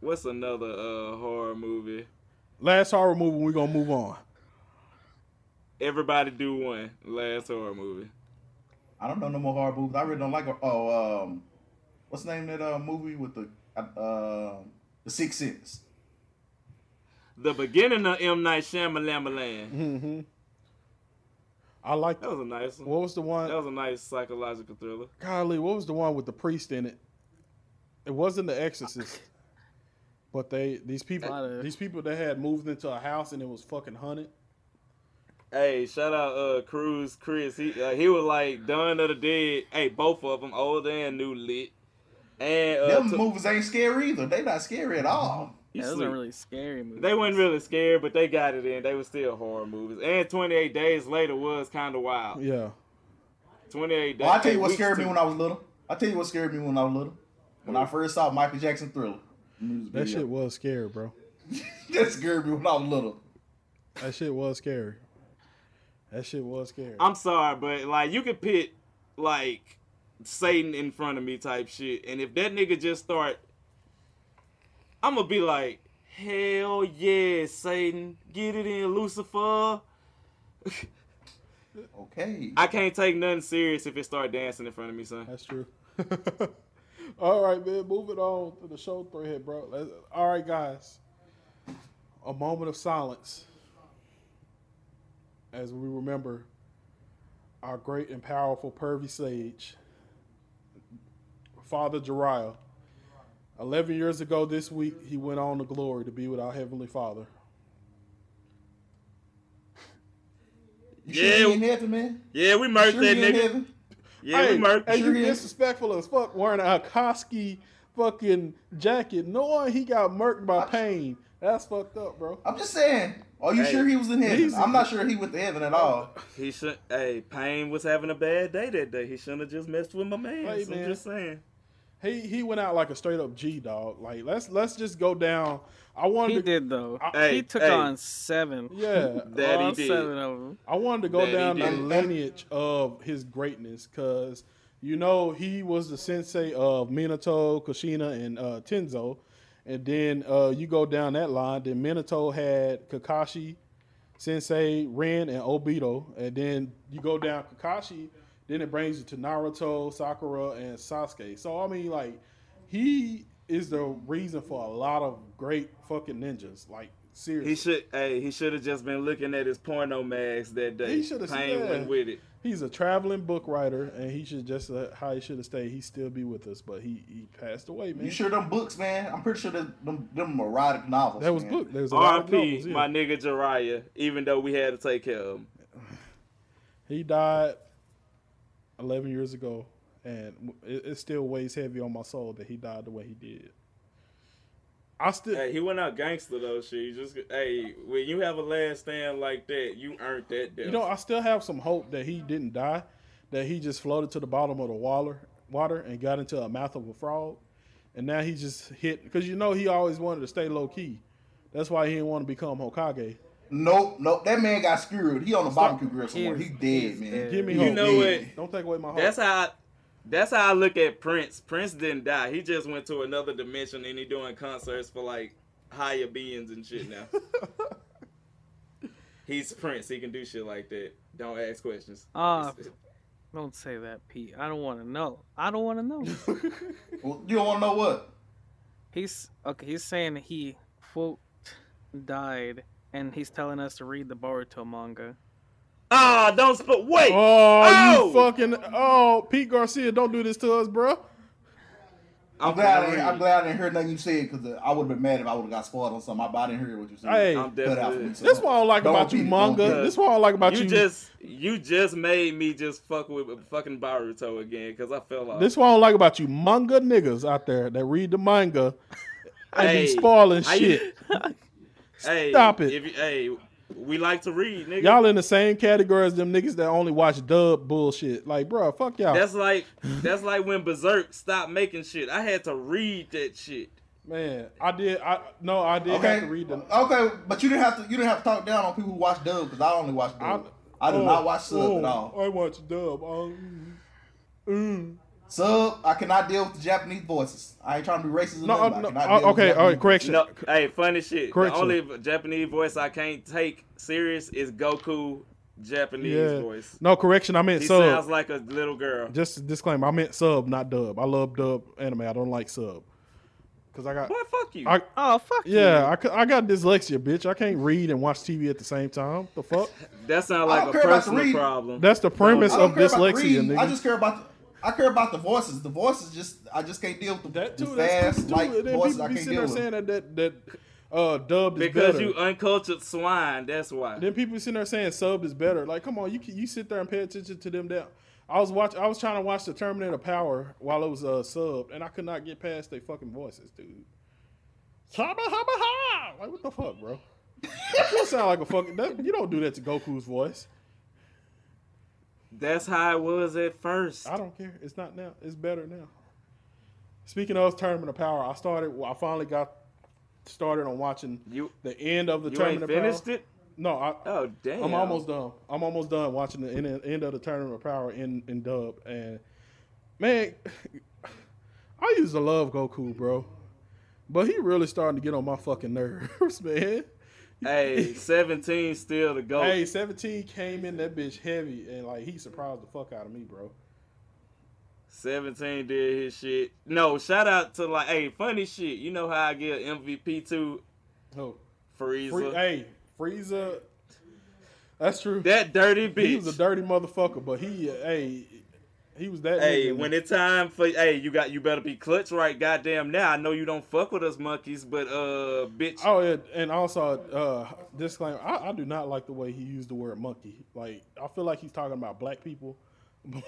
C: What's another uh, horror movie?
B: Last horror movie, we're going to move on.
C: Everybody do one. Last horror movie.
E: I don't know no more horror movies. I really don't like. Oh, um, what's the name of that uh, movie with the uh, the Sixth Sense?
C: The beginning of M Night Shyamalan.
B: Mm-hmm. I like
C: That was a nice one.
B: What was the one?
C: That was a nice psychological thriller.
B: Golly, what was the one with the priest in it? It wasn't The Exorcist, but they these people these people they had moved into a house and it was fucking hunted.
C: Hey, shout out uh Cruz Chris. He uh, he was like Dawn of the Dead. Hey, both of them, old and new lit. And uh,
E: Them
C: to-
E: movies ain't scary either. They not scary at all.
C: You
D: Yeah, those
C: sleep.
D: are really scary movies.
C: They weren't really scared, but they got it in. They were still horror movies. And 28 Days Later was kind of wild.
B: Yeah.
C: 28 Days.
E: Well, I tell you what
C: weeks
E: scared me
C: to-
E: when I was little. I tell you what scared me when I was little. When I first saw Michael Jackson Thriller. Music
B: That
E: video.
B: shit was scary, bro.
E: that scared me when I was little.
B: That shit was scary. That shit was scary.
C: I'm sorry, but like you could pit like Satan in front of me type shit, and if that nigga just start, I'm gonna be like, hell yeah, Satan, get it in, Lucifer.
E: Okay.
C: I can't take nothing serious if it start dancing in front of me, son.
B: That's true. All right, man. Moving on to the show thread, bro. Let's- All right, guys. A moment of silence as we remember our great and powerful pervy sage, Father Jeriah. Eleven years ago this week, he went on to glory to be with our heavenly Father.
E: You sure you in heaven, man?
C: Yeah, we murked
E: sure
C: that
E: you in
C: nigga.
E: heaven?
C: Yeah,
B: hey,
C: we murked.
B: hey, you
E: Sure is.
B: disrespectful as fuck wearing a Koski fucking jacket, knowing he got murked by pain. That's fucked up, bro.
E: I'm just saying. Are you
C: Hey,
E: sure he was in heaven?
B: he's-
E: I'm not sure he was in heaven at all.
C: He should. Hey, Payne was having a bad day that day. He shouldn't have just messed with my man.
B: Hey,
C: so
B: man.
C: I'm just saying.
B: He he went out like a straight up G dog. Like let's let's just go down. I wanted
D: He
B: to
D: did though.
C: Hey,
D: he took
C: hey.
D: on seven.
B: yeah. uh,
C: That
D: all
C: he did.
D: seven of them.
B: I wanted to go
C: That he
B: down the
C: did.
B: lineage of his greatness because you know he was the sensei of Minato, Kushina, and uh, Tenzo, and then uh, you go down that line. Then Minato had Kakashi, Sensei Ren, and Obito, and then you go down Kakashi. Then it brings you to Naruto, Sakura, and Sasuke. So I mean, like he is the reason for a lot of great fucking ninjas. Like seriously,
C: He should. Hey, he should have just been looking at his porno mags that day.
B: He shoulda-
C: Payne
B: yeah.
C: went with it.
B: He's a traveling book writer, and he should just uh, how he should have stayed. He still be with us, but he he passed away, man.
E: You sure them books, man? I'm pretty sure that them them erotic novels.
B: That was
E: man.
B: book. There was a lot of novels,
C: RP,
B: yeah.
C: my nigga Jariah, even though we had to take care of him.
B: He died eleven years ago, and it, it still weighs heavy on my soul that he died the way he did. I still,
C: Hey, he went out gangster though, shit. You just hey, when you have a last stand like that, you earned that death.
B: you know, I still have some hope that he didn't die, that he just floated to the bottom of the water, water, and got into a mouth of a frog, and now he just hit because you know he always wanted to stay low key. That's why he didn't want to become Hokage.
E: Nope, nope. That man got screwed. He on the barbecue grill somewhere.
D: He's-
E: He dead,
D: he's
E: man.
D: dead.
B: Give me
C: You
B: hope.
C: know
E: Yeah.
C: what?
B: Don't take away my hope.
C: That's how. I, that's how I look at Prince. Prince didn't die. He just went to another dimension and he doing concerts for like higher beings and shit now. He's Prince. He can do shit like that. Don't ask questions.
D: Ah,
C: It's-
D: don't say that, Pete. I don't want to know. I don't want to know.
E: Well, you don't want to know what?
D: he's okay. He's saying that he quote died, and he's telling us to read the Boruto manga.
C: Ah, don't sp- wait.
B: Oh,
C: Oh!
B: you fucking! Oh, Pete Garcia, don't do this to us, bro.
E: I'm glad, I, didn't- I'm glad I didn't hear nothing you said because I would have been mad if I would have got spoiled on something. But I didn't hear what you said.
B: Hey,
E: Cut out for me, so
B: this what I don't like
E: don't
B: about you,
E: beat it, don't
B: manga.
E: beat it.
B: This what I don't like about you.
C: just you just made me just fuck with fucking Baruto again because I fell off.
B: This what I don't like about you, manga niggas out there that read the manga and
C: Hey,
B: be spoiling
C: I-
B: shit.
C: hey,
B: Stop it.
C: If you, hey, we like to read, nigga.
B: Y'all in the same category as them niggas that only watch dub bullshit. Like, bruh, fuck y'all.
C: That's like that's like when Berserk stopped making shit. I had to read that shit.
B: Man, I did. I no, I did
E: Okay. Oh.
B: have to read them.
E: Okay, but you didn't have to. You didn't have to talk down on people who watch dub because I only watch dub. I, do
B: Oh,
E: not watch sub
B: oh,
E: at all.
B: I watch dub. Um, mm.
E: Sub, I cannot deal with the Japanese voices. I ain't trying to be racist. or
B: No,
E: nothing,
B: no,
E: but I cannot deal
B: uh,
E: with
B: okay,
E: Japanese
B: all right, correction.
E: voices.
C: Hey, funny shit.
B: Correction.
C: The only Japanese voice I can't take serious is Goku Japanese
B: yeah.
C: voice.
B: No correction. I meant
C: he
B: sub.
C: sounds like a little girl.
B: Just a disclaimer. I meant sub, not dub. I love dub anime. I don't like sub. Cause I got.
C: Boy, fuck you.
B: I,
D: oh fuck.
B: Yeah, I, cou- I got dyslexia, bitch. I can't read and watch TV at the same time. The fuck?
C: That sounds
E: I
C: like
E: don't
C: a
E: care about the
C: personal
E: reading.
C: problem.
B: That's the premise
E: I don't
B: of
E: care about the
B: dyslexia,
E: reading.
B: nigga.
E: I just care about. The, I care about the voices. The voices just. I just can't deal with the,
B: that
E: the
B: too. That's
E: fast
B: stupid.
E: like
B: And then
E: voices.
B: people
E: I
B: be
E: can't
B: sitting
E: deal
B: there
E: with.
B: saying that that that uh, dubbed is
C: because
B: better.
C: you uncultured swine. That's why.
B: Then people sitting there saying subbed is better. Like, come on, you can- you sit there and pay attention to them. That I was watch. I was trying to watch the Terminator Power while it was uh, subbed, and I could not get past their fucking voices, dude. Hubba hubba ha! Like, what the fuck, bro? you don't sound like a fucking. That, you don't do that to Goku's voice.
C: That's how it was at first.
B: I don't care. It's not now. It's better now. Speaking of Tournament of Power, I started. well, I finally got started on watching the end of the
C: you
B: Tournament
C: ain't
B: of Power.
C: finished it?
B: No, I.
C: Oh damn!
B: I'm almost done. I'm almost done watching the end, end of the Tournament of Power in in dub. And man, I used to love Goku, bro, but he really starting to get on my fucking nerves, man.
C: Hey, seventeen still to go.
B: Hey, 17 came in that bitch heavy, and like he surprised the fuck out of me, bro.
C: Seventeen did his shit. No, shout out to like, hey, funny shit. You know how I give MVP to
B: Who?
C: Frieza?
B: Free, hey, Frieza. That's true.
C: That dirty bitch.
B: He was a dirty motherfucker, but he, uh, hey, he was that.
C: Hey,
B: nigga.
C: when it's time for hey, you got you better be clutch right, goddamn. Now I know you don't fuck with us monkeys, but uh, bitch.
B: Oh, yeah, and also uh, disclaimer: I, I do not like the way he used the word monkey. Like, I feel like he's talking about black people.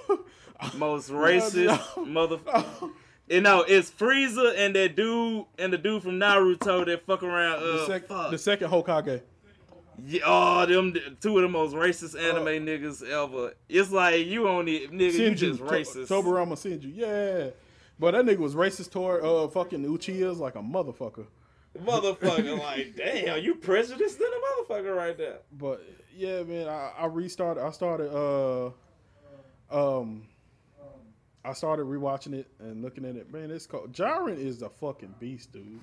C: most racist mother.
B: Oh.
C: You know, it's Frieza and that dude and the dude from Naruto that fuck around. Uh,
B: the, sec- the second Hokage.
C: yeah, oh, them two of the most racist
B: Oh.
C: anime niggas ever. It's like you only nigga, you
B: Senju,
C: just
B: To-
C: racist.
B: Tobirama Senju, yeah. But that nigga was racist toward uh fucking Uchiha's like a motherfucker.
C: motherfucker, like damn, you prejudiced than a motherfucker right there.
B: But yeah, man, I, I restarted. I started. uh Um, I started rewatching it and looking at it. Man, it's called Jiren is a fucking beast, dude.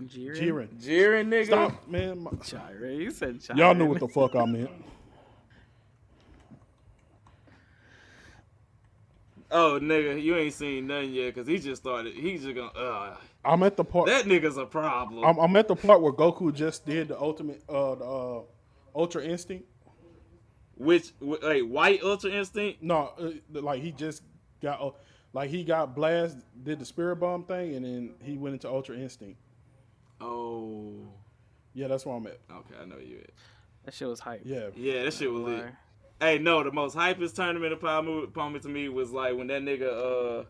B: Jiren,
C: Jiren, nigga.
B: Stop, man. My-
D: Jiren, you said Jiren.
B: Y'all knew what the fuck I meant.
C: Oh nigga, you ain't seen nothing yet because he just started. He's just gonna. Uh,
B: I'm at the part.
C: that nigga's a problem.
B: I'm, I'm at the part where Goku just did the ultimate, uh, the uh, Ultra Instinct.
C: Which wh- wait, White Ultra Instinct?
B: No, uh, like he just got, uh, like he got blast, did the Spirit Bomb thing, and then he went into Ultra Instinct.
C: Oh,
B: Yeah, that's where I'm at.
C: okay, I know you. at.
D: That shit was hype.
B: Yeah.
C: Yeah, that shit was lit. Hey, no, the most hypest tournament of power move, opponent to me was like when that nigga, uh,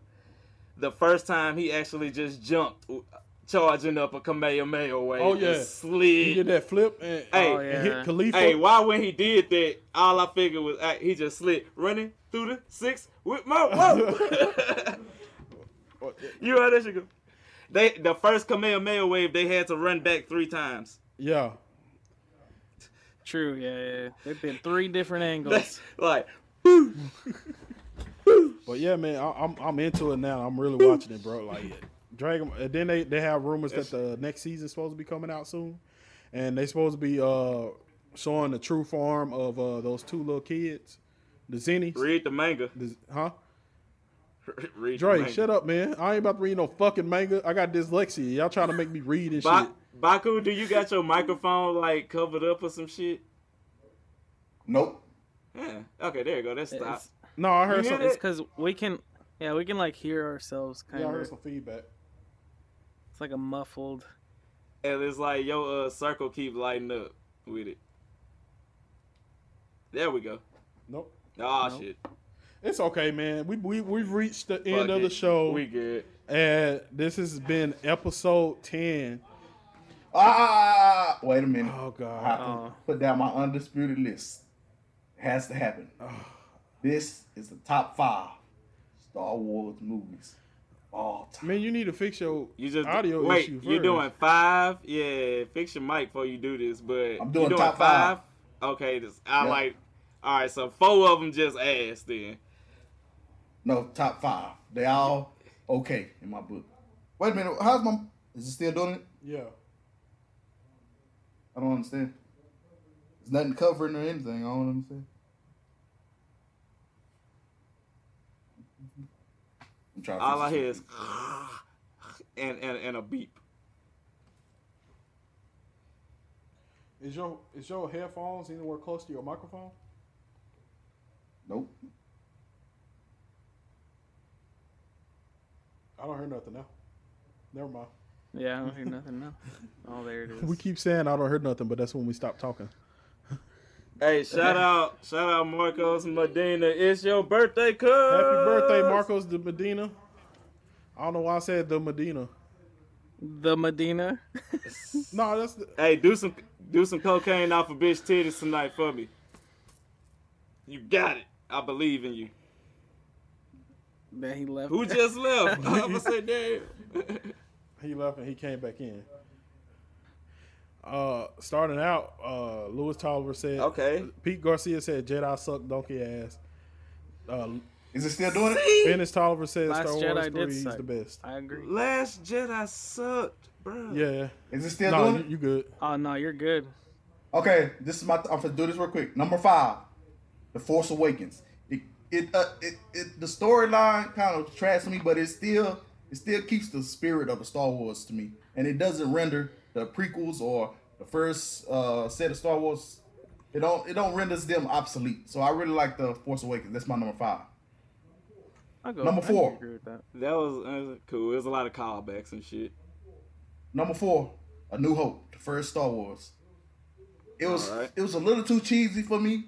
C: the first time he actually just jumped, uh, charging up a Kamehameha way.
B: Oh
C: and
B: yeah,
C: slid.
B: He did that flip and, uh,
D: Oh,
C: Hey,
B: and hit Khalifa.
C: hey, why when he did that, all I figured was hey, he just slid running through the six with my whoa. you heard that shit go. They the first Kamehameha wave they had to run back three times.
B: Yeah.
D: True. Yeah, yeah. They did three different angles.
C: like,
B: But yeah, man, I, I'm I'm into it now. I'm really watching it, bro. Like Dragon. And then they, they have rumors that the next season's supposed to be coming out soon, and they supposed to be uh showing the true form of uh those two little kids, the Zennies.
C: Read the manga.
B: huh?
C: Read the
B: Dre,
C: manga.
B: shut up, man. I ain't about to read no fucking manga. I got dyslexia. Y'all trying to make me read and
C: Ba-
B: shit.
C: Baku, do you got your microphone like covered up or some shit?
E: Nope.
C: Yeah. Okay, there you go. That's stop.
B: No, I
C: heard You hear something. that?
D: It's because we can Yeah, we can like hear ourselves kind
B: Yeah, I
D: of.
B: heard some feedback.
D: It's like a muffled.
C: And it's like your uh, circle keep lighting up with it. There we go.
B: Nope.
C: Ah
B: Nope.
C: shit.
B: It's okay, man. We we we've reached the end
C: Fuck
B: of the
C: it.
B: show.
C: We good.
B: And this has been episode ten.
E: Ah, wait a minute.
B: Oh God.
E: I have to put down my undisputed list. Has to happen. This is the top five Star Wars movies. All time.
B: Man, you need to fix your
C: You just
B: audio
C: wait.
B: issue. First.
C: You're doing five. Yeah, fix your mic before you do this. But
E: I'm doing
C: you doing
E: top
C: five. Okay, this I
E: Yeah.
C: like. All right, so four of them just ass then.
E: No, top five. They all okay in my book. Wait a minute. How's my? Is it still doing it?
B: Yeah.
E: I don't understand. There's nothing covering or anything. I don't understand. I'm trying to
C: All
E: fix
C: I
E: this
C: hear
E: shit.
C: is and and and a beep.
B: Is your is your headphones anywhere close to your microphone?
E: Nope.
B: I don't hear nothing now. Never mind.
D: Yeah, I don't hear nothing now. Oh, there it is.
B: We keep saying I don't hear nothing, but that's when we stop talking.
C: Hey, shout out, shout out, Marcos Medina. It's your birthday, cuz.
B: Happy birthday, Marcos de Medina. I don't know why I said the Medina.
D: The Medina.
B: no, that's the,
C: Hey, do some do some cocaine off a bitch titties tonight for me. You got it. I believe in you.
D: Man, he left.
C: Who just left? I'm gonna say damn.
B: he left and he came back in. Uh, starting out, uh, Lewis Tolliver said,
C: "Okay."
B: Pete Garcia said, "Jedi suck donkey ass." Uh,
E: Is it still doing
C: it?
B: Dennis Tolliver said,
C: Last
B: "Star
C: Jedi
B: Wars
C: did
B: three is
C: suck.
B: the best."
D: I agree.
C: Last Jedi sucked, bro.
B: Yeah.
E: Is it still
B: no,
E: doing
B: you, you good?
D: Oh no, you're good.
E: Okay, this is my. I'm gonna do this real quick. Number five, The Force Awakens. It it uh, it, it the storyline kind of trashed me, but it still it still keeps the spirit of the Star Wars to me, and it doesn't render the prequels or the first uh, set of Star Wars. It don't it don't renders them obsolete. So I really like The Force Awakens. That's my number five.
D: I'll go.
E: Number
D: I
E: four.
D: agree with that.
C: That was uh, cool. It was a lot of callbacks and shit.
E: Number four, A New Hope, the first Star Wars. It was
C: Alright.
E: it was a little too cheesy for me,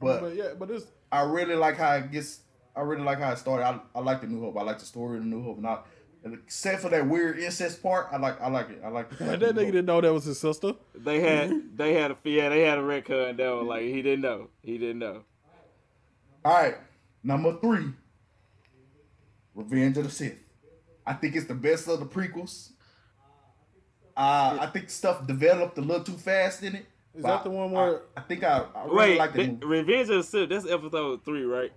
E: but
B: but yeah, but it's
E: I really like how it gets. I really like how it started. I, I like the New Hope. I like the story of the New Hope, and I, except for that weird incest part, I like. I like it. I like.
B: that nigga didn't know that was his sister.
C: They had they had a yeah they had a red card down like he didn't know he didn't know.
E: All right, number three, Revenge of the Sith. I think it's the best of the prequels. Uh, I think stuff developed a little too fast in it.
B: Is
E: but
B: that the one where?
E: I, I think I, I really
C: Wait,
E: like the
C: th-
E: movie.
C: Revenge of the Sith. That's episode three, right?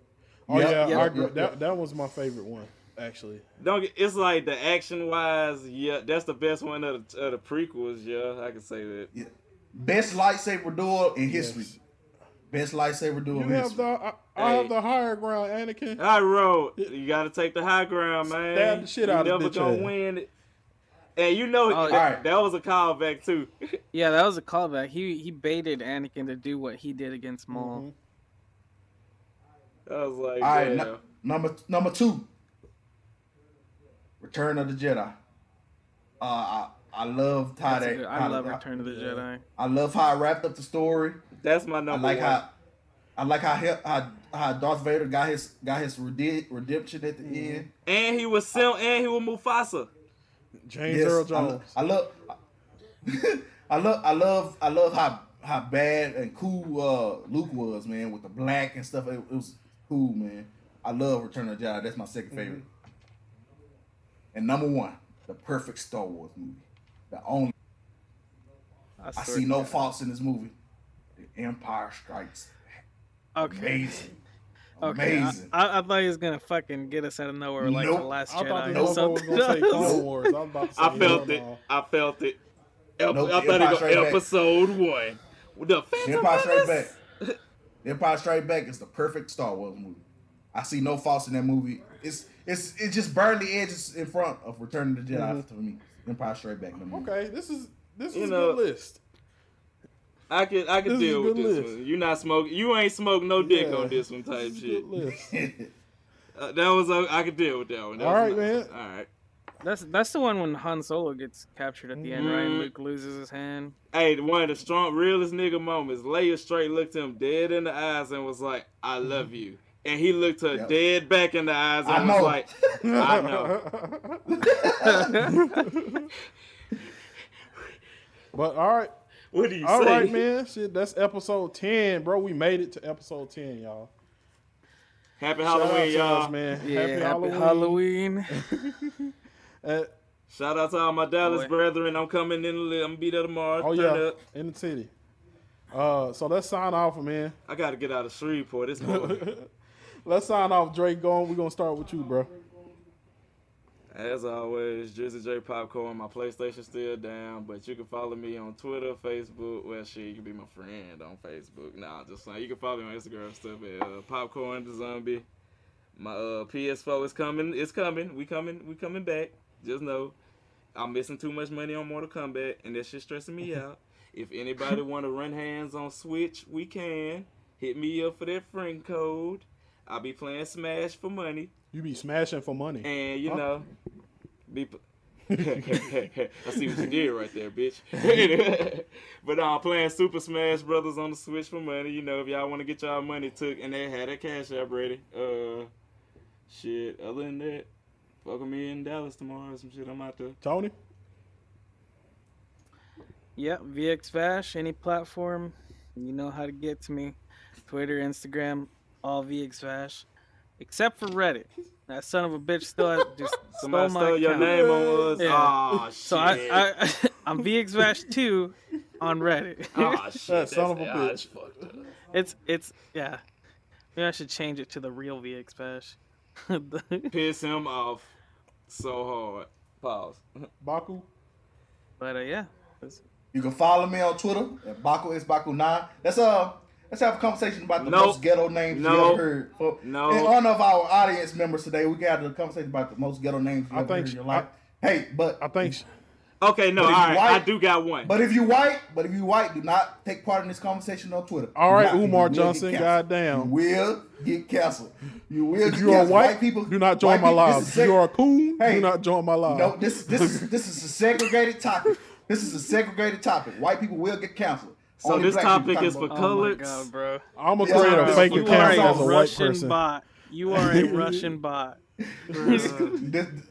B: oh
E: yeah,
B: yeah,
E: yeah,
B: I agree.
E: yeah,
B: that
E: yeah.
B: that was my favorite one actually.
C: Don't get, it's like the action wise, yeah, that's the best one of the, of the prequels. Yeah, I can say that.
E: Best lightsaber duel in history. Best lightsaber duel
B: You
E: in
B: have the
E: history.
B: I, I have
C: Hey.
B: the higher ground, Anakin.
C: I wrote, you got to take the high ground, man.
B: Stab the shit
C: you
B: out of
C: never
B: bitch
C: gonna
B: ass.
C: win it. And you know
D: Oh,
C: that,
D: alright.
C: that was a callback too.
D: Yeah, that was a callback. He he baited Anakin to do what he did against Maul.
C: I was like,
E: Mm-hmm. All right,
C: yeah.
E: nu- number number two, Return of the Jedi. Uh, I I loved how
D: That's a
E: they.
D: good- I
E: how-
D: love
E: how-
D: Return of the Jedi.
E: I love how I wrapped up the story.
C: that's my
E: I
C: number
E: like
C: one.
E: how. I like how, he, how how Darth Vader got his got his rede- redemption at the
D: Mm-hmm.
E: end.
C: and he was Sim, and he was Mufasa.
B: James
E: Yes,
B: Earl
E: I lo-
B: Jones.
E: I love, I love, I love, I love how how bad and cool uh, Luke was, man, with the black and stuff. It, it was cool, man. I love Return of the Jedi. That's my 2nd favorite. And number one, the perfect Star Wars movie. The only I
D: swear
E: see
D: to
E: no
D: God.
E: faults in this movie. The Empire Strikes.
D: Okay.
E: Amazing.
D: Okay, I-
E: Amazing.
D: I, I thought he was gonna fucking get us out of nowhere like the
E: Nope.
D: last
B: I thought
D: Jedi.
B: this
D: or
B: motherfucker was
D: something.
B: gonna say Clone Wars. I was about to say
C: I felt
B: hell
C: it.
B: no.
C: I felt it. Ep-
E: Nope,
C: I thought
E: Empire
C: it
E: Strikes
C: go
E: Back.
C: episode one. The
E: The
C: Phantom
E: Empire Strikes
C: Menace.
E: Back. The Empire Strikes Back is the perfect Star Wars movie. I see no faults in that movie. It's it's it just burned the edges in front of Return of the Jedi for me. Empire Strikes Back. the movie.
B: Mm-hmm. Okay, this is this
C: You
B: is
C: know,
B: a good list.
C: I could I could
B: This is a
C: deal with
B: good
C: this
B: list.
C: one. You not smoke. You ain't smoke no dick
B: Yeah.
C: on this one type shit.
B: List.
C: Uh, that was uh, I could deal with that one. That
D: All
C: was
D: right,
C: nice. All right.
D: That's that's the one when Han Solo gets captured at the end, right?
C: Mhm.
D: Luke loses his hand.
C: Hey, one of the strong, realest nigga moments. Leia straight looked him dead in the eyes and was like, "I love you," and he looked her
E: Mm-hmm. Yep.
C: dead back in the eyes and
E: I
C: was
E: know.
C: like, "I know."
B: But all right.
C: What do you
B: All
C: say?
B: right, man. Shit, that's episode 10, bro. We made it to episode 10, y'all.
C: Happy
B: Shout out
C: Halloween,
B: to
C: y'all,
B: us, man.
D: Yeah,
B: happy,
D: happy
B: Halloween.
C: Shout out to all my Dallas
B: Boy.
C: brethren. I'm coming in. a little- I'm gonna be there tomorrow.
B: Oh,
C: Turn
B: yeah.
C: up.
B: In the city. Uh, so let's sign off, man.
C: I gotta get out of Shreveport. It's morning.
B: Let's sign off, Drake. Going. We're going to start with you, bro.
C: As always, Drizzy J Popcorn. My PlayStation still down, but you can follow me on Twitter, Facebook. Well, shit, you can be my friend on Facebook. Nah, just saying. You can follow me on Instagram and stuff at uh, Popcorn the Zombie. My uh, PS4 is coming. It's coming. We coming. We coming back. Just know, I'm missing too much money on Mortal Kombat, and that shit stressing me out. If anybody want to run hands on Switch, we can. Hit me up for that friend code. I'll be playing Smash for money.
B: You be smashing for money.
C: And you
B: Huh?
C: know, be. p- I see what you did right there, bitch. but I'm playing Super Smash Brothers on the Switch for money. You know, if y'all want to get y'all money took, and they had that cash app ready. Uh, shit. Other than that, fuck with me in Dallas tomorrow. or Some shit. I'm out there.
B: Tony.
D: Yep, VX Vash, any platform, you know how to get to me. Twitter, Instagram, all VX Vash, except for Reddit. That son of a bitch still has- just
C: Somebody
D: stole my
C: stole your
D: account.
C: name on us. Aw,
D: So I,
C: Oh, shit.
D: I I'm VX Vash two on Reddit.
C: Aw, shit, That son that's- of a ah, bitch. that's
D: It's it's yeah. Maybe I should change it to the real VX Vash.
C: Piss him off so hard. Pause.
B: Baku.
D: But uh, yeah.
E: You can follow me on Twitter at Baku is Baku Nine. Let's uh let's have a conversation about the
C: Nope.
E: most ghetto names you
C: Nope.
E: ever heard. For-
C: Nope.
E: In honor of our audience members today, we got a conversation about the most ghetto names you
B: I
E: ever
B: think
E: heard in
B: sh-
E: your life. hey, but I
B: think.
C: Okay, no,
E: But
C: all
E: if you
C: right. I
E: white-
C: do got one.
E: But if you white, but if you white, do not take part in this conversation on Twitter.
B: All
E: Do
B: right,
E: not. You
B: Umar
E: will get
B: Johnson.
E: canceled.
B: Goddamn.
E: You will get canceled. You will.
B: If
E: get
B: you are
E: canceled.
B: white, people, do not join my
E: people- this
B: live.
E: is
B: If
E: sec-
B: you are a coon, do not join my live.
E: No, this this is this is a segregated topic. This is a segregated topic. White people will get canceled.
C: So
E: Only
C: this
E: black people
C: topic
E: talk
C: is
E: about-
C: for coloreds? Oh my God,
D: bro.
B: I'm
E: Yeah,
B: gonna create a
E: bro.
B: fake
E: You
B: account
E: are a
B: as a white
D: Russian
B: person.
D: bot. You are a Russian bot.
E: this,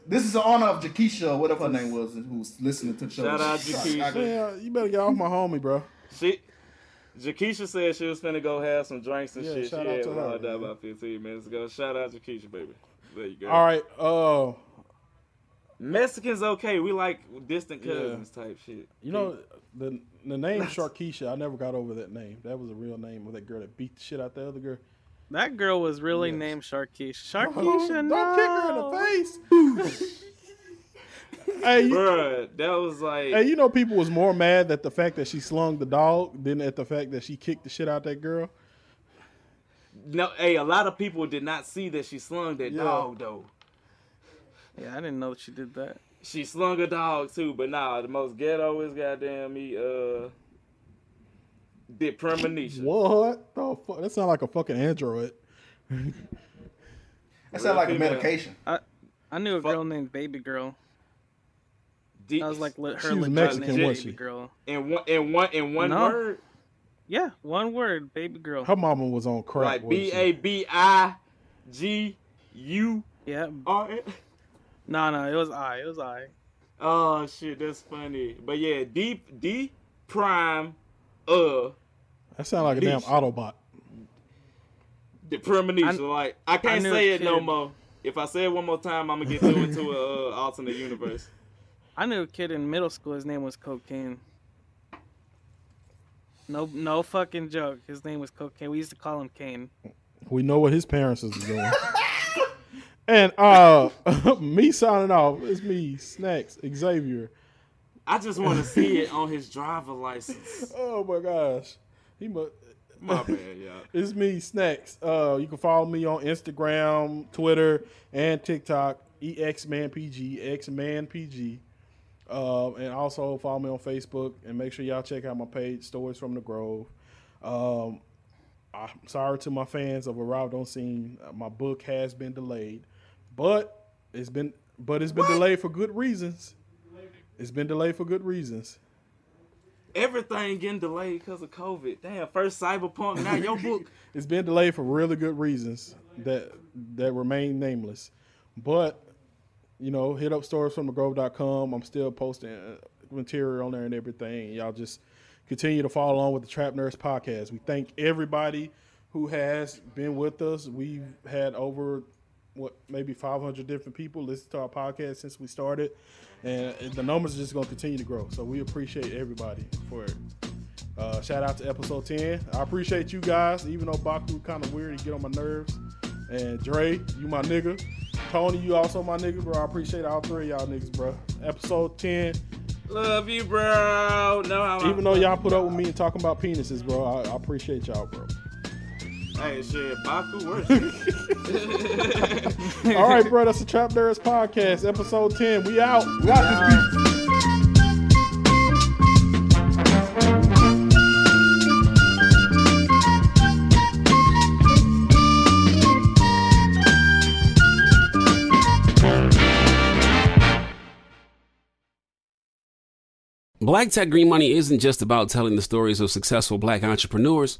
E: this is in honor of Jakisha, whatever her name was, who's listening to the show.
C: Shout out
E: I- I-
B: Yeah, you better get off my homie, bro.
C: She, Jakisha said she was finna go have some drinks and
B: Yeah,
C: shit.
B: shout
C: she
B: out
C: had
B: to her,
C: all that about 15 minutes ago. Shout out Jakisha, baby. There you go.
B: All right, uh,
C: Mexicans okay. We like distant
B: Yeah.
C: cousins type shit.
B: you know the the name Sharkeisha. I never got over that name. That was a real name of that girl that beat the shit out the other girl.
D: That girl was really named Sharkeisha.
B: Don't
D: Sharkeisha,
B: kick her in
D: no.
B: the face.
C: hey, bruh, that was like.
B: Hey, you know people was more mad at the fact that she slung the dog than at the fact that she kicked the shit out that girl.
C: No, hey, a lot of people did not see that she slung that
B: Yeah.
C: dog though.
D: Yeah, I didn't know she did that.
C: She slung a dog too, but nah, the most ghetto is goddamn me. Uh, did premonition.
B: What the fuck? That sound like a fucking android.
E: That sound like a medication.
D: I, I knew a girl named Baby Girl.
C: That
D: was like le- her
B: She was
D: legit
B: Mexican,
D: name,
B: wasn't
D: Baby
B: she?
D: Girl.
C: In one, in one, in one
D: No.
C: word,
D: Yeah, one word, Baby Girl.
B: Her mama was on crack.
C: like
B: wasn't
C: B
B: she?
C: A B I G U
D: Yeah.
C: R. N.
D: No, no, it was I. It was I.
C: Oh shit, that's funny. But yeah, D D prime uh
B: That sound like a damn
C: Beast.
B: Autobot.
C: the premonition. like I
D: I
C: can't
D: knew
C: say
D: a
C: it no
D: kid-
C: more. If I say it one more time, I'm gonna get through into a uh, alternate universe.
D: I knew a kid in middle school. His name was Cocaine. No, no fucking joke. His name was Cocaine. We used to call him Kane.
B: We know what his parents is doing. and uh me signing off. It's me, Snacks, Xavier.
C: I just want to see it on his driver license.
B: Oh my gosh. He must
C: My bad, yeah.
B: It's me, Snacks. Uh you can follow me on Instagram, Twitter, and TikTok, E EXManPG, XManPG. Um, and also follow me on Facebook and make sure y'all check out my page, Stories from the Grove. Um, I'm sorry to my fans of arrived on scene. Uh, My book has been delayed, but it's been but it's been delayed for good reasons. It's been delayed for good reasons.
C: Everything getting delayed because of COVID. Damn, first Cyberpunk, now your book.
B: It's been delayed for really good reasons that that remain nameless. But you know, hit up stories from thegrove.com. I'm still posting uh, material on there and everything. Y'all just continue to follow along with the Trap Nurse podcast. We thank everybody who has been with us. We've had over what maybe 500 different people listen to our podcast since we started, and the numbers are just going to continue to grow. So we appreciate everybody for it. Uh, shout out to episode 10. I appreciate you guys, even though Baku kind of weird, he get on my nerves. And Dre, you my nigga. Tony, you also my nigga, bro. I appreciate all three of y'all niggas, bro. Episode 10.
C: Love you, bro. No, I'm
B: Even though y'all put up with me and talking about penises, bro, I, I appreciate y'all, bro.
C: Hey, shit, Baku worse.
B: All right, bro, that's the Trap Nerds Podcast, episode 10. We out. We out this beat.
A: Black Tech Green Money isn't just about telling the stories of successful black entrepreneurs.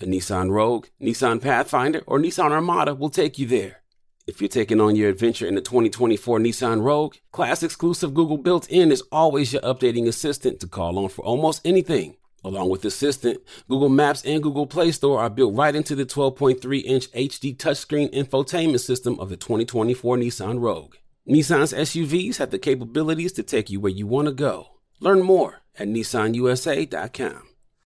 A: A Nissan Rogue, Nissan Pathfinder, or Nissan Armada will take you there. If you're taking on your adventure in the 2024 Nissan Rogue, class exclusive Google built in is always your updating assistant to call on for almost anything. Along with Assistant, Google Maps and Google Play Store are built right into the 12.3 inch HD touchscreen infotainment system of the 2024 Nissan Rogue. Nissan's SUVs have the capabilities to take you where you want to go. Learn more at nissanusa.com.